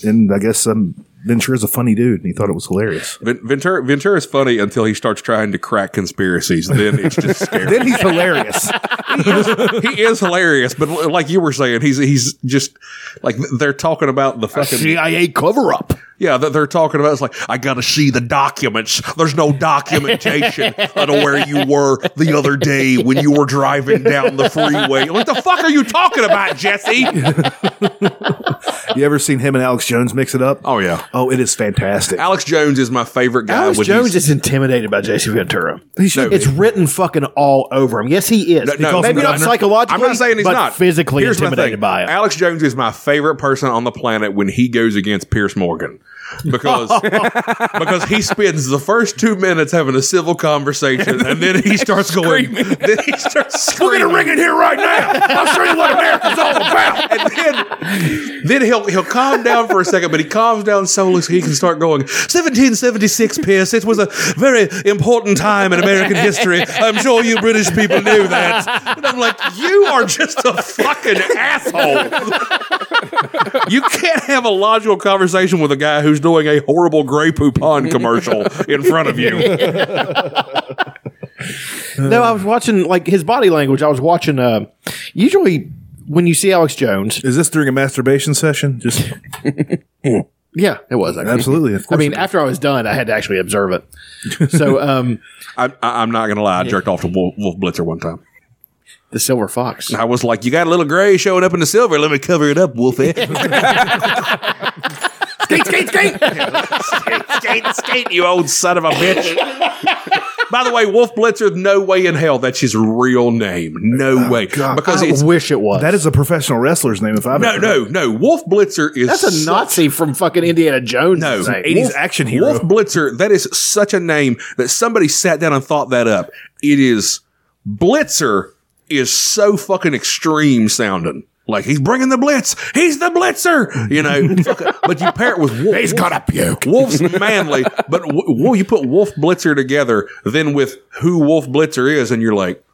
and I guess um, Ventura's a funny dude, and he thought it was hilarious.
Ven- Ventura Ventura's funny until he starts trying to crack conspiracies. Then it's just scary.
Then he's hilarious.
he is hilarious, but li- like you were saying, he's he's just like they're talking about the fucking
CIA cover up.
yeah. That they're talking about it's like I gotta see the documents. There's no documentation of where you were the other day when you were driving down the freeway. What the fuck are you talking about, Jesse?
you ever seen him and Alex Jones mix it up?
Oh yeah.
Oh, it is fantastic.
Alex Jones is my favorite guy.
Alex
when
Jones
he's-
is intimidated by J.C. Ventura.
He should
It's written fucking all over him. Yes, he is.
No, no,
Maybe
no,
not
no.
psychologically.
I'm not saying he's
but
not
physically
Here's my
intimidated
thing.
by him.
Alex Jones is my favorite person on the planet when he goes against Pierce Morgan. Because because he spends the first two minutes having a civil conversation and then he starts going then he starts screaming. We're gonna ring it here right now. I'll show you what America's all about. And then then he'll he'll calm down for a second, but he calms down so he can start going, 1776, Pierce, it was a very important time in American history. I'm sure you British people knew that. And I'm like, you are just a fucking asshole. you can't have a logical conversation with a guy who's doing a horrible Grey Poupon commercial in front of you.
No, I was watching like his body language. I was watching. Uh, usually, when you see Alex Jones,
Is this during a masturbation session? Just
yeah, it was. actually.
absolutely. Of
I
course.
mean, after I was done, I had to actually observe it. So, um,
I, I, I'm not going to lie. I jerked off to Wolf, Wolf Blitzer one time.
the Silver Fox.
I was like, you got a little gray showing up in the silver. Let me cover it up, Wolfie. skate, skate, skate. skate, skate, skate, you old son of a bitch. By the way, Wolf Blitzer, no way in hell that's his real name. No way. Because
I
it's.
wish it was.
That is a professional wrestler's name. If I've
No,
ever-
no, no. Wolf Blitzer is.
That's a
such-
Nazi from fucking Indiana Jones.
No.
name.
80s action hero.
Wolf Blitzer, that is such a name that somebody sat down and thought that up. It is Blitzer is so fucking extreme sounding. Like he's bringing the blitz. He's the blitzer, you know. Fucking- but you pair it with Wolf. He's got a puke. Wolf's manly, but w- w- you put Wolf Blitzer together, then with who Wolf Blitzer is, and you're like,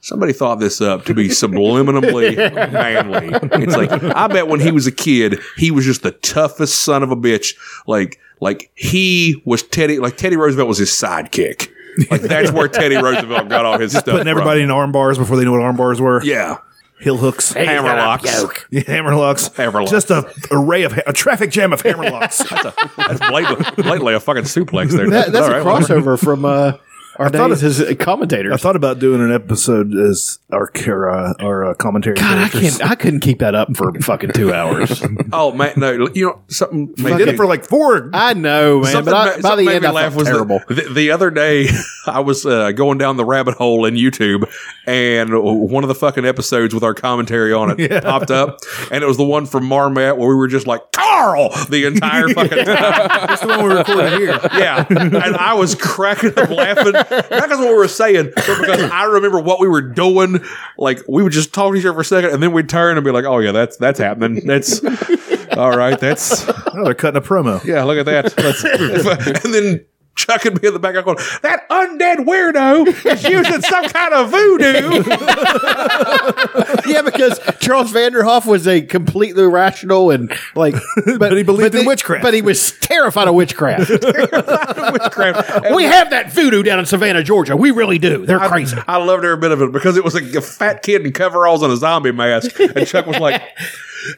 Somebody thought this up to be subliminally manly. It's like I bet when he was a kid, he was just the toughest son of a bitch. Like like he was Teddy like Teddy Roosevelt was his sidekick. Like that's where Teddy Roosevelt got all his stuff.
Putting everybody in arm bars before they knew what arm bars were.
from. Yeah.
Heel hooks.
Hammer locks.
Yeah, hammerlocks.
Hammerlocks.
Just a array of, ha- a traffic jam of hammerlocks.
That's blatantly, blatantly a fucking suplex there.
That, that's
All
a
right, well,
crossover from uh, our
thought
days as commentators.
I thought about doing an episode as our, our, uh, our uh, commentary.
God, I
characters.
can't. I couldn't keep that up for fucking two hours.
Oh man, no, you know something.
They did it for like four.
I know, man. But I,
ma-
by the
something
end,
made
I
me laugh
felt
the-
terrible.
The, the other day, I was uh, going down the rabbit hole in YouTube, and one of the fucking episodes with our commentary on it popped up, and it was the one from Marmat where we were just like Carl the entire fucking time.
That's the one we recorded here.
yeah, and I was cracking up laughing, not because of what we were saying, but because I remember what we were doing. Like we would just talk to each other for a second, and then we'd turn and be like, "Oh yeah, that's that's happening. That's." All right, that's
Oh, they're cutting a promo.
yeah, look at that. That's- and then Chuck would be in the background going, That undead weirdo is using some kind of voodoo.
yeah, because Charles Vanderhoff was a completely rational and like, but,
he believed in
they-
witchcraft.
But he was terrified of witchcraft.
Witchcraft.
we have that voodoo down in Savannah, Georgia. We really do. They're crazy.
I loved every bit of it because it was a, a fat kid in coveralls and a zombie mask. And Chuck was like,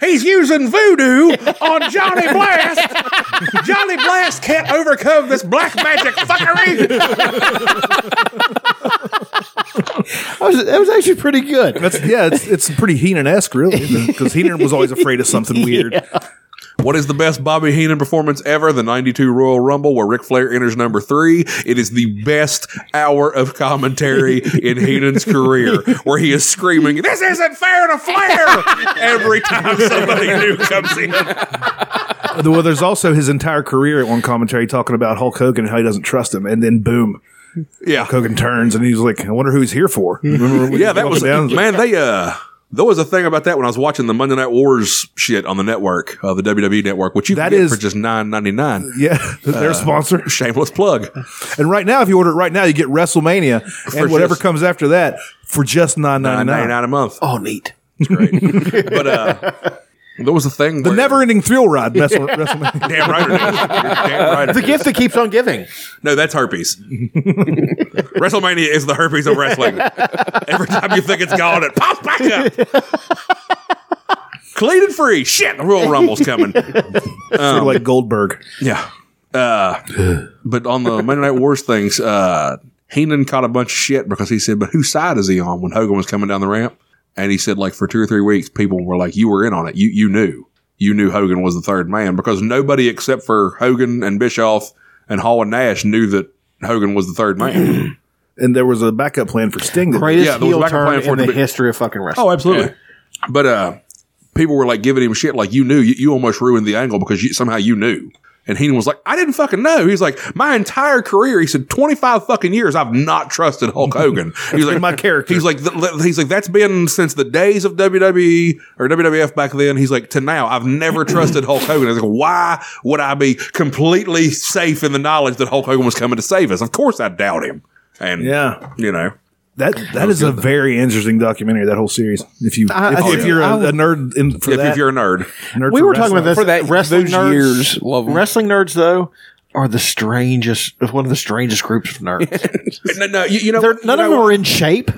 He's using voodoo on Johnny Blast. Johnny Blast can't overcome this black magic fuckery.
I was, that was actually pretty good.
That's yeah, it's, it's pretty Heenan esque, really, because Heenan was always afraid of something weird.
What is the best Bobby Heenan performance ever? The 92 Royal Rumble, where Ric Flair enters number three. It is the best hour of commentary in Heenan's career, where he is screaming, This isn't fair to Flair! every time somebody new comes in.
Well, there's also his entire career at one commentary talking about Hulk Hogan and how he doesn't trust him, and then boom,
Yeah.
Hogan turns and he's like, "I wonder who he's here for." Remember when
Yeah,
he
that
walked
was,
down, like,
man, they, uh, there was a thing about that when I was watching the Monday Night Wars shit on the network, uh, the WWE network, which you
That
can get
is-
for just nine ninety nine.
yeah, their sponsor.
Shameless plug.
And right now, if you order it right now, you get WrestleMania and whatever
just-
comes after that for just nine ninety
Nine ninety
nine.
nine a month.
Oh, neat.
But uh, there was a thing.
The
where-
never ending thrill ride. That's what WrestleMania.
Damn right it is. Damn right it
The
is.
gift that keeps on giving.
No, that's herpes. WrestleMania is the herpes of wrestling. Every time you think it's gone, it pops back up. Clean and free. Shit, the Royal Rumble's coming.
Sort of like Goldberg.
Yeah. Uh, but on the Monday Night Wars things, uh, Heenan caught a bunch of shit because he said, but whose side is he on when Hogan was coming down the ramp? And he said, like, for two or three weeks, people were like, you were in on it. You, you knew. You knew Hogan was the third man because nobody except for Hogan and Bischoff and Hall and Nash knew that Hogan was the third man.
And there was a backup plan for Sting. that-
Greatest
Yeah, there was
heel
back and
turn
plan for
in
it
the
to be-
history of fucking wrestling.
Oh, absolutely. But uh, people were like giving him shit, like you knew, you, you almost ruined the angle because you, somehow you knew. And Heenan was like, I didn't fucking know. He's like, my entire career, he said, 25 fucking years, I've not trusted Hulk Hogan. He's like,
my character.
He's like, "Th- he's like, that's been since the days of WWE or WWF back then. He's like, to now, I've never trusted Hulk Hogan. I was like, why would I be completely safe in the knowledge that Hulk Hogan was coming to save us? Of course I doubt him. And,
Yeah.
you know,
That that is a very interesting documentary. That whole series. If you
I- I
if,
think-
if you're a,
I-
a nerd in for
if,
that,
if you're a nerd.
nerd
we
for
were talking about
wrestling.
this
For that-
wrestling
those
nerds.
years, love 'em.
wrestling nerds though are the strangest. One of the strangest groups of nerds.
No, no, you, you know,
They're, none
you know
of them are in shape,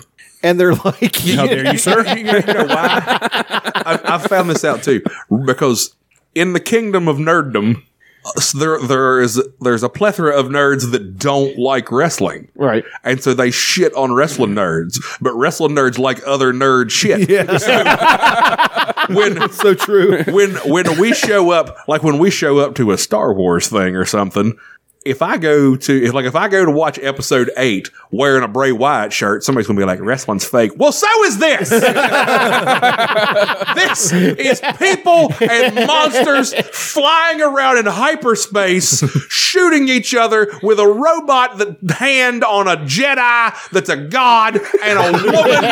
and they're like,
How dare you, sir?
you know you know why? I, I found this out too because in the kingdom of nerddom, so there there is there's a plethora of nerds that don't like wrestling.
Right.
And so they shit on wrestling nerds, but wrestling nerds like other nerd shit. when
So true.
when when we show up, like when we show up to a Star Wars thing or something, if I go to if like if I go to watch episode eight wearing a Bray Wyatt shirt, somebody's gonna be like, "Wrestling's fake." Well, so is this. this is people and monsters flying around in hyperspace, shooting each other with a robot that hand on a Jedi that's a god and a woman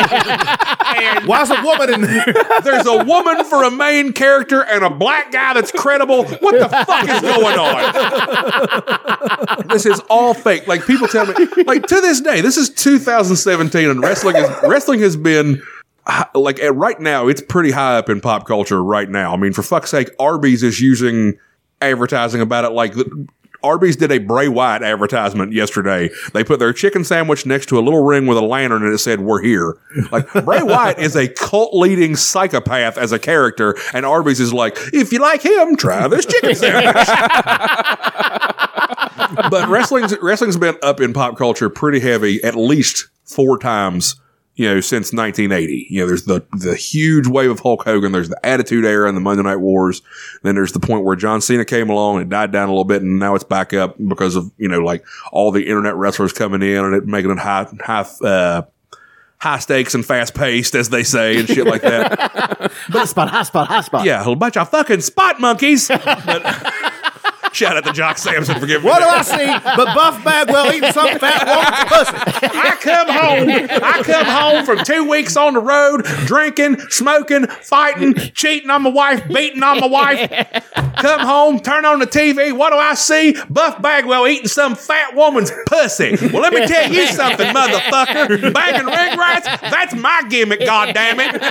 Why's a woman in there?
there's a woman for a main character and a black guy that's credible. What the fuck is going on? this is all fake. Like people tell me, like to this day, this is 2017, and wrestling is wrestling has been. hi- Like at right now, it's pretty high up in pop culture. Right now, I mean, for fuck's sake, Arby's is using advertising about it. Like the- Arby's did a Bray Wyatt advertisement yesterday. They put their chicken sandwich next to a little ring with a lantern and it said, We're here. Like Bray Wyatt is a cult leading psychopath as a character, and Arby's is like, if you like him, try this chicken sandwich. but wrestling's wrestling's been up in pop culture pretty heavy at least four times, you know, since 1980. You know, there's the the huge wave of Hulk Hogan, there's the Attitude Era and the Monday Night Wars, then there's the point where John Cena came along and it died down a little bit, and now it's back up because of you know like all the internet wrestlers coming in and it making it high high. Uh, High stakes and fast paced, as they say, and shit like that.
Hot spot, hot spot, hot spot.
Yeah, a whole bunch of fucking spot monkeys. But- shout out to Jock Sampson for giving
What
me
do
that.
I see? But Buff Bagwell eating some fat woman pussy.
I come home. I come home from two weeks on the road, drinking, smoking, fighting, cheating on my wife, beating on my wife. Come home, turn on the TV. What do I see? Buff Bagwell eating some fat woman's pussy. Well, let me tell you something, motherfucker. Banging ring rats, that's my gimmick, goddammit.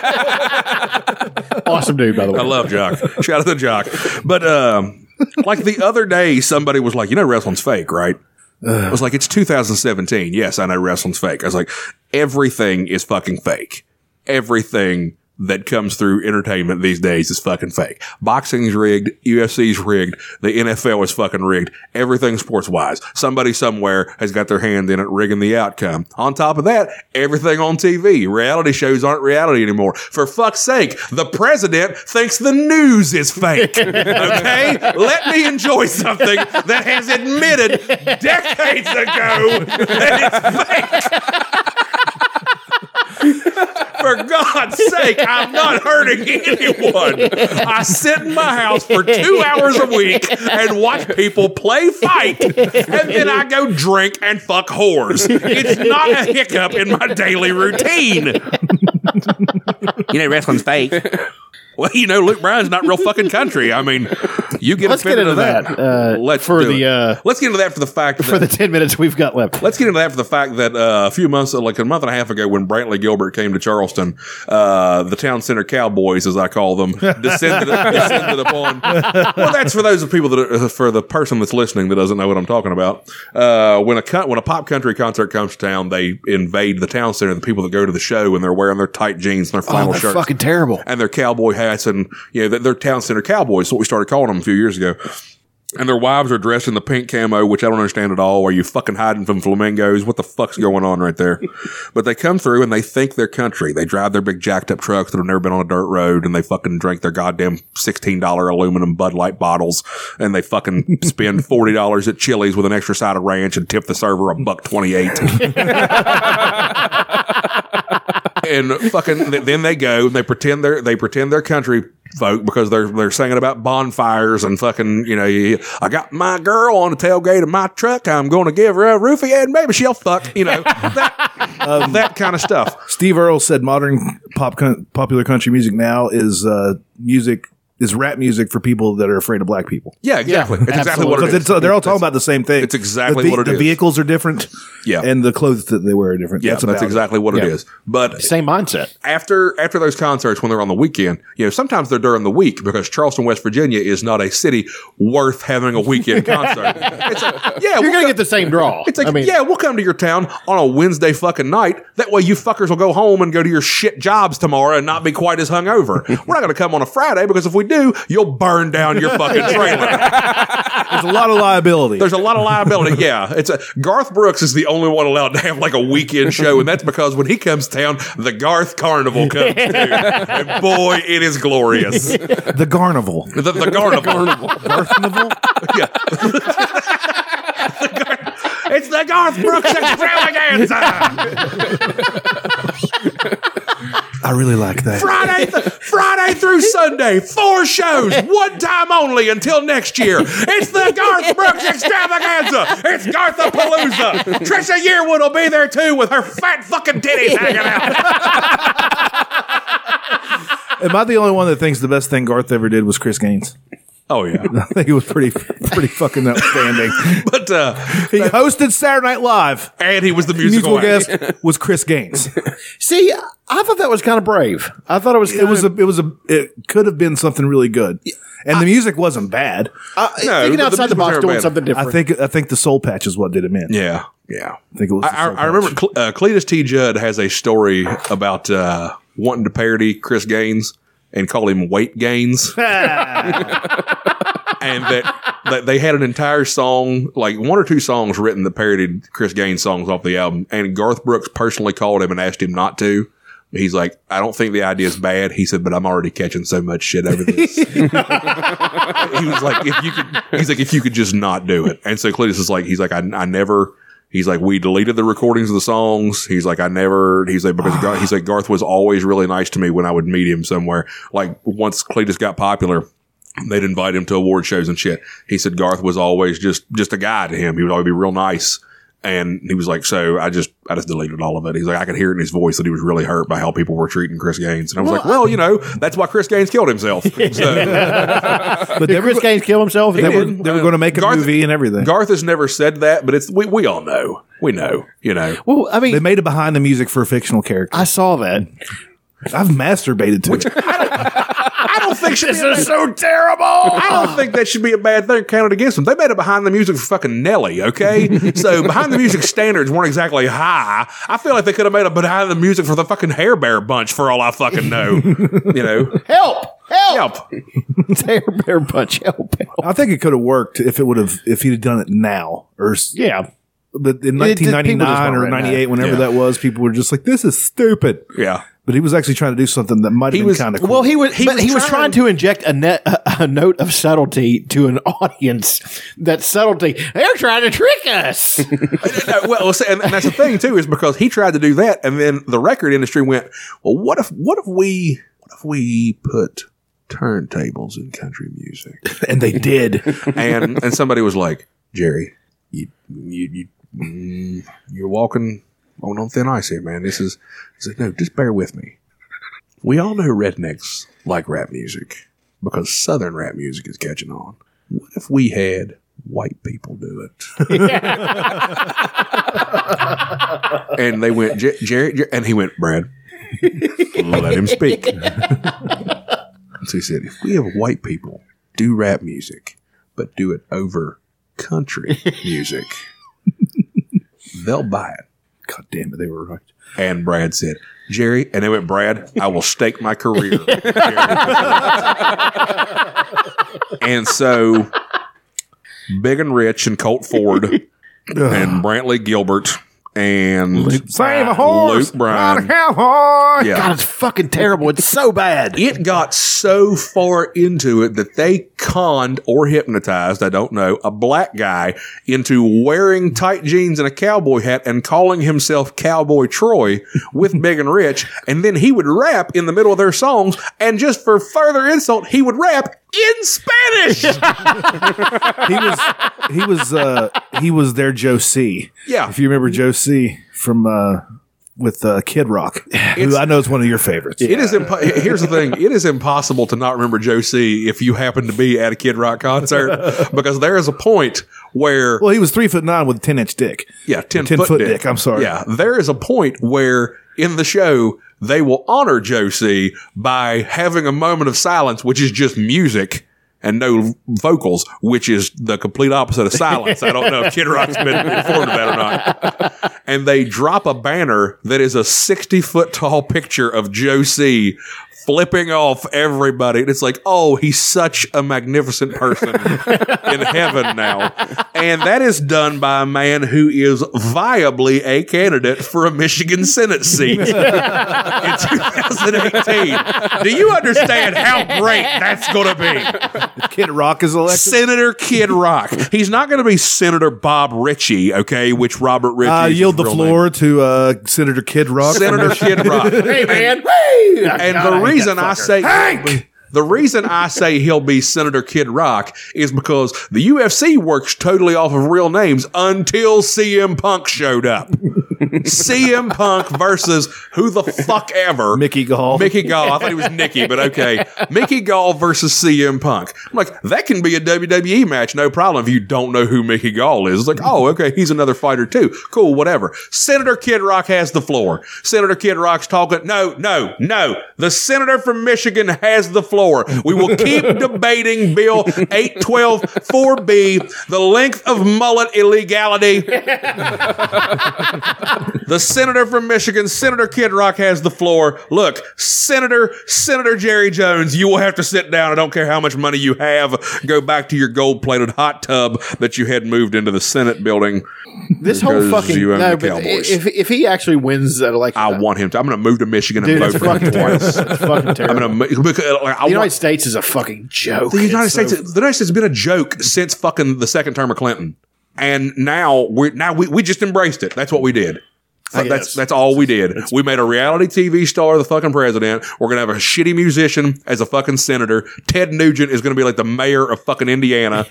Awesome dude, by the way.
I love Jock. Shout out to Jock. But um, like the other day, somebody was like, "You know, wrestling's fake, right?" I was like, "It's 2017." Yes, I know wrestling's fake. I was like, "Everything is fucking fake. Everything." That comes through entertainment these days is fucking fake. Boxing's rigged, UFC's rigged, the NFL is fucking rigged, everything sports wise. Somebody somewhere has got their hand in it rigging the outcome. On top of that, everything on TV, reality shows aren't reality anymore. For fuck's sake, the president thinks the news is fake. Okay? Let me enjoy something that has admitted decades ago that it's fake. For God's sake, I'm not hurting anyone. I sit in my house for two hours a week and watch people play fight, and then I go drink and fuck whores. It's not a hiccup in my daily routine. You know, wrestling's fake. Well, you know, Luke Bryan's not real fucking country. I mean, you get
Let's get
offended
into
of
that. Uh,
Let's
for
do
the
it.
uh,
let's get into that for the fact
for
that
the ten minutes we've got left.
Let's get into that for the fact that uh, a few months, like a month and a half ago, when Brantley Gilbert came to Charleston, uh, the town center cowboys, as I call them, descended, descended upon. Well, that's for those of people that are, for the person that's listening that doesn't know what I'm talking about. Uh, when a co- when a pop country concert comes to town, they invade the town center. The people that go to the show and they're wearing their tight jeans and their flannel shirts
terrible.
and their cowboy hats and you know they're, they're town center cowboys. That's what we started calling them a few years ago. And their wives are dressed in the pink camo, which I don't understand at all. Are you fucking hiding from flamingos? What the fuck's going on right there? but they come through and they think they're country. They drive their big jacked up trucks that have never been on a dirt road and they fucking drink their goddamn $16 aluminum Bud Light bottles and they fucking spend $40 at Chili's with an extra side of ranch and tip the server a buck 28 and fucking th- then they go and they pretend they're they pretend they're country folk because they're they're singing about bonfires and fucking you know you- I got my girl on the tailgate of my truck I'm going to give her a roofie and maybe she'll fuck you know that
Um,
that kind of stuff
Steve Earle said modern pop con- popular country music now is uh, music is rap music for people that are afraid of black people.
yeah exactly it's exactly what
Because
it is
it's, uh, they're all talking about the same thing.
it's exactly
the, ve-
what it
the
is.
vehicles are different.
Yeah.
and the clothes that they wear are different.
yeah
that's,
that's,
about it.
exactly what it
Yeah.
is but
Same mindset.
after after those concerts when they're on the weekend, you know, sometimes they're during the week because Charleston, West Virginia is not a city worth having a weekend concert. It's like, yeah,
You're
we'll
gonna
go-
get the same draw.
It's like,
I mean,
yeah, we'll come to your town on a Wednesday fucking night. That way you fuckers will go home and go to your shit jobs tomorrow and not be quite as hungover. We're not going to come on a Friday because if we do, you'll burn down your fucking trailer.
There's a lot of liability.
There's a lot of liability. Yeah, it's a Garth Brooks is the only one allowed to have like a weekend show, and that's because when he comes to town, the Garth Carnival comes too. And boy, it is glorious. The,
the Garnival.
the Carnival.
Garnival?
Yeah. The Gar- it's the Garth Brooks extravaganza.
I really like that.
Friday, th- Friday through Sunday, four shows, one time only until next year. It's the Garth Brooks extravaganza. It's Garthapalooza. Trisha Yearwood will be there too with her fat fucking titties hanging out.
Am I the only one that thinks the best thing Garth ever did was Chris Gaines?
Oh yeah,
I think it was pretty pretty fucking outstanding.
but uh,
he hosted Saturday Night Live.
and he was the musical,
Musical
act.
guest was Chris Gaines.
See, I thought that was kind of brave. I thought it was.
It was a it was a it could have been something really good. And the music wasn't bad.
No,
thinking
the-
outside
the
the, box,
Bizarre
doing
Band.
something different.
I think I think the soul patch is what did him in.
Yeah, yeah.
I think it was.
I,
the soul
I
patch.
remember Cle- uh, Cletus T. Judd has a story about uh, wanting to parody Chris Gaines and call him Weight Gaines. and that, that they had an entire song, like one or two songs written that parodied Chris Gaines songs off the album. And Garth Brooks personally called him and asked him not to. He's like, I don't think the idea is bad. He said, but I'm already catching so much shit over this. he was like, if you could, he's like, if you could just not do it. And so Cletus is like, he's like, I, I never, he's like, we deleted the recordings of the songs. He's like, I never, he's like, because Gar- he's like, Garth was always really nice to me when I would meet him somewhere. Like once Cletus got popular, they'd invite him to award shows and shit. He said Garth was always just, just a guy to him. He would always be real nice. And he was like, so I just, I just deleted all of it. He's like, I could hear it in his voice that he was really hurt by how people were treating Chris Gaines. And I was like, well, you know, that's why Chris Gaines killed himself. So.
but
Did
they were,
Chris Gaines kill himself?
they were,
did.
they were going to make a
Garth-
movie and everything.
Garth has never said that, but it's we, we all know. We know, you know.
well, I
they
mean,
made it behind the music for a fictional character.
I saw that.
I've masturbated to it.
I don't think this is so terrible. I don't think that should be a bad thing counted against them. They made it behind the music for fucking Nelly, okay? so behind the music standards weren't exactly high. I feel like they could have made a behind the music for the fucking Hair Bear Bunch for all I fucking know. you know,
Help! Help!
help.
Bear, bear punch. Help! help.
I think it could have worked if it would have if he'd have done it now or s-
Yeah.
but in
It- it- people just
1999
want
or
right now.
98 whenever
Yeah.
that was people were just like this is stupid
Yeah.
but he was actually trying to do something that might
He
have been
was-
kind of cool.
Well, he was he,
was
he was
trying-
trying to inject a, net, a, a note of subtlety to an audience. That subtlety, they're trying to trick us.
No, well, see, and, and that's the thing too is because he tried to do that, and then the record industry went, "Well, what if what if we what if we put turntables in country music?"
and they did
and and somebody was like, "Jerry, you you, you mm, you're walking on on thin ice here, man. This is." He said, "No, just bear with me. We all know rednecks like rap music because Southern rap music is catching on. What if we had?" White people do it, and they went "Jer- Jerry, Jer-" and he went Brad. Let him speak. so he said, if we have white people do rap music, but do it over country music. They'll buy it.
god damn it they were right
And Brad said, Jerry, and they went, Brad, I will stake my career. and so Big and Rich and Colt Ford and Brantley Gilbert and
save a horse
Luke Bryan.
not a cowboy.
Yeah.
God, it's fucking terrible. It's so bad.
it got so far into it that they conned or hypnotized, I don't know, a black guy into wearing tight jeans and a cowboy hat and calling himself Cowboy Troy with Big and Rich. And then he would rap in the middle of their songs. And just for further insult, he would rap in Spanish.
he was he was uh he was their joe c
Yeah.
if you remember joe c from uh with uh, Kid Rock, who I know is one of your favorites.
It is impo- here's the thing. It is impossible to not remember Joe C if you happen to be at a Kid Rock concert because there is a point where
Well, he was three foot nine with a ten inch dick.
Yeah, 10,
10
foot,
foot
dick.
dick, I'm sorry.
Yeah, there is a point where in the show they will honor Josie by having a moment of silence, which is just music and no vocals, which is the complete opposite of silence. I don't know if Kid Rock's been informed of that or not. And they drop a banner that is a 60 foot tall picture of Josie flipping off everybody. And it's like, oh, he's such a magnificent person in heaven now. And that is done by a man who is viably a candidate for a Michigan Senate seat in 2018. Do you understand how great that's going to be?
Kid Rock is elected.
Senator Kid Rock. He's not going to be Senator Bob Ritchie, okay? Which Robert Ritchie.
I
is his
Uh, yield the
real
floor to uh, Senator Kid Rock.
name. Senator Kid Rock.
Hey, man. Woo!
And the reason I say The reason I say he'll be Senator Kid Rock is because the UFC works totally off of real names until CM Punk showed up. CM Punk versus who the fuck ever.
Mickey Gall.
Mickey Gall. I thought he was Nicky, but okay. Mickey Gall versus CM Punk. I'm like, that can be a WWE match, no problem. If you don't know who Mickey Gall is, it's like, oh, okay, he's another fighter too. Cool, whatever. Senator Kid Rock has the floor. Senator Kid Rock's talking. No, no, no. The senator from Michigan has the floor. We will keep debating Bill 812 4B, the length of mullet illegality. The senator from Michigan, Senator Kid Rock, has the floor. Look, Senator, Senator Jerry Jones, you will have to sit down. I don't care how much money you have. Go back to your gold plated hot tub that you had moved into the Senate building.
This whole
Because
fucking
you own
no,
the
but
Cowboys.
if if he actually wins that election,
I
though,
want him to. I'm going to move to Michigan and
dude,
vote
it's
for
fucking
him
terrible.
twice.
It's fucking
I'm
terrible.
going to, because like, I
the United
want.
States is a fucking joke.
The United
It's so-
States, the United States has been a joke since fucking the second term of Clinton, and now we're now we, we just embraced it. That's what we did. That's that's all we did. We made a reality TV star the fucking president. We're gonna have a shitty musician as a fucking senator. Ted Nugent is gonna be like the mayor of fucking Indiana.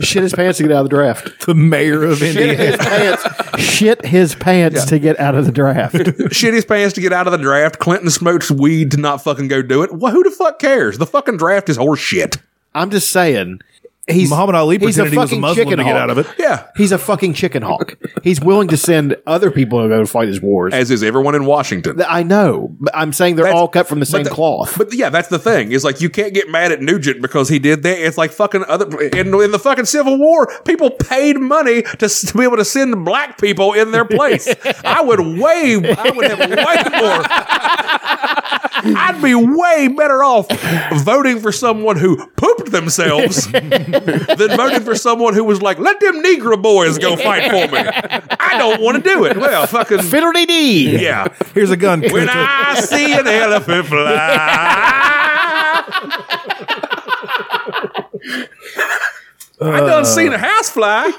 shit his pants to get out of the draft.
the mayor of
Shit
Indiana.
his pants. Shit his pants to get out of the draft.
Shit his pants to get out of the draft. Clinton smokes weed to not fucking go do it. Well, who the fuck cares? The fucking draft is horse shit.
I'm just saying. He's
Muhammad Ali
he's a
pretended he was a
fucking
Muslim to
chicken
get
hawk.
out of it.
Yeah.
He's a fucking chicken hawk. He's willing to send other people to go fight his wars.
As is everyone in Washington.
I know, but I'm saying they're
That's-
all cut from the same
the-
cloth.
But yeah, that's the thing. Is like you can't get mad at Nugent because he did that. It's like fucking other in, in the fucking Civil War, people paid money to, s- to be able to send black people in their place. I would way, I would have way more. I'd be way better off voting for someone who pooped themselves than voting for someone who was like, "Let them Negro boys go fight for me." I don't want to do it. Well, fucking
Fiddly dee.
yeah.
Here's a gun.
When
Kunta.
I see an elephant fly. I done seen a house fly,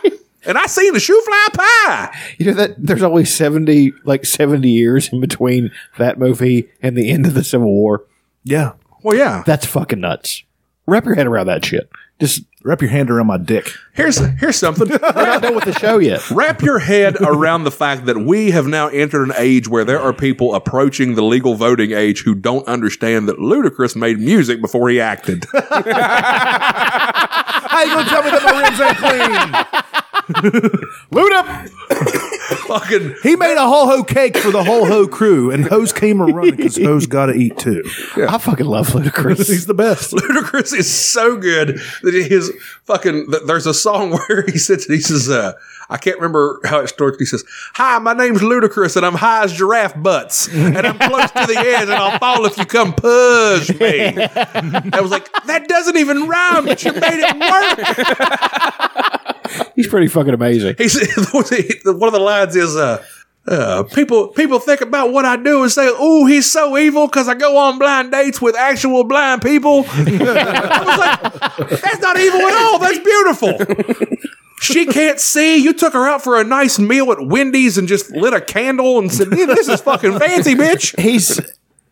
and I seen a shoe fly pie.
You know that there's only seventy, like seventy years in between that movie and the end of the Civil War.
yeah.
Well, yeah.
That's fucking nuts. Wrap your head around that shit. Just
Wrap your hand around my dick.
Here's here's something.
we're not done with the show yet.
Wrap your head around the fact that we have now entered an age where there are people approaching the legal voting age who don't understand that Ludacris made music before he acted.
How you gonna tell me that my ribs ain't clean?
Luda,
Fucking
He made a whole ho cake for the whole ho crew, and hoes came a running because hoes gotta eat too.
I fucking love Ludacris.
He's the best.
Ludacris is so good that his fucking. th- There's a song where he sits and he says, uh, "I can't remember how it starts." He says, "Hi, my name's Ludacris, and I'm high as giraffe butts, and I'm close to the edge, and I'll fall if you come push me." I was like, "That doesn't even rhyme, but you made it work."
He's pretty fucking amazing.
He said, "One of the lines is." Uh, uh, people people think about what I do and say, "Ooh, he's so evil" because I go on blind dates with actual blind people. I was like, "That's not evil at all. That's beautiful." She can't see. You took her out for a nice meal at Wendy's and just lit a candle and said, "Yeah, "This is fucking fancy, bitch."
He's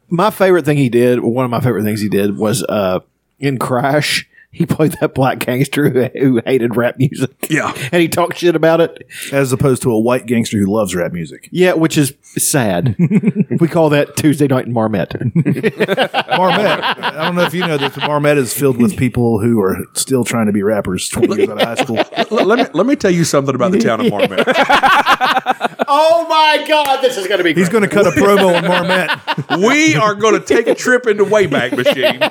my favorite thing he did. One of my favorite things he did was uh, in Crash. He played that black gangster who, who hated rap music.
Yeah.
and he talked shit about it.
As opposed to a white gangster who loves rap music.
Yeah, which is sad. we call that Tuesday night in Marmet.
Marmet. I don't know if you know this, but Marmet is filled with people who are still trying to be rappers 20 years out of high school.
L- let me let me tell you something about the town of Marmot.
oh my god, this is gonna be.
He's going to cut a promo on Marmet.
we are going to take a trip into Wayback Machine.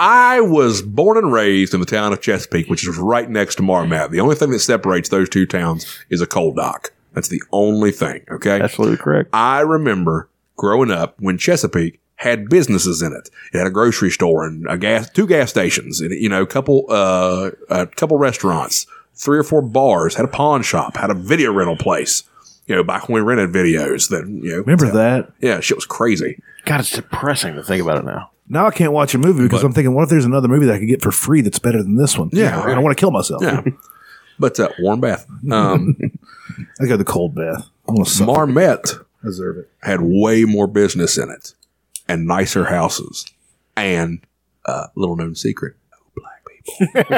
I was born and raised in the town of Chesapeake, which is right next to Marmat. The only thing that separates those two towns is a coal dock. That's the only thing. Okay.
Absolutely correct.
I remember growing up when Chesapeake had businesses in it. It had a grocery store and a gas, two gas stations, and you know, a couple, uh, a couple restaurants, three or four bars, had a pawn shop, had a video rental place. You know, back when we rented videos, that you know,
Remember that?
yeah, shit was crazy.
God, it's depressing to think about it now.
Now I can't watch a movie because I'm thinking, what if there's another movie that I could get for free that's better than this one?
Yeah,
and I
right.
want to kill myself.
Yeah. But uh, warm bath. Um,
I go to the cold bath. I want to
Marmette
deserve it.
had way more business in it and nicer houses and uh, little known secret no black people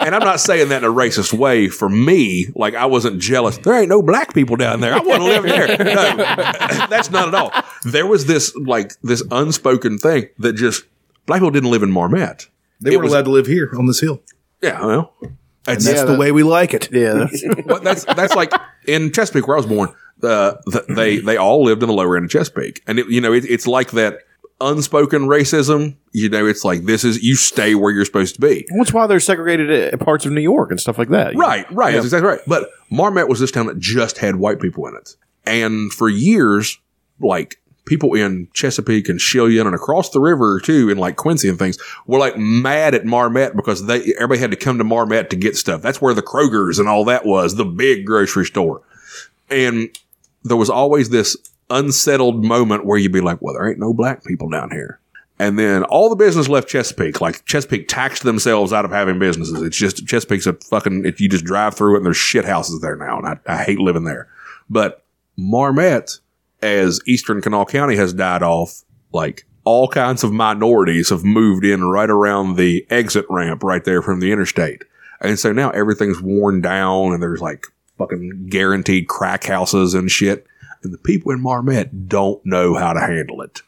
and i'm not saying that in a racist way for me like i wasn't jealous there ain't no black people down there i want to live there no that's not at all there was this like this unspoken thing that just black people didn't live in marmette
They
It
were
was-
allowed to live here on this hill.
yeah well it's,
That's the way we like it.
Yeah.
Well, that's that's like in Chesapeake where I was born. The, the they they all lived in the lower end of Chesapeake, and it, you know it, it's like that unspoken racism. You know, it's like this is you stay where you're supposed to be.
That's why they're segregated uh, parts of New York and stuff like that.
Right, right. That's exactly right. But Marmette was this town that just had white people in it. And for years, like people in Chesapeake and Cheyenne and across the river too, in like Quincy and things, were like mad at Marmette because they everybody had to come to Marmette to get stuff. That's where the Kroger's and all that was, the big grocery store. And there was always this unsettled moment where you'd be like, Well, there ain't no black people down here. And then all the business left Chesapeake. Like Chesapeake taxed themselves out of having businesses. It's just Chesapeake's a fucking. If you just drive through it, and there's shit houses there now, and I, I hate living there. But Marmette, as Eastern Canal County has died off, like all kinds of minorities have moved in right around the exit ramp right there from the interstate, and so now everything's worn down, and there's like fucking guaranteed crack houses and shit. And the people in Marmette don't know how to handle it.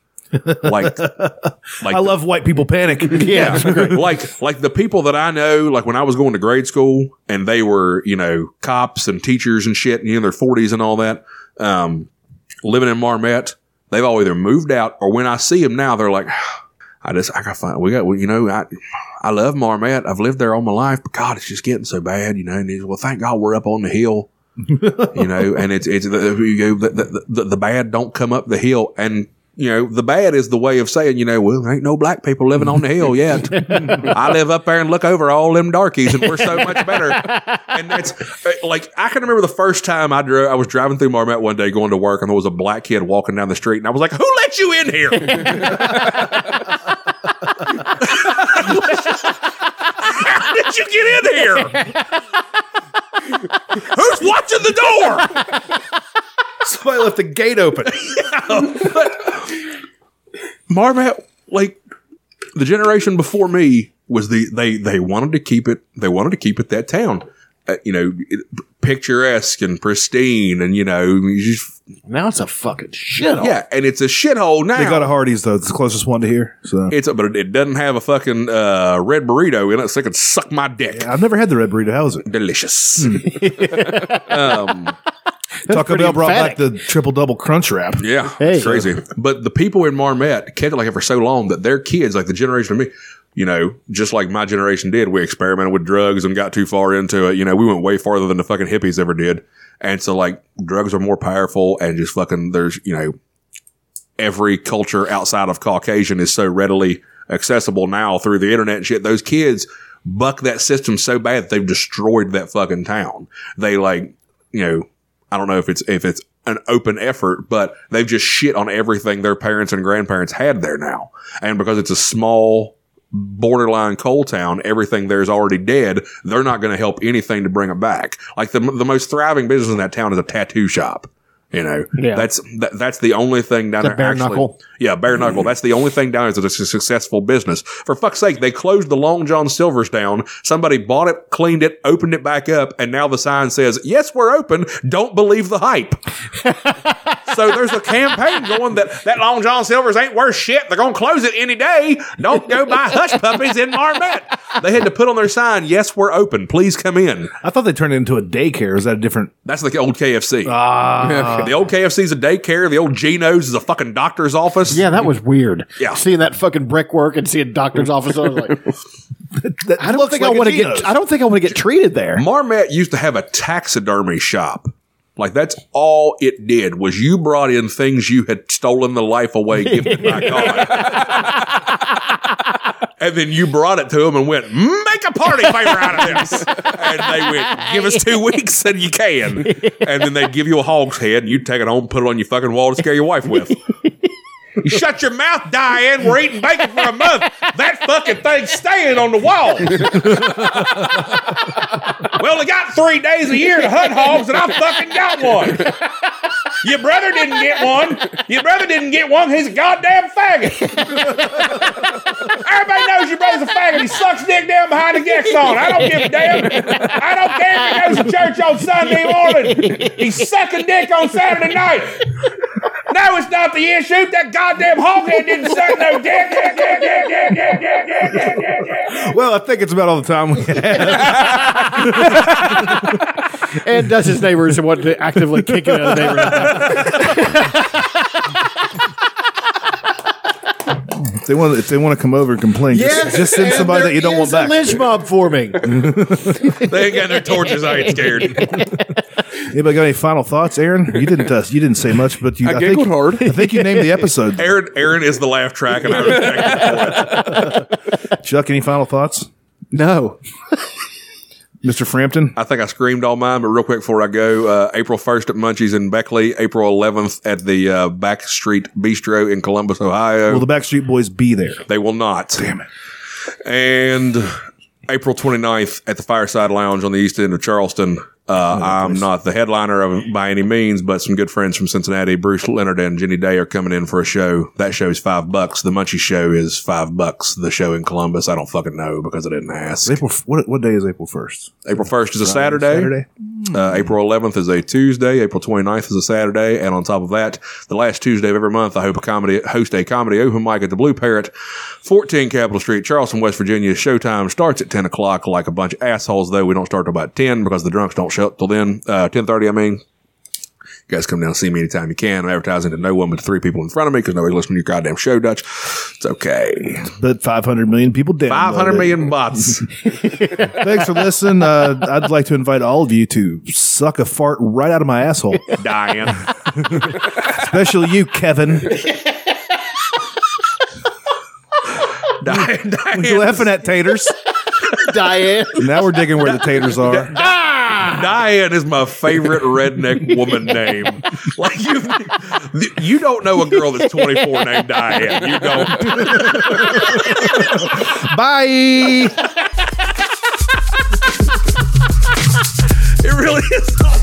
Like
I love white people panic.
yeah, like like the people that I know, like when I was going to grade school, and they were you know cops and teachers and shit, and you know their forties and all that, um, living in Marmette. They've all either moved out or when I see them now, they're like, I just I got to find we got you know I I love Marmette. I've lived there all my life, but God, it's just getting so bad, you know. And he's, well, thank God we're up on the hill. you know, and it's it's the, you know, the, the, the the bad don't come up the hill, and you know the bad is the way of saying you know well there ain't no black people living on the hill yet. I live up there and look over all them darkies, and we're so much better. And that's uh, like I can remember the first time I drove. I was driving through Marmette one day going to work, and there was a black kid walking down the street, and I was like, "Who let you in here?" How did you get in here? Who's watching the door?
Somebody left the gate open.
Marmot, like the generation before me was the they they wanted to keep it. They wanted to keep it that town. Uh, you know, it- picturesque and pristine, and you know, you just-
Now it's a fucking shit.
yeah. And it's a shithole now.
They got a Hardee's though. It's the closest one to here. So
it's a, but it, it doesn't have a fucking uh, red burrito in it, so it can suck my dick.
I've never had the red burrito. How is it?
Delicious.
Taco Bell brought
emphatic.
back the triple double crunch wrap.
Yeah,
Hey.
it's crazy. But the people in Marmette kept it like it for so long that their kids, like the generation of me, you know, just like my generation did, we experimented with drugs and got too far into it. You know, we went way farther than the fucking hippies ever did. And so, like, drugs are more powerful and just fucking, there's, you know, every culture outside of Caucasian is so readily accessible now through the internet and shit. Those kids buck that system so bad that they've destroyed that fucking town. They like, you know, I don't know if it's if it's an open effort, but they've just shit on everything their parents and grandparents had there now. And because it's a small borderline coal town, everything there is already dead. They're not going to help anything to bring it back. Like the the most thriving business in that town is a tattoo shop. You know,
Yeah.
that's that, that's the only thing down
The
there.
bare
actually-
knuckle. Hmm.
yeah, bare knuckle. That's the only thing down there is that it's a successful business. For fuck's sake, they closed the Long John Silver's down. Somebody bought it, cleaned it, opened it back up, and now the sign says, "Yes, we're open. Don't believe the hype." so there's a campaign going that that Long John Silver's ain't worth shit. They're gonna close it any day. Don't go buy hush puppies in Marmette. They had to put on their sign, "Yes, we're open. Please come in."
I thought they turned it into a daycare. Is that a different?
Ah.
That's the old KFC. the old KFC's a daycare. The old Geno's is a fucking doctor's office.
Yeah, that was weird.
Yeah.
seeing that fucking brickwork and seeing doctor's office. I was like,
That
I don't
looks
think
like
I
a
want to
Geno's.
get. I don't think I want to get treated there.
Marmet used to have a taxidermy shop. Like that's all it did was you brought in things you had stolen the life away, given it back on. And then you brought it to them and went, make a party favor out of this. And they went, give us two weeks and you can. And then they give you a hog's head and you take it home, put it on your fucking wall to scare your wife with. You shut your mouth, Diane. We're eating bacon for a month. That fucking thing's staying on the wall. Well, I got three days a year to hunt hogs, and I fucking got one. Your brother didn't get one. Your brother didn't get one. He's a goddamn faggot. Everybody knows your brother's a faggot. He sucks dick down behind the Gexon. I don't give a damn. I don't care if he goes to church on Sunday morning. He's sucking dick on Saturday night. No, it's not the issue. That goddamn hoghead didn't suck no dick. dick, dick, dick, dick, dick, dick, dick, dick, dick, dick.
Well, I think it's about all the time we have.
And does his neighbors want to actively kick it out of the neighborhood?
If they want, if they want to come over and complain, just, just send somebody that you don't want back.
Lynch mob forming.
They ain't got no torches. I ain't scared.
Anybody got any final thoughts, Aaron? You didn't uh, you didn't say much, but you I,
giggled
think,
hard.
I think you named the episode.
Aaron, Aaron is the laugh track, and I respect it.
Chuck, any final thoughts,
No,
Mister Frampton?
I think I screamed all mine, but real quick before I go, uh, April 1st at Munchies in Beckley, April 11th at the uh, Backstreet Bistro in Columbus, Ohio.
Will the Backstreet Boys be there?
they will not. Damn it. And April 29th at the Fireside Lounge on the east end of Charleston. Uh, I'm not the headliner of it by any means, but some good friends from Cincinnati, Bruce Leonard and Jenny Day, are coming in for a show. That show is five bucks. The Munchie show is five bucks. The show in Columbus, I don't fucking know because I didn't ask.
April f- what what day is April first?
April 1st is a Saturday.
Saturday.
Uh, April 11th is a Tuesday. April 29th is a Saturday. And on top of that, the last Tuesday of every month, I hope a comedy host a comedy open mic at the Blue Parrot, 14 Capitol Street, Charleston, West Virginia. Showtime starts at 10 o'clock. Like a bunch of assholes, though, we don't start till about 10 because the drunks don't show up till then. Uh, 10:30, I mean. You guys come down and see me anytime you can. I'm advertising to no one but the three people in front of me because nobody's listening to your goddamn show, Dutch. It's okay.
But 500 million people downloaded.
500 million bots.
Thanks for listening. Uh, I'd like to invite all of you to suck a fart right out of my asshole,
Dying.
especially you, Kevin.
Dying.
You
Dying.
laughing at taters?
Diane.
Now we're digging where the taters are.
Diane is my favorite redneck woman name. Like you, you don't know a girl that's 24 named Diane. You don't.
Bye.
It really is.